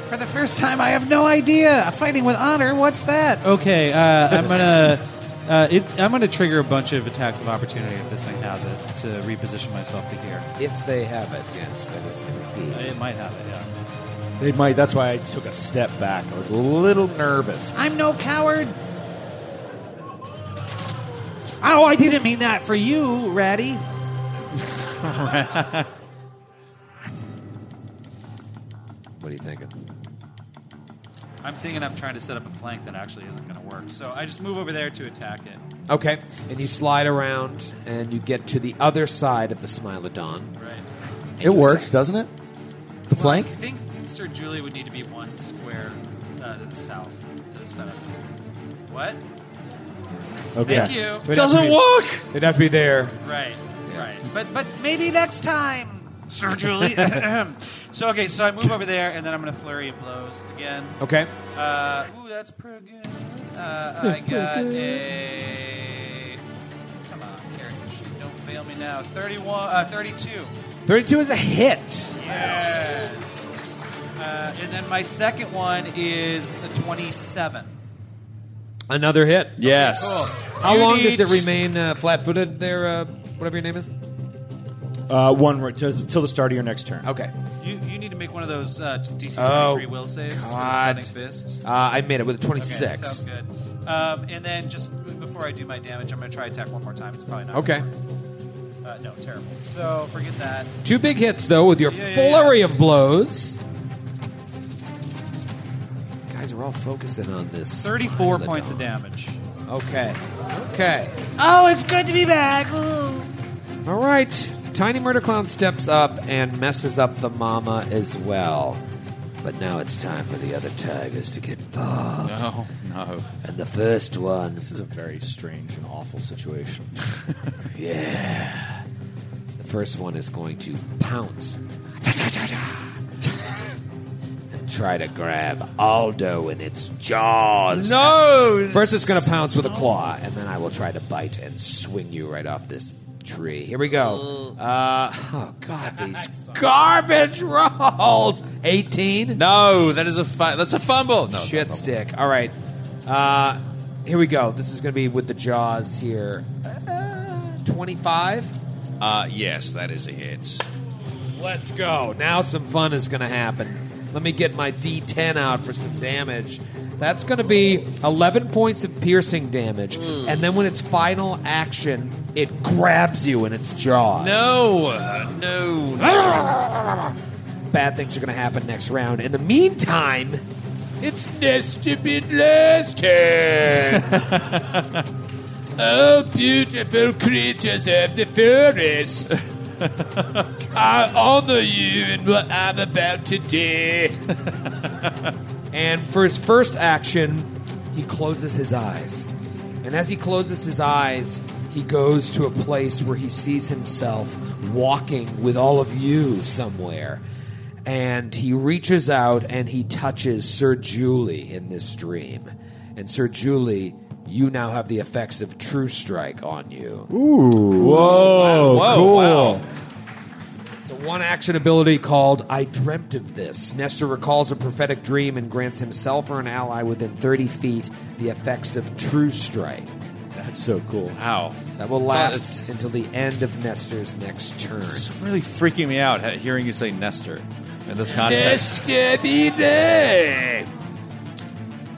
For the first time, I have no idea. Fighting with honor, what's that?
Okay, uh, I'm gonna. Uh, it, I'm going to trigger a bunch of attacks of opportunity if this thing has it to reposition myself to here.
If they have it, yes, that is the key.
It might have it, yeah.
They might. That's why I took a step back. I was a little nervous.
I'm no coward. Oh, I didn't mean that for you, Ratty.
What are you thinking?
I'm thinking I'm trying to set up a flank that actually isn't going to work. So I just move over there to attack it.
Okay, and you slide around, and you get to the other side of the Smilodon. Right.
It works,
doesn't it? The
Well, I think Sir Julie would need to be one square uh, to the south to set up. What?
Okay.
Thank you.
It'd have to be there.
Right, right. But but maybe next time, Sir Julie. so okay, so I move over there, and then I'm gonna flurry of blows again.
Okay.
Uh, ooh, that's pretty good. Uh, I
Pretty
got
good.
a. Come on, character sheet. Don't fail me now. Thirty-one. Uh, Thirty-two.
32 is a hit.
Yes. Uh, and then my second one is a 27.
Another hit.
Yes.
How
You
long
need-
does it remain uh, flat-footed there, uh, whatever your name is?
Uh, one re- just till the start of your next turn.
Okay.
You, you need to make one of those uh, DC
Oh,
23 will saves for the
God.
stunning fist.
Uh, I made it with a
Okay,
26.
sounds good. Um, and then just before I do my damage, I'm going to try attack one more time. It's probably not.
Okay.
gonna work. Uh, no, terrible. So forget that.
Two big hits, though, with your
Yeah, yeah,
flurry of blows. guys are all focusing on this.
34 points of damage.
Okay. Okay.
Uh-
Oh, it's good to be back. Ooh.
All right. Tiny Murder Clown steps up and messes up the mama as well. But now it's time for the other tigers to get involved.
No, no.
And the first one. This
is a very strange and awful situation.
yeah. The first one is going to pounce and try to grab Aldo in its jaws.
No!
First, it's going to pounce with a claw, and then I will try to bite and swing you right off this tree. Here we go. Uh, oh, God, these garbage
Oh,
rolls! 18?
No, that is a fi- that's a fumble. No,
Shit stick. All right. Uh, here we go. This is going to be with the jaws here. Uh, 25?
Uh, yes, that is a hit.
Let's go. Now some fun is going to happen. Let me get my D10 out for some damage. That's going to be 11 points of piercing damage.
Hmm.
And then when it's final action, it grabs you in its jaws.
No, uh, no. no.
Bad things are going to happen next round. In the meantime, it's Nesty last turn.
oh, beautiful creatures of the forest. I honor you in what I'm about to do.
and for his first action, he closes his eyes. And as he closes his eyes, he goes to a place where he sees himself walking with all of you somewhere. And he reaches out and he touches Sir Julie in this dream. And Sir Julie, you now have the effects of True Strike on you.
Ooh.
Whoa,
Wow, whoa,
cool.
wow. It's a one action ability called I Dreamt of This. Nestor recalls a prophetic dream and grants himself or an ally within 30 feet the effects of True Strike.
That's so cool.
How?
That will
It's-
last until the end of Nestor's next turn.
It's really freaking me out he- hearing you say Nestor in this context.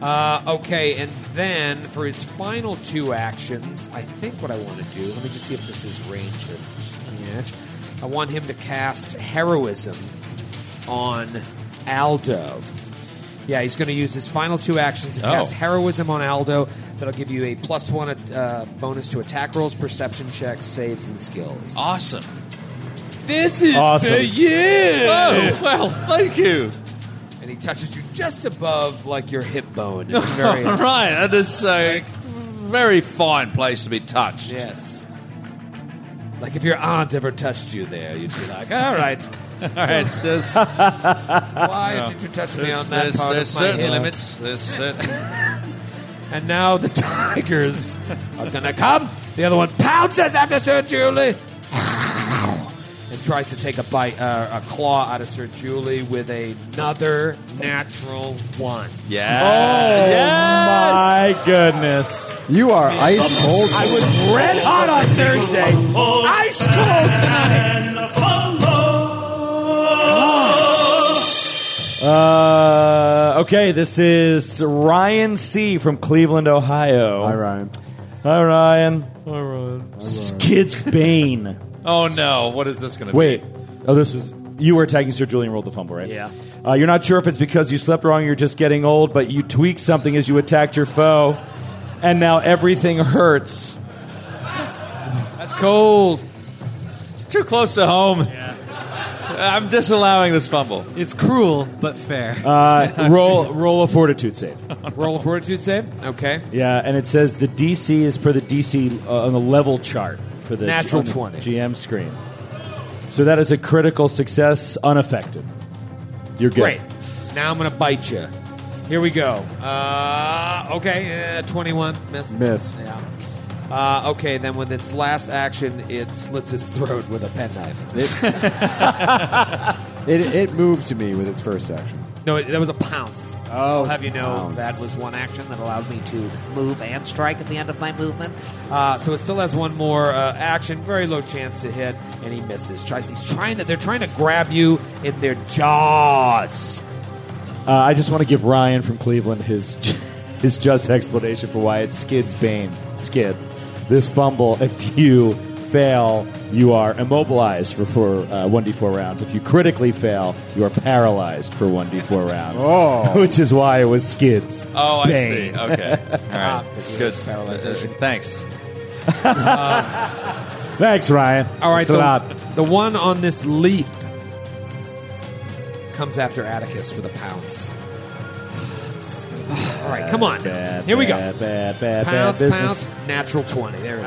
Uh, okay, and then for his final two actions, I think what I want to do, let me just see if this is range of match. I want him to cast heroism on Aldo. Yeah, he's going to use his final two actions to
Oh.
cast heroism on Aldo. That'll give you a plus one uh, bonus to attack rolls, perception checks, saves, and skills.
Awesome.
This
is Awesome.
Uh,
for you. Oh, well, thank you.
And he touches you just above, like, your hip bone. It's very-
right, that is a very fine place to be touched.
Yes. Like if your aunt ever touched you there, you'd be like, all right.
All right, there's-
Why
No.
did you touch me
There's-
on that
there's-
part
there's
of my
certain
hip?
limits. There's certain.
And now the tigers are going to come. The other one pounces after Sir Julie and tries to take a bite, uh, a claw out of Sir Julie with another natural one.
Yeah.
Oh
Yes!
my goodness!
You are ice cold.
I was
red hot on Thursday. Ice cold
Uh, okay, this is Ryan C from Cleveland, Ohio. Hi,
Ryan.
Hi, Ryan.
Hi, Ryan.
Skids Bane.
Oh no! What is this going to be?
Wait. Oh, this was you were attacking Sir Julian rolled the fumble, right? Yeah. Uh, you're not sure if it's because you slept wrong, or you're just getting old, but you tweaked something as you attacked your foe, and now everything hurts.
That's cold.
It's too close to home. I'm disallowing this fumble.
It's cruel but fair.
Uh, roll roll a fortitude save.
Roll a fortitude save. Okay.
Yeah, and it says the DC is per the DC uh, on the level chart for the
Natural
on the
20.
GM screen. So that is a critical success, unaffected. You're good.
Great. Now I'm going to bite you. Here we go. Uh, okay, uh, 21. Miss.
Miss.
Yeah. Uh, okay, then with its last action, it slits its throat with a penknife.
It, it moved to me with its first action.
no, it, that was a pounce.
Oh,
I'll have you know
pounce.
that was one action that allowed me to move and strike at the end of my movement. Uh, so it still has one more uh, action. Very low chance to hit, and he misses. Tries. He's trying to. They're trying to grab you in their jaws.
Uh, I just want to give Ryan from Cleveland his his just explanation for why it's Skid's Bane. Skid, this fumble. If you
fail, you are immobilized for four, uh, 1d4 rounds. If you critically fail, you are paralyzed for 1d4 rounds.
Oh.
Which is why it was skids.
Oh, I
Bane.
see. Okay. All
Ah,
right. Good. Paralyzation. Thanks. Uh,
Thanks, Ryan.
All right,
Thanks a lot.
the, the one on this leaf comes after Atticus with a pounce. All right, come on.
Bad,
Here we go.
bad, Bad, bad, bad
pounce,
business.
pounce, natural 20. There it is.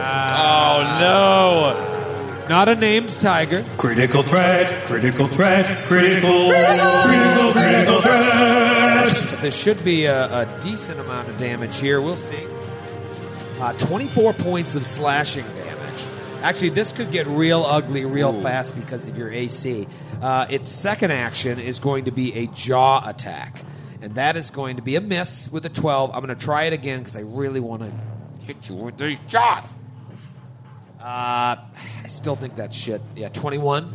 oh,
no. Not a named tiger.
Critical threat, critical threat, critical, critical, critical threat.
There should be a, a decent amount of damage here. We'll see. Uh, 24 points of slashing damage. Actually, this could get real ugly real
Ooh.
fast because of your AC. Uh, its second action is going to be a jaw attack. And that is going to be a miss with a 12. I'm going to try it again because I really want to hit you with these jaws. Uh, I still think that's shit. Yeah, 21.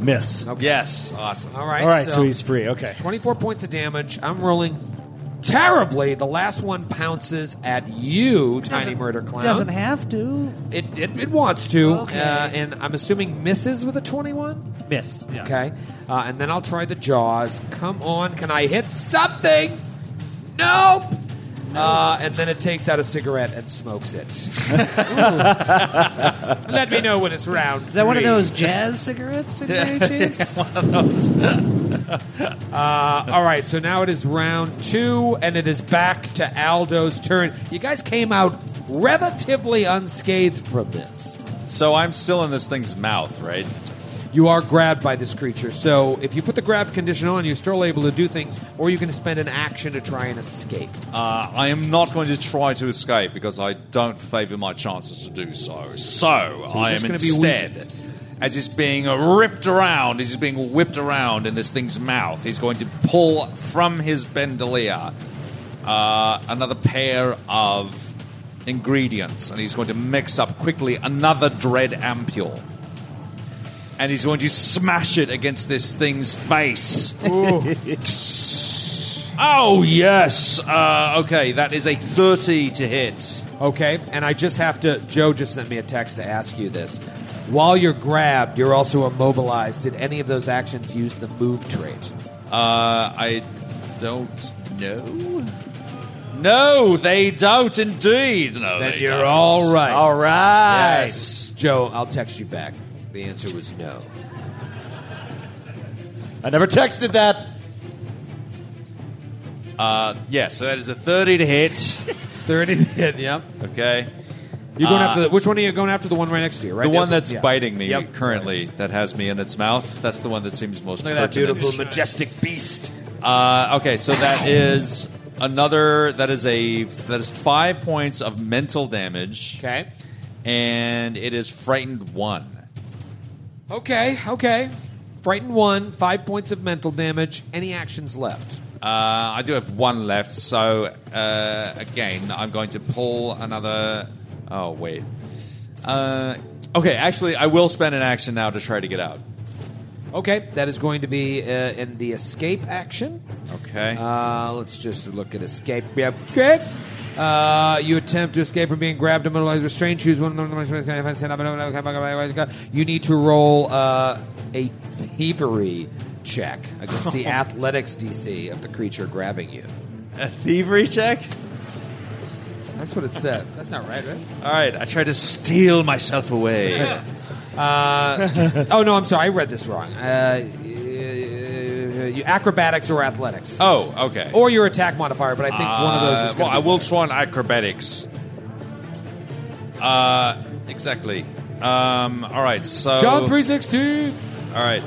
Miss.
Yes. Awesome.
All right.
All right, so he's free. Okay.
24 points of damage. I'm rolling terribly. The last one pounces at you, Tiny Murder Clown.
Doesn't have to.
It, it, it wants to.
Okay.
Uh, and I'm assuming misses with a 21?
Miss. Yeah.
Okay. Uh, and then I'll try the jaws. Come on. Can I hit something? Nope. Uh, and then it takes out a cigarette and smokes it. Let me know when it's round.
Is that one of
three.
those jazz cigarettes? in there, Chase?
uh, all right, so now it is round two, and it is back to Aldo's turn. You guys came out relatively unscathed from this.
So I'm still in this thing's mouth, right?
You are grabbed by this creature, so if you put the grab condition on, you're still able to do things, or you can spend an action to try and escape.
Uh, I am not going to try to escape because I don't favour my chances to do so. So, I
just
am
gonna be weak.
instead, as it's being ripped around, as it's being whipped around in this thing's mouth, he's going to pull from his bandolier uh, another pair of ingredients and he's going to mix up quickly another dread ampule. And he's going to smash it against this thing's face. Oh yes. Uh, okay, that is a thirty to hit.
Okay, and I just have to. Joe just sent me a text to ask you this. While you're grabbed, you're also immobilized. Did any of those actions use the move trait?
Uh, I don't know. No, they don't indeed. No,
Then
they
you're
don't.
all right. All
right.
Yes. Joe, I'll text you back. The answer was no.
I never texted that.
Uh, yeah, so that is a thirty to hit.
thirty to hit. Yep.
Okay.
You're going
Uh,
after the, which one are you going after? The one right next to you, right?
the one
There?
that's
Yeah.
biting me
Yep.
currently, that has me in its mouth. That's the one that seems most.
Look at that
pertinent.
beautiful, majestic beast.
Uh, okay, so that is another. That is a that is five points of mental damage.
Okay,
and it is frightened one.
Okay, okay. Frightened one, five points of mental damage. Any actions left?
Uh, I do have one left, so uh, again, I'm going to pull another. Oh wait. Uh, okay, actually, I will spend an action now to try to get out.
Okay, that is going to be uh, in the escape action.
Okay.
Uh, let's just look at escape. Yep. Okay. Uh, you attempt to escape from being grabbed, immobilized, restrained. Choose one of them. You need to roll uh, a thievery check against the athletics DC of the creature grabbing you.
A thievery check?
That's what it says. That's not right, right?
All right, I try to steal myself away.
Uh, oh no, I'm sorry. I read this wrong. Uh, uh, you- acrobatics or athletics?
Oh, okay.
Or your attack modifier, but I think one of those is.
Uh, well,
Gonna
I will try on acrobatics. Uh, exactly. Um, all right, so
John three sixteen.
All right.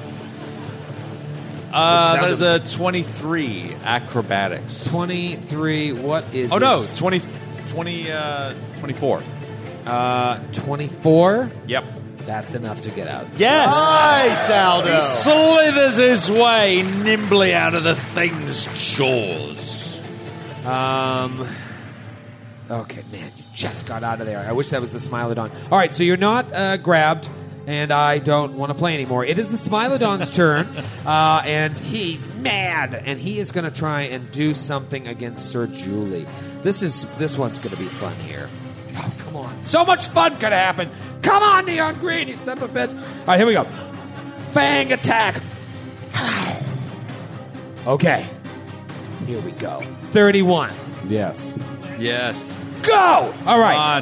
Uh,
It
that is a
sounded-
23 acrobatics.
23, what is
Oh, no,
it?
20, 20, uh, 24.
Uh, 24?
Yep.
That's enough to get out.
Yes!
Nice, Aldo.
He slithers his way nimbly out of the thing's jaws.
Um, okay, man, you just got out of there. I wish that was the Smilodon. All right, so you're not uh, grabbed, and I don't want to play anymore. It is the Smilodon's turn, uh, and he's mad, and he is going to try and do something against Sir Julie. This is this one's going to be fun here. Oh, come on. So much fun could happen. Come on, Neon Green, you son of a bitch. All right, here we go. Fang attack. Okay. Here we go. 31.
Yes.
Yes.
Go! All right.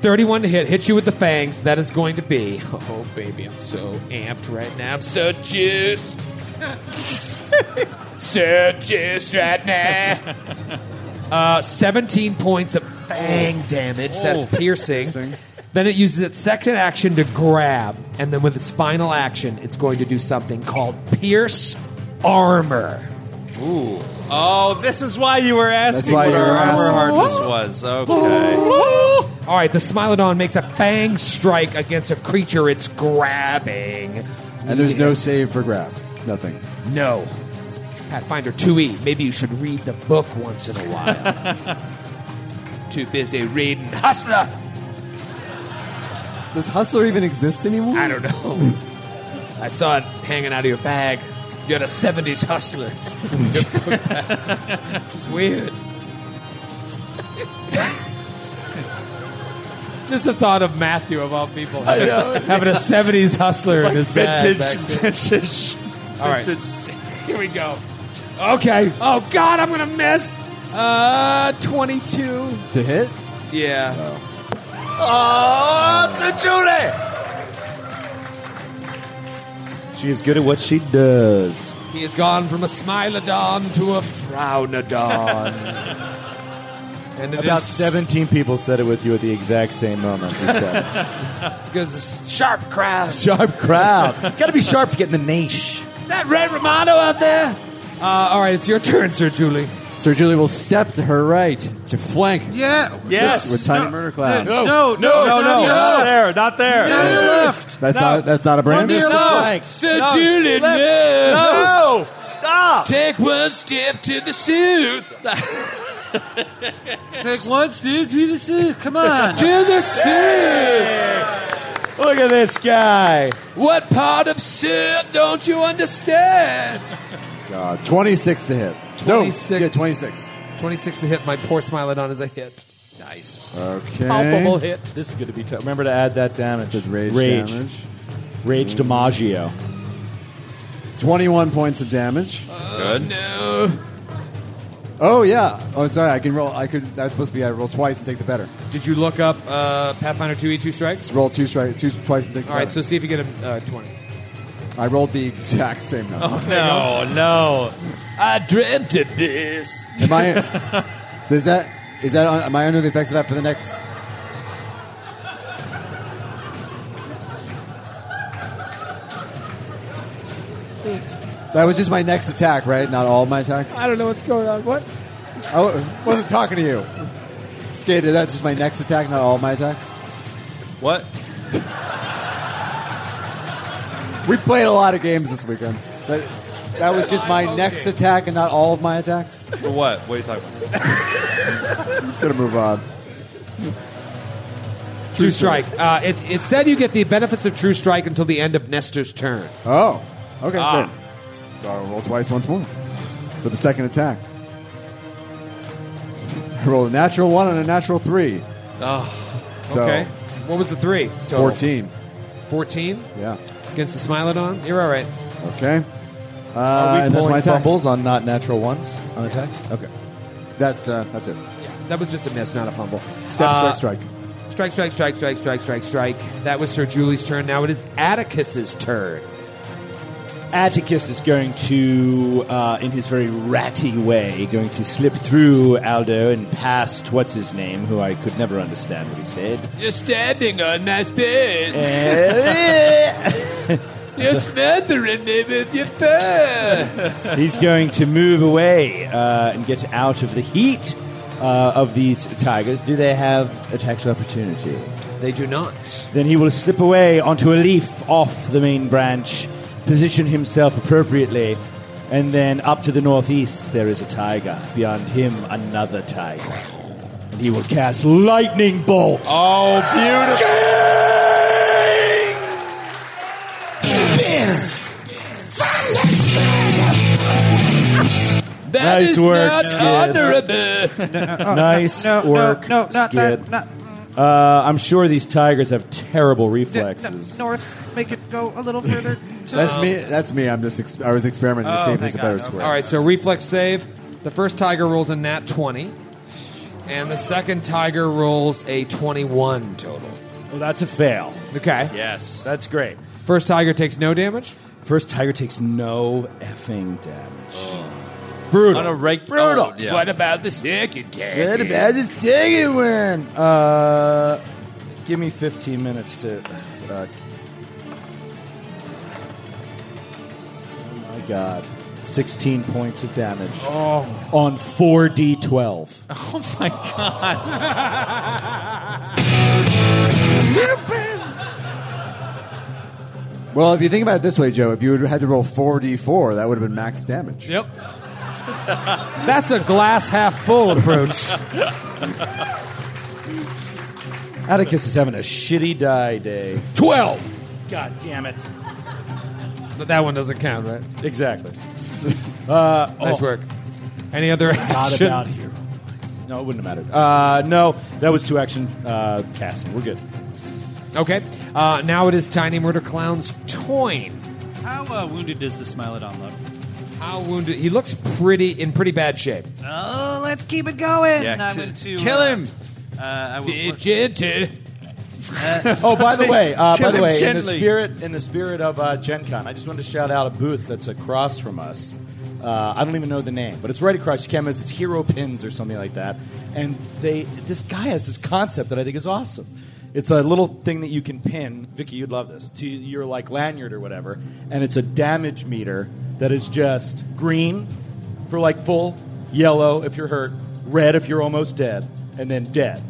31 to hit. Hit you with the fangs. That is going to be. Oh, baby, I'm so amped right now. I'm so juiced. so juiced right now. Uh, 17 points of fang damage. That's
Oh.
piercing. Then it uses its second action to grab. And then with its final action, it's going to do something called Pierce Armor.
Ooh. Oh, this is why you were asking
why
what
you were
our armor
asking.
hardness was. Okay.
All right, the Smilodon makes a fang strike against a creature it's grabbing.
And there's no save for grab. Nothing.
No. Pathfinder 2E, maybe you should read the book once in a while. Too busy reading Hustler!
Does Hustler even exist anymore?
I don't know. I saw it hanging out of your bag. You're the 70s hustlers. it's weird. Just the thought of Matthew, of all people,
I know.
having a 70s hustler in his bag. back there.
vintage,
All right.
Here we go.
Okay. Oh God, I'm gonna miss. Uh, 22.
To hit?
Yeah.
Oh, it's a Julie!
She is good at what she does.
He has gone from a smilodon to a frownodon. and it
About
is-
17 people said it with you at the exact same moment. you said it.
it's good. It's a sharp crowd.
Sharp crowd. Gotta be sharp to get in the niche.
That red Romano out there. Uh, all right, it's your turn, Sir Julie.
Sir Julie will step to her right to flank.
Yeah.
Yes. With Tiny Murder Cloud.
No, no, no, no, no,
Not there, not there.
left.
That's not that's not a brand.
One to your left.
Sir
No,
Julie,
left.
no.
No. Stop.
Take one step to the south.
Take one step to the south. Come on.
to the south.
Look at this guy.
What part of Sith don't you understand?
God, 26 Uh, to hit.
26.
No, yeah, 26.
26 to hit. My poor Smilodon is a hit. Nice.
Okay.
Palpable hit.
This is going to be tough. Remember to add that damage.
rage damage. Mm.
Rage DiMaggio.
21 points of damage.
Good.
No.
Oh yeah. Oh sorry, I can roll I could that's supposed to be I roll twice and take the better.
Did you look up uh, Pathfinder 2E2 strikes?
Just roll two strike two twice and take the
All right,
better.
so see if you get a uh, 20.
I rolled the exact same number.
Oh,
Oh,
No, no.
I dreamt of this.
Am I Does that is that on, am I under the effects of that for the next That was just my next attack, right? Not all my attacks.
I don't know what's going on. What?
I w- wasn't talking to you. Skater, that's just my next attack, not all my attacks.
What?
We played a lot of games this weekend. That, that was just my next attack and not all of my attacks.
For what? What are you talking about?
It's going to move on.
True Strike. Uh, it, it said you get the benefits of True Strike until the end of Nestor's turn.
Oh, okay,
Ah.
good. So I'll roll twice once more for the second attack. I rolled a natural one and a natural three. Ah,
Oh.
So-
okay. What was the three? total?
14.
14?
Yeah.
Against the Smilodon? You're all right.
Okay. Uh, and
we
that's
pulling
my attacks.
fumbles
on not natural ones on attacks? Okay.
That's, uh, that's it.
That was just a miss, not a fumble.
Step,
Uh,
strike, strike.
Strike, strike, strike, strike, strike, strike, strike. That was Sir Julie's turn. Now it is Atticus's turn.
Atticus is going to, uh, in his very ratty way, going to slip through Aldo and past what's his name, who I could never understand what he said.
You're standing on my space. You're smothering me with your fur.
He's going to move away uh, and get out of the heat uh, of these tigers. Do they have attacks of opportunity?
They do not.
Then he will slip away onto a leaf off the main branch, position himself appropriately, and then up to the northeast there is a tiger. Beyond him, another tiger. And he will cast lightning bolt.
Oh,
Thunder!
That
nice
is
work,
not
Skid.
honorable. No, no, oh,
nice
no, no,
work,
no, not
Skid.
that,
uh, I'm sure these tigers have terrible reflexes.
North, make it go a little further. To
That's me. That's me. I'm just. Ex- I was experimenting to
Oh,
see if
thank
there's a better
God.
square.
All right, so reflex save. The first tiger rolls a nat 20, and the second tiger rolls a 21 total.
Well, that's a fail.
Okay.
Yes.
That's great.
First tiger takes no damage?
First tiger takes no effing damage.
Oh.
Brutal.
On a reg-
Brutal.
oh, yeah.
What about the second time?
What about the second one? Uh, give me 15 minutes to. Uh, oh my god. 16 points of damage.
Oh.
On 4d12.
Oh my god.
Well, if you think about it this way, Joe, if you would had to roll four d four, that would have been max damage.
Yep. That's a glass half full approach.
Atticus is having a shitty die day.
12!
God damn it.
But that one doesn't count, right?
Exactly. Uh,
Nice work. Any other
Not
action?
about here. No, it wouldn't have mattered. Uh, no, that was two action uh, casting. We're good.
Okay. Uh, now it is Tiny Murder Clown's Toyn.
How uh, wounded does the Smilodon look?
How wounded? He looks pretty in pretty bad shape.
Oh, let's keep it going.
Yeah,
I'm
t-
going to
kill
uh,
him.
Uh, I will
Be
look-
gentle.
oh, by the way, uh, by
Kill
the
him
way, in the
gently.
spirit in the spirit of uh, Gen Con, I just wanted to shout out a booth that's across from us. Uh, I don't even know the name, but it's right across. You can't miss. It's Hero Pins or something like that. And they, this guy has this concept that I think is awesome. It's a little thing that you can pin. Vicky, you'd love this to your like lanyard or whatever, and it's a damage meter that is just green for like full, yellow if you're hurt, red if you're almost dead, and then dead.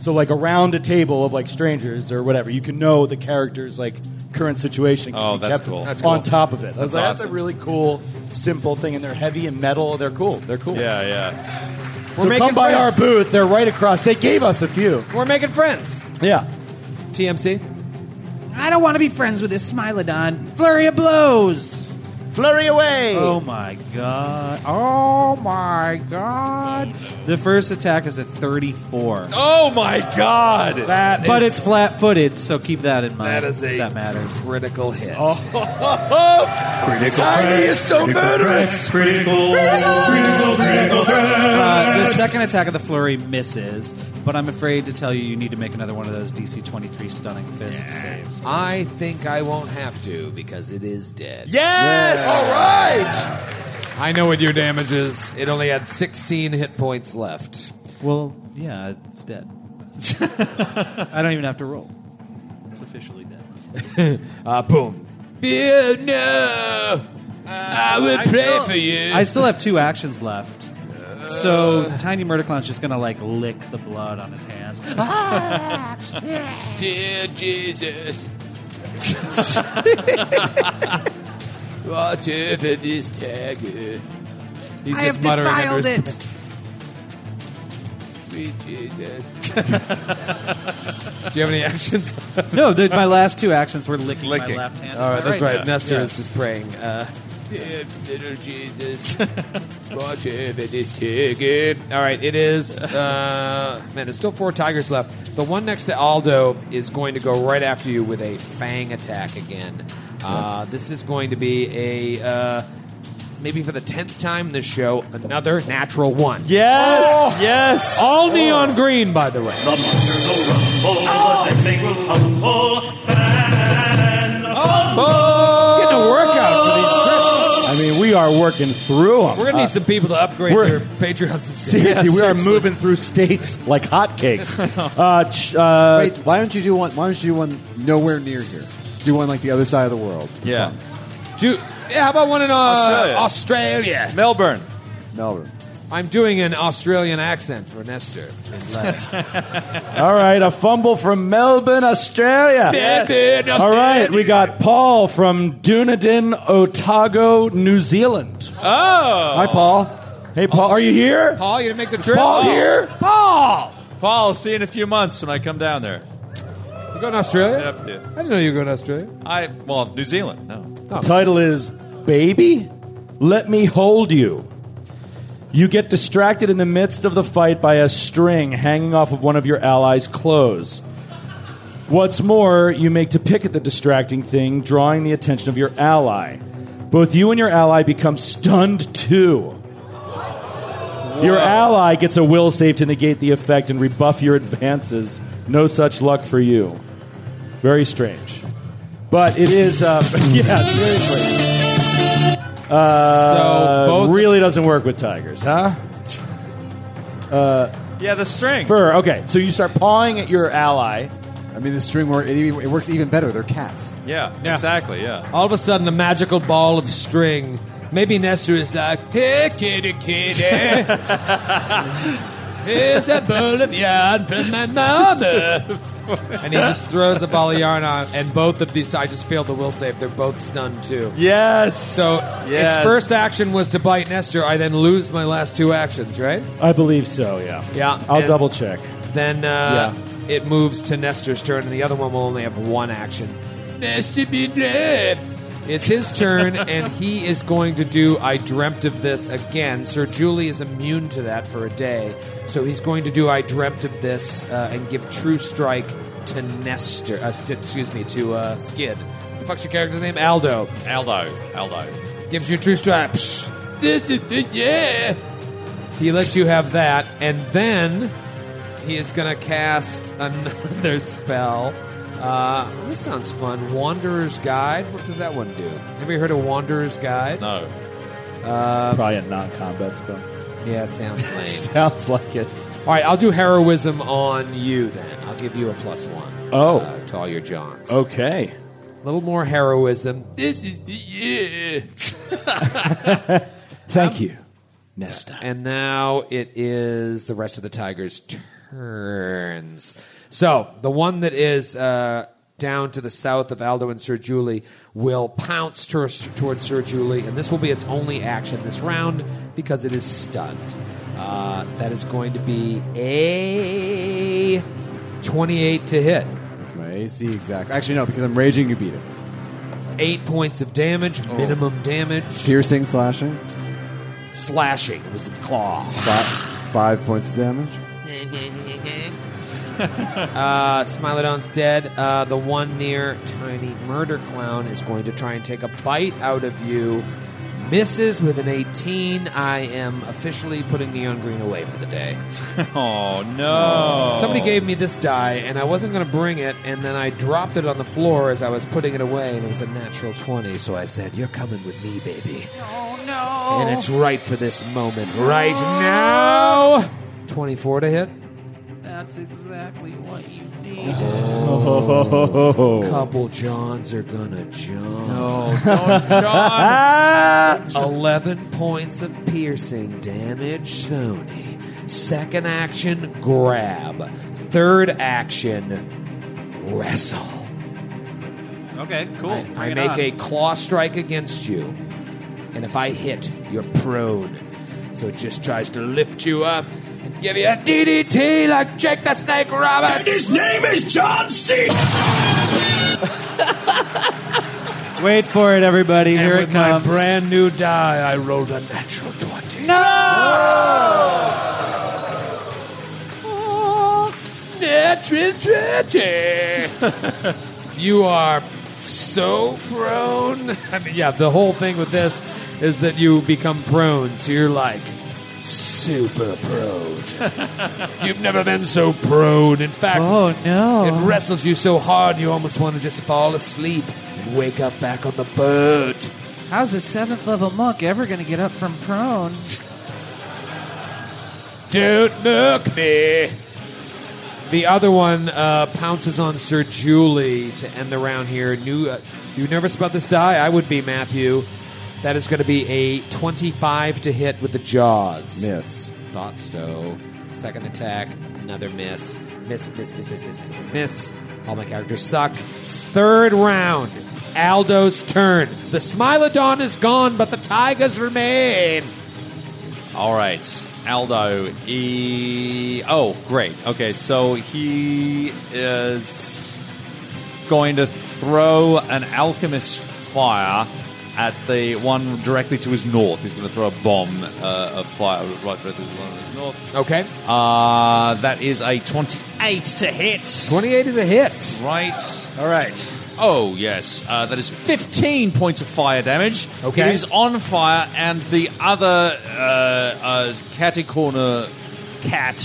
So like around a table of like strangers or whatever, you can know the character's like current situation. 'cause
Oh,
you
that's
kept
cool. That's
On
cool.
top of it, I was
That's
like, a
awesome.
really cool, simple thing, and they're heavy and metal. They're cool. They're cool.
Yeah, yeah.
So
We're making
come by our
friends.
booth. They're right across. They gave us a few.
We're making friends.
Yeah.
TMC.
I don't want to be friends with this Smilodon. Flurry of blows.
Flurry away.
Oh my god. Oh my god. The first attack is a 34.
Oh my god.
That
but
is-
it's flat footed, so keep that in mind.
That is a
that matters. Oh.
critical hit.
Critical
Tiny is so murderous.
Critical. Critical. Critical.
Uh, the second attack of the flurry misses, but I'm afraid to tell you you need to make another one of those DC 23 stunning fist saves.
I think I won't have to because it is dead.
Yes! All right!
I know what your damage is. It only had 16 hit points left.
Well, yeah, it's dead. I don't even have to roll. It's officially dead.
Uh, boom.
Oh no!
Uh,
I will
I
pray
still-
for you.
I still have two actions left. So Tiny Murderclown's just gonna like lick the blood on his hands.
Ah.
Ah!
Dear Jesus. Watch over this tiger.
He's
I
just
have
muttering
defiled
under his
it.
Sweet Jesus.
Do you have any actions?
no, the, my last two actions were licking,
Licking.
my left hand.
All right, that's right. Nestor
Yeah.
is just praying. Uh,
Dear little Jesus. Watch over this tiger.
all right, it is. Uh, man, there's still four tigers left. The one next to Aldo is going to go right after you with a fang attack again. Uh, this is going to be a uh, maybe for the tenth time this show another natural one. Oh!
Yes! Yes!
All neon green, by the way.
The monsters will rumble, the dead thing will tumble. Fan of
Getting a workout for these Christians.
I mean, we are working through them.
We're gonna need some people to upgrade
we're-
their Patreon subscription.
Seriously, we are
seriously.
moving through states like hotcakes. uh, ch- uh,
Wait, why don't you do one? Why don't you do one nowhere near here? Do one like the other side of the world, Um,
Yeah.
Do, yeah, how about one in uh,
Australia.
Australia.
Melbourne.
Melbourne.
I'm doing an Australian accent for Nestor.
all right, a fumble from Melbourne, Australia.
Melbourne,
All right, we got Paul from Dunedin, Otago, New Zealand.
Oh!
Hi, Paul.
Hey, Paul, are you here?
Paul, you didn't make the trip.
Paul here?
Paul,
Paul, I'll see you in a few months when I come down there.
you going to Australia?
Get up to you.
I didn't know you were going to Australia.
I, well, New Zealand, no.
Title is Baby, Let Me Hold You. You get distracted in the midst of the fight by a string hanging off of one of your allies' clothes. What's more, you make to pick at the distracting thing, drawing the attention of your ally. Both you and your ally become stunned too. Your ally gets a will save to negate the effect and rebuff your advances. No such luck for you. Very strange. But it is, uh, yeah, seriously. Uh,
So both-
really doesn't work with tigers, huh? Uh,
Yeah, the string.
fur. Okay, so you start pawing at your ally.
I mean, the string work, it, even- it works even better. They're cats.
Yeah, exactly. Yeah.
All of a sudden, the magical ball of string. Maybe Nestor is like,
Hey, kitty, kitty. Here's a bowl of yarn from my mama.
and he just throws a ball of yarn on, and both of these. I just failed the will save. They're both stunned too.
Yes.
So
Yes.
its first action was to bite Nestor. I then lose my last two actions, right?
I believe so. Yeah.
Yeah.
I'll
and
double check.
Then uh, it moves to Nestor's turn, and the other one will only have one action.
Nasty be dead.
It's his turn, and he is going to do I Dreamt of This again. Sir Julie is immune to that for a day. So he's going to do I Dreamt of This uh, and give True Strike to Nestor. Uh, st- excuse me, to uh, Skid. What the fuck's your character's name? Aldo.
Aldo. Aldo.
Gives you True Strike. Psh.
This is the yeah.
He lets you have that, and then he is going to cast another spell. Uh, this sounds fun. Wanderer's Guide. What does that one do? Have you heard of Wanderer's Guide?
No.
Uh,
Probably a non-combat spell.
yeah, it sounds lame.
Sounds like it.
All right, I'll do heroism on you then. I'll give you a plus one.
Oh.
Uh, to all your Johns.
Okay.
A little more heroism.
This is the yeah.
Thank
Um,
you, Nesta.
And now it is the rest of the Tigers' turns. So the one that is uh, down to the south of Aldo and Sir Julie will pounce tor- towards Sir Julie, and this will be its only action this round because it is stunned. Uh, that is going to be a 28 to hit.
That's my AC exact. Actually, no, because I'm raging, you beat it.
Eight points of damage, minimum damage.
Piercing, slashing,
slashing was the claw.
five, five points of damage.
uh, Smilodon's dead. Uh, the one near Tiny Murder Clown is going to try and take a bite out of you. Misses with an 18. I am officially putting Neon Green away for the day.
Oh no!
Somebody gave me this die, and I wasn't going to bring it, and then I dropped it on the floor as I was putting it away, and it was a natural 20, so I said, You're coming with me, baby.
Oh no!
And it's right for this moment, right now. 24 to hit.
That's exactly what you need.
Oh. Couple Johns are gonna jump. No,
don't
John. Eleven points of piercing damage, Sony. Second action, grab. Third action, wrestle.
Okay, cool. Bring
I
it
make
on.
a claw strike against you, and if I hit, you're prone. So it just tries to lift you up and give you a DDT like Jake the Snake Roberts. And his name is John C.
Wait for it, everybody.
And
Here
with
it comes.
my brand new die, I rolled a natural 20.
Natural treasure.
you are so prone. I mean, yeah, the whole thing with this is that you become prone, so you're like super prone. You've never been so prone. In fact,
Oh, no.
it wrestles you so hard you almost want to just fall asleep and wake up back on the boat.
How's a seventh level monk ever going to get up from prone?
Don't mock me. The other one uh, pounces on Sir Julie to end the round here. New, uh, you nervous about this die? I would be, Matthew. That is going to be a 25 to hit with the jaws.
Miss.
Thought so. Second attack, another miss. Miss, miss, miss, miss, miss, miss, miss, miss. All my characters suck. Third round, Aldo's turn. The Smilodon is gone, but the Tigers remain.
All right, Aldo. E. Oh, great. Okay, so he is going to throw an alchemist fire at the one directly to his north. He's going to throw a bomb uh, of fire right directly to the one to his north.
Okay.
Uh, that is a 28 to hit.
28 is a hit.
Right. All right. Oh, yes. Uh, that is 15 points of fire damage.
Okay.
It is on fire, and the other uh, uh, catty corner cat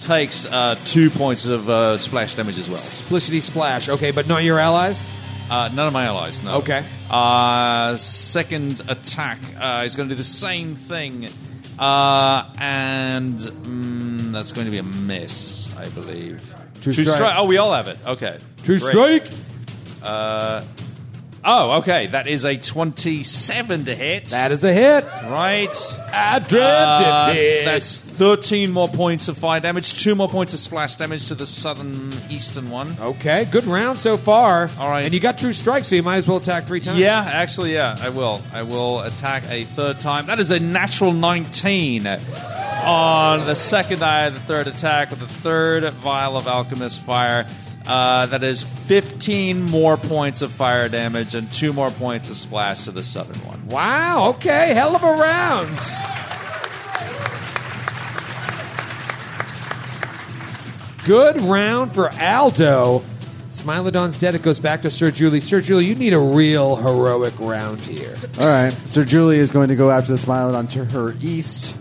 takes uh, two points of uh, splash damage as well.
Splishity splash. Okay, but not your allies?
Uh, none of my allies, no.
Okay.
Uh, second attack uh, is going to do the same thing. Uh, and mm, that's going to be a miss, I believe.
True strike.
Oh, we all have it. Okay.
True
Great. Uh, oh, okay. That is a 27 to hit.
That is a hit.
Right. Uh,
I dreamt it, yes.
That's 13 more points of fire damage, two more points of splash damage to the southern eastern one.
Okay, good round so far.
All right.
And you got true strike, so you might as well attack three times.
Yeah, actually, yeah, I will. I will attack a third time. That is a natural 19 on the second eye of the third attack with the third vial of alchemist fire. Uh, that is 15 more points of fire damage and two more points of splash to the southern one.
Wow, okay, hell of a round. Good round for Aldo. Smilodon's dead. It goes back to Sir Julie. Sir Julie, you need a real heroic round here.
All right. Sir Julie is going to go after the Smilodon to her east.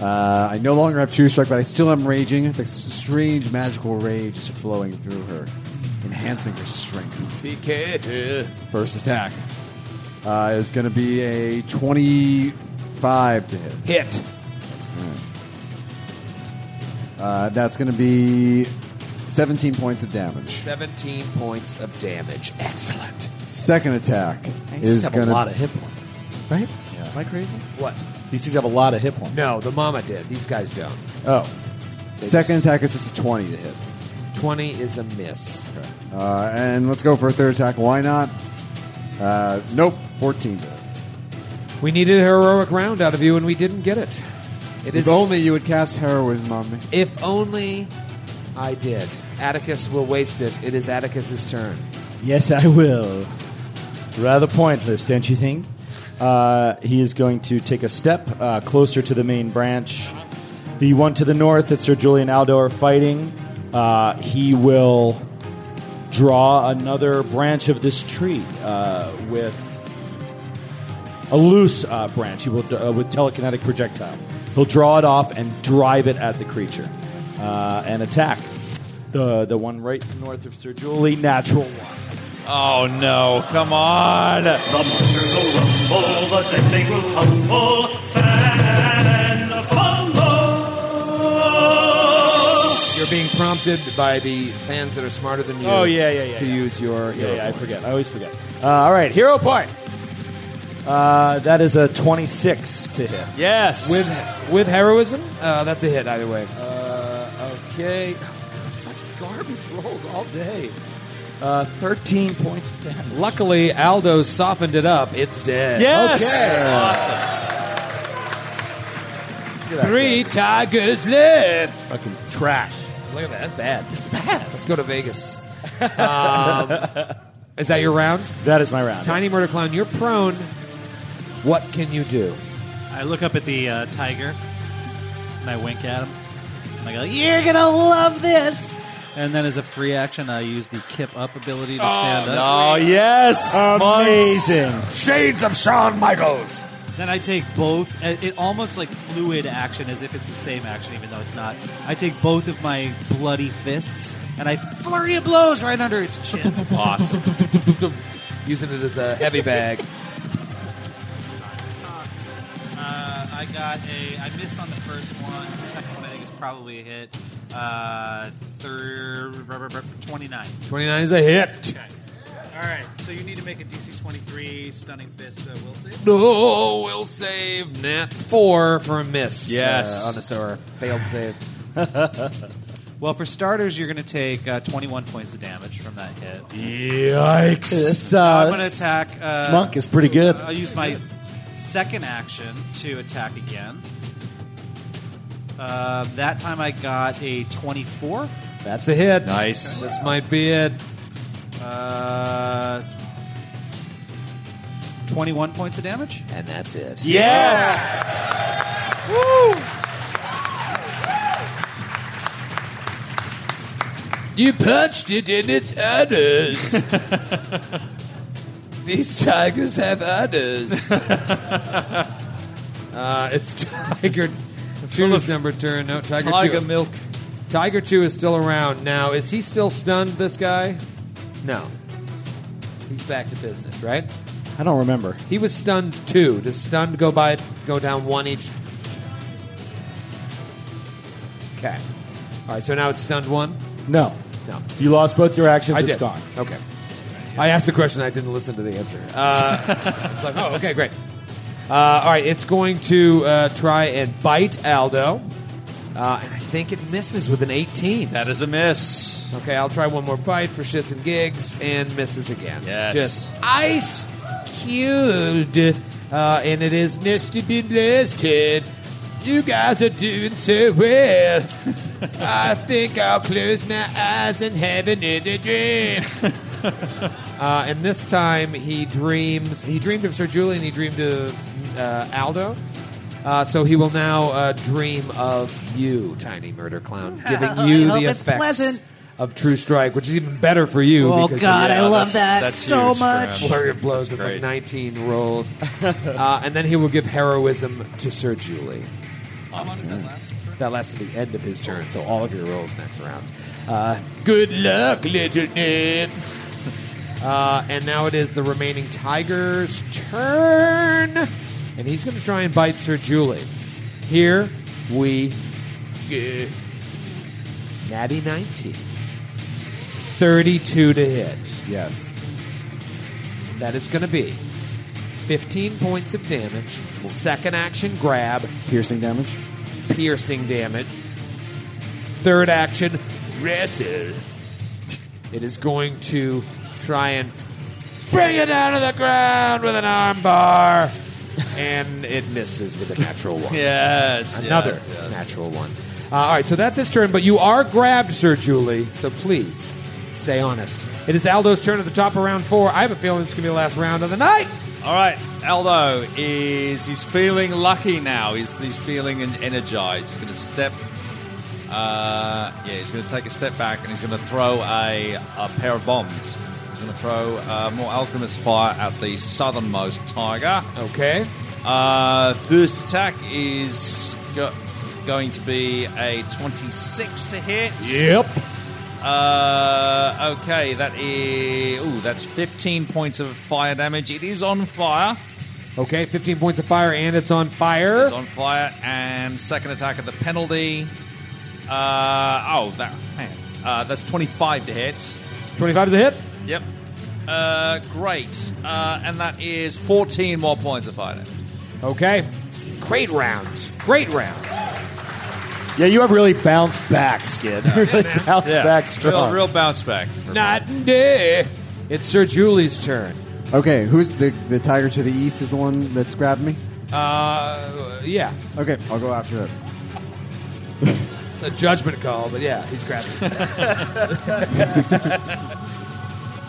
Uh, I no longer have True Strike, but I still am raging. The strange magical rage is flowing through her, enhancing her strength.
Be careful.
First attack uh, is going to be a 25 to hit.
Hit.
Uh, that's going to be 17 points of damage.
17 points of damage. Excellent.
Second attack
Nice.
is
Have a
going
lot
to
of
hit points.
right.
Am I crazy?
What?
These things have a lot of hit points.
No, the mama did. These guys don't.
Oh.
Second attack is just a 20 to hit.
20 is a miss.
Uh, and let's go for a third attack. Why not? Uh, nope. 14 to hit.
We needed a heroic round out of you, and we didn't get it. It
if
is
only you would cast heroism on me.
If only I did. Atticus will waste it. It is Atticus's turn.
Yes, I will. Rather pointless, don't you think? Uh, he is going to take a step uh, closer to the main branch. The one to the north that Sir Julian Aldo are fighting, uh, he will draw another branch of this tree uh, with a loose uh, branch. He will uh, with telekinetic projectile. He'll draw it off and drive it at the creature uh, and attack the the one right north of Sir Julie. Natural one.
Oh no, come on.
The monsters will rumble, the dead they will tumble, fan of fumble.
You're being prompted by the fans that are smarter than you.
Oh, yeah, yeah, yeah,
To
yeah.
use your.
Yeah,
hero
yeah, I
points.
forget. I always forget. Uh, all right, hero point. Uh, that is a twenty-six to hit.
Yes.
With with heroism, uh, that's a hit either way. Uh,
okay.
Such garbage rolls all day.
Uh, Thirteen points of damage.
Luckily, Aldo softened it up. It's dead.
Yes!
Okay.
Awesome.
Three tigers left.
Fucking trash.
Look at that. That's bad. That's bad. Let's go to Vegas. Um, is that your round?
That is my round.
Tiny Murder Clown, you're prone. What can you do?
I look up at the uh, tiger and I wink at him. And I go, yeah.
You're gonna love this.
And then as a free action, I use the kip up ability to
Oh,
stand up.
Oh yes.
Amazing.
Shades of Shawn Michaels.
Then I take both. It it almost like fluid action, as if it's the same action, even though it's not. I take both of my bloody fists and I flurry of blows right under its chin.
Awesome.
Using it as a heavy bag.
Uh, I got a. I missed on the first one. The second one I think is probably a hit. Uh, third, twenty nine.
29 is a hit.
All right. So you need to make a DC twenty three stunning fist. Uh, will save.
No, we'll save Nat 4 for a miss.
Yes.
Uh, on this or failed save.
Well, for starters, you're going to take uh, twenty one points of damage from that hit.
Yikes.
This,
Uh,
uh,
I'm going to attack. Uh,
this monk is pretty good.
I'll use my second action to attack again. Uh, that time I got a 24.
That's a hit.
Nice.
This might be it.
Uh, 21 uh, points of damage.
And that's it.
Yes!
You punched it in its udders. These tigers have udders.
Uh, it's Tiger Two's number turn. No, Tiger,
Tiger
Two. Milk. Tiger Two is still around now. Is he still stunned? This guy? No. He's back to business, right?
I don't remember.
He was stunned two. Does stunned go by go down one each? Okay. All right. So now it's stunned one.
No.
No.
You lost both your actions.
I
It's
did.
gone.
Okay. I asked the question. I didn't listen to the answer. Uh, it's like, oh, okay, great. Uh, all right, it's going to uh, try and bite Aldo. Uh, and I think it misses with an 18.
That is a miss.
Okay, I'll try one more bite for shits and gigs and misses again.
Yes.
Just ice cubed. Uh, and it is next to be listed.
You guys are doing so well. I think I'll close my eyes and have another dream.
Uh, and this time he dreams. He dreamed of Sir Julian. He dreamed of uh, Aldo. Uh, so he will now uh, dream of you, tiny murder clown, giving
I
you
hope
the
it's
effects
pleasant.
of True Strike, which is even better for you.
Oh,
because-
God, I love that so much.
Flurry of blows with like 19 rolls, uh, and then he will give heroism to Sir Julie. That lasts to the end of his turn. So all of your rolls next round. Uh,
Good luck, little nib.
Uh, and now it is the remaining Tiger's turn. And he's going to try and bite Sir Julie. Here we go. Natty 19. 32 to hit.
Yes.
That is going to be 15 points of damage, second action grab,
Piercing damage.
piercing damage, third action wrestle. It is going to try and Bring it down to the ground with an armbar. and it misses with a natural one.
Yes,
Another
yes, yes.
natural one. Uh, all right, so that's his turn, but you are grabbed, Sir Julie, so please stay honest. It is Aldo's turn at the top of round four. I have a feeling it's going to be the last round of the night.
All right, Aldo is he's feeling lucky now. He's he's feeling en- energized. He's going to step. Uh, yeah, he's going to take a step back and he's going to throw a, a pair of bombs. He's going to throw uh, more alchemist fire at the southernmost tiger.
Okay.
Uh, first attack is go- going to be a twenty-six to hit. Uh, okay, that is. Ooh, that's 15 points of fire damage. It is on fire.
Okay, 15 points of fire, and it's on fire.
It's on fire. And second attack at the penalty. Uh, oh, that. Man, uh, that's 25 to hit.
25 is a hit.
Yep. Uh, great. Uh, and that is 14 more points of fire damage.
Okay. Great round. Great round.
Yeah, you have really bounced back, Skid. really bounced back strong.
Real, real bounce back.
Not day. It's Sir Julie's turn.
Okay, who's the the tiger to the east is the one that's grabbed me?
Uh, yeah.
Okay, I'll go after it.
It's a judgment call, but yeah, he's grabbing.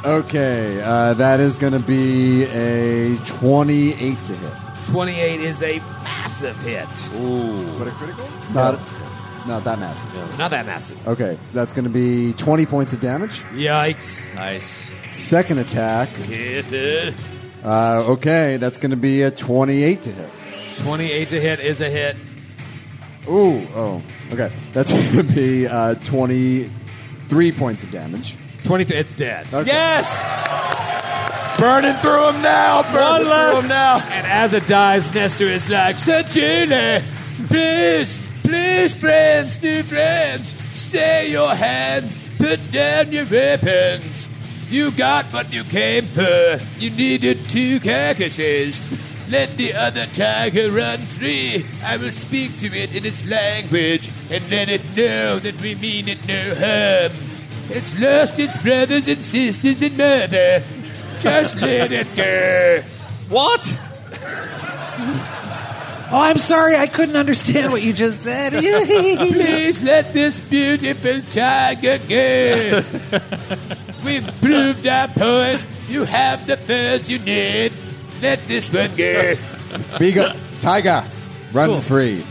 Okay, uh, that is going to be a 28 to hit.
28 is a massive hit.
Ooh.
But a critical?
Not, not that massive.
Not that massive.
Okay, that's going to be 20 points of damage.
Yikes.
Nice.
Second attack. Uh, okay, that's going to be a 28 to hit.
28 to hit is a hit.
Ooh, oh, okay. That's going to be uh, 23 points of damage.
23. It's dead.
Okay.
Yes! Burning through him now! Burning through him now! And as it dies, Nestor is like,
Sir Julie, please, please, friends, new friends, stay your hands, put down your weapons. You got what you came for. You needed two carcasses. Let the other tiger run free. I will speak to it in its language and let it know that we mean it no harm. It's lost its brothers and sisters and mother. Just let it go.
What?
Oh, I'm sorry. I couldn't understand what you just said.
Please let this beautiful tiger go. We've proved our point. You have the furs you need. Let this one go.
Beagle, tiger, run free.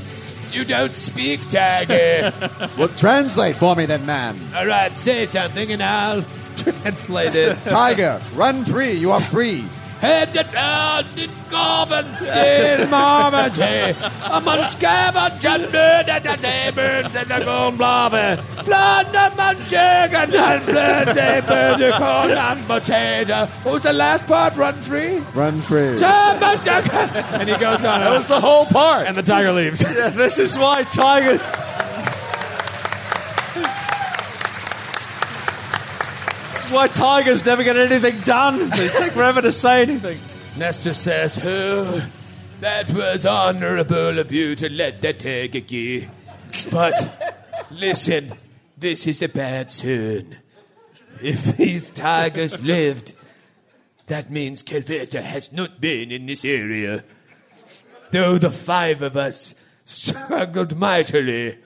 You don't speak, Tiger.
Well, translate for me then, man.
All right, say something and I'll translate it.
Tiger, run free. You are free.
Head it out in Garvin Steel Marmotty. Among scavenge and murdered and neighbors and the gone blava. Plunder Munchkin and bloody burger corn and potato. Who's the last part? Run free?
Run free.
Sir Munchkin! And he goes on.
That was the whole part.
And the tiger leaves.
yeah, this is why Tiger. This is why Tigers never get anything done. They take forever to say anything.
Nestor says, Who? That was honorable of you to let that take a key. But listen, this is a bad soon. If these tigers lived, that means Calveta has not been in this area. Though the five of us struggled mightily,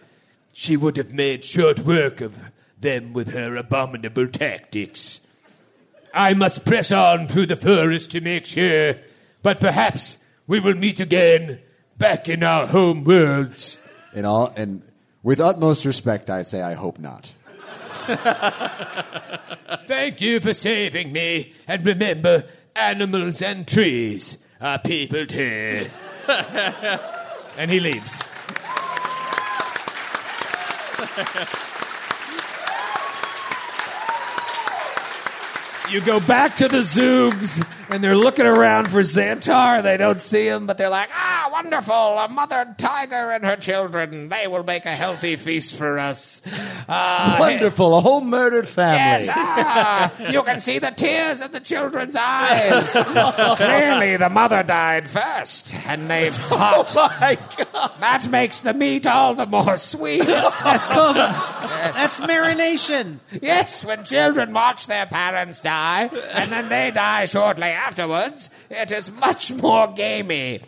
she would have made short work of them with her abominable tactics. I must press on through the forest to make sure, but perhaps we will meet again back in our home worlds.
In all, and with utmost respect, I say, I hope not.
Thank you for saving me, and remember, animals and trees are people too.
and he leaves. You go back to the Zoogs, and they're looking around for Xantar. They don't see him, but they're like,
Ah, wonderful! A mother tiger and her children. They will make a healthy feast for us. Ah,
Wonderful, a whole murdered family.
Yes, ah, you can see the tears in the children's eyes. Clearly, the mother died first, and they've fought. Oh my God. That makes the meat all the more sweet. That's
called that's marination.
Yes, when children watch their parents die, and then they die shortly afterwards, it is much more gamey.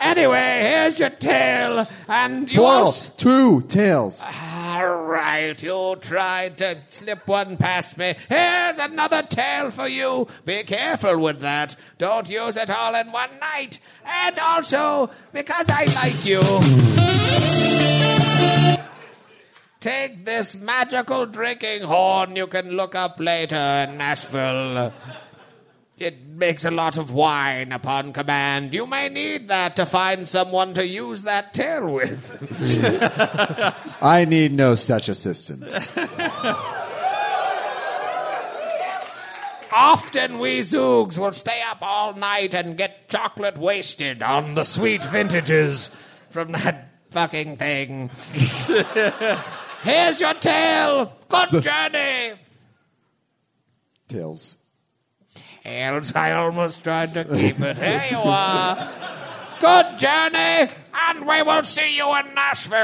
Anyway, here's your tail, and you
Plural,
also-
two tails.
all right, you tried to slip one past me. Here's another tale for you. Be careful with that. Don't use it all in one night. And also, because I like you, take this magical drinking horn you can look up later in Nashville. It makes a lot of wine upon command. You may need that to find someone to use that tail with.
I need no such assistance.
Often we Zoogs will stay up all night and get chocolate wasted on the sweet vintages from that fucking thing. Here's your tail. Good journey.
tails.
Tails, I almost tried to keep it. Here you are. Good journey, and we will see you in Nashville.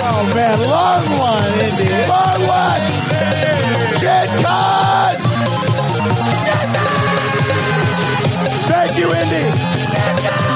Oh man, long one, Indy. Long one. Shit con. Thank you, Indy.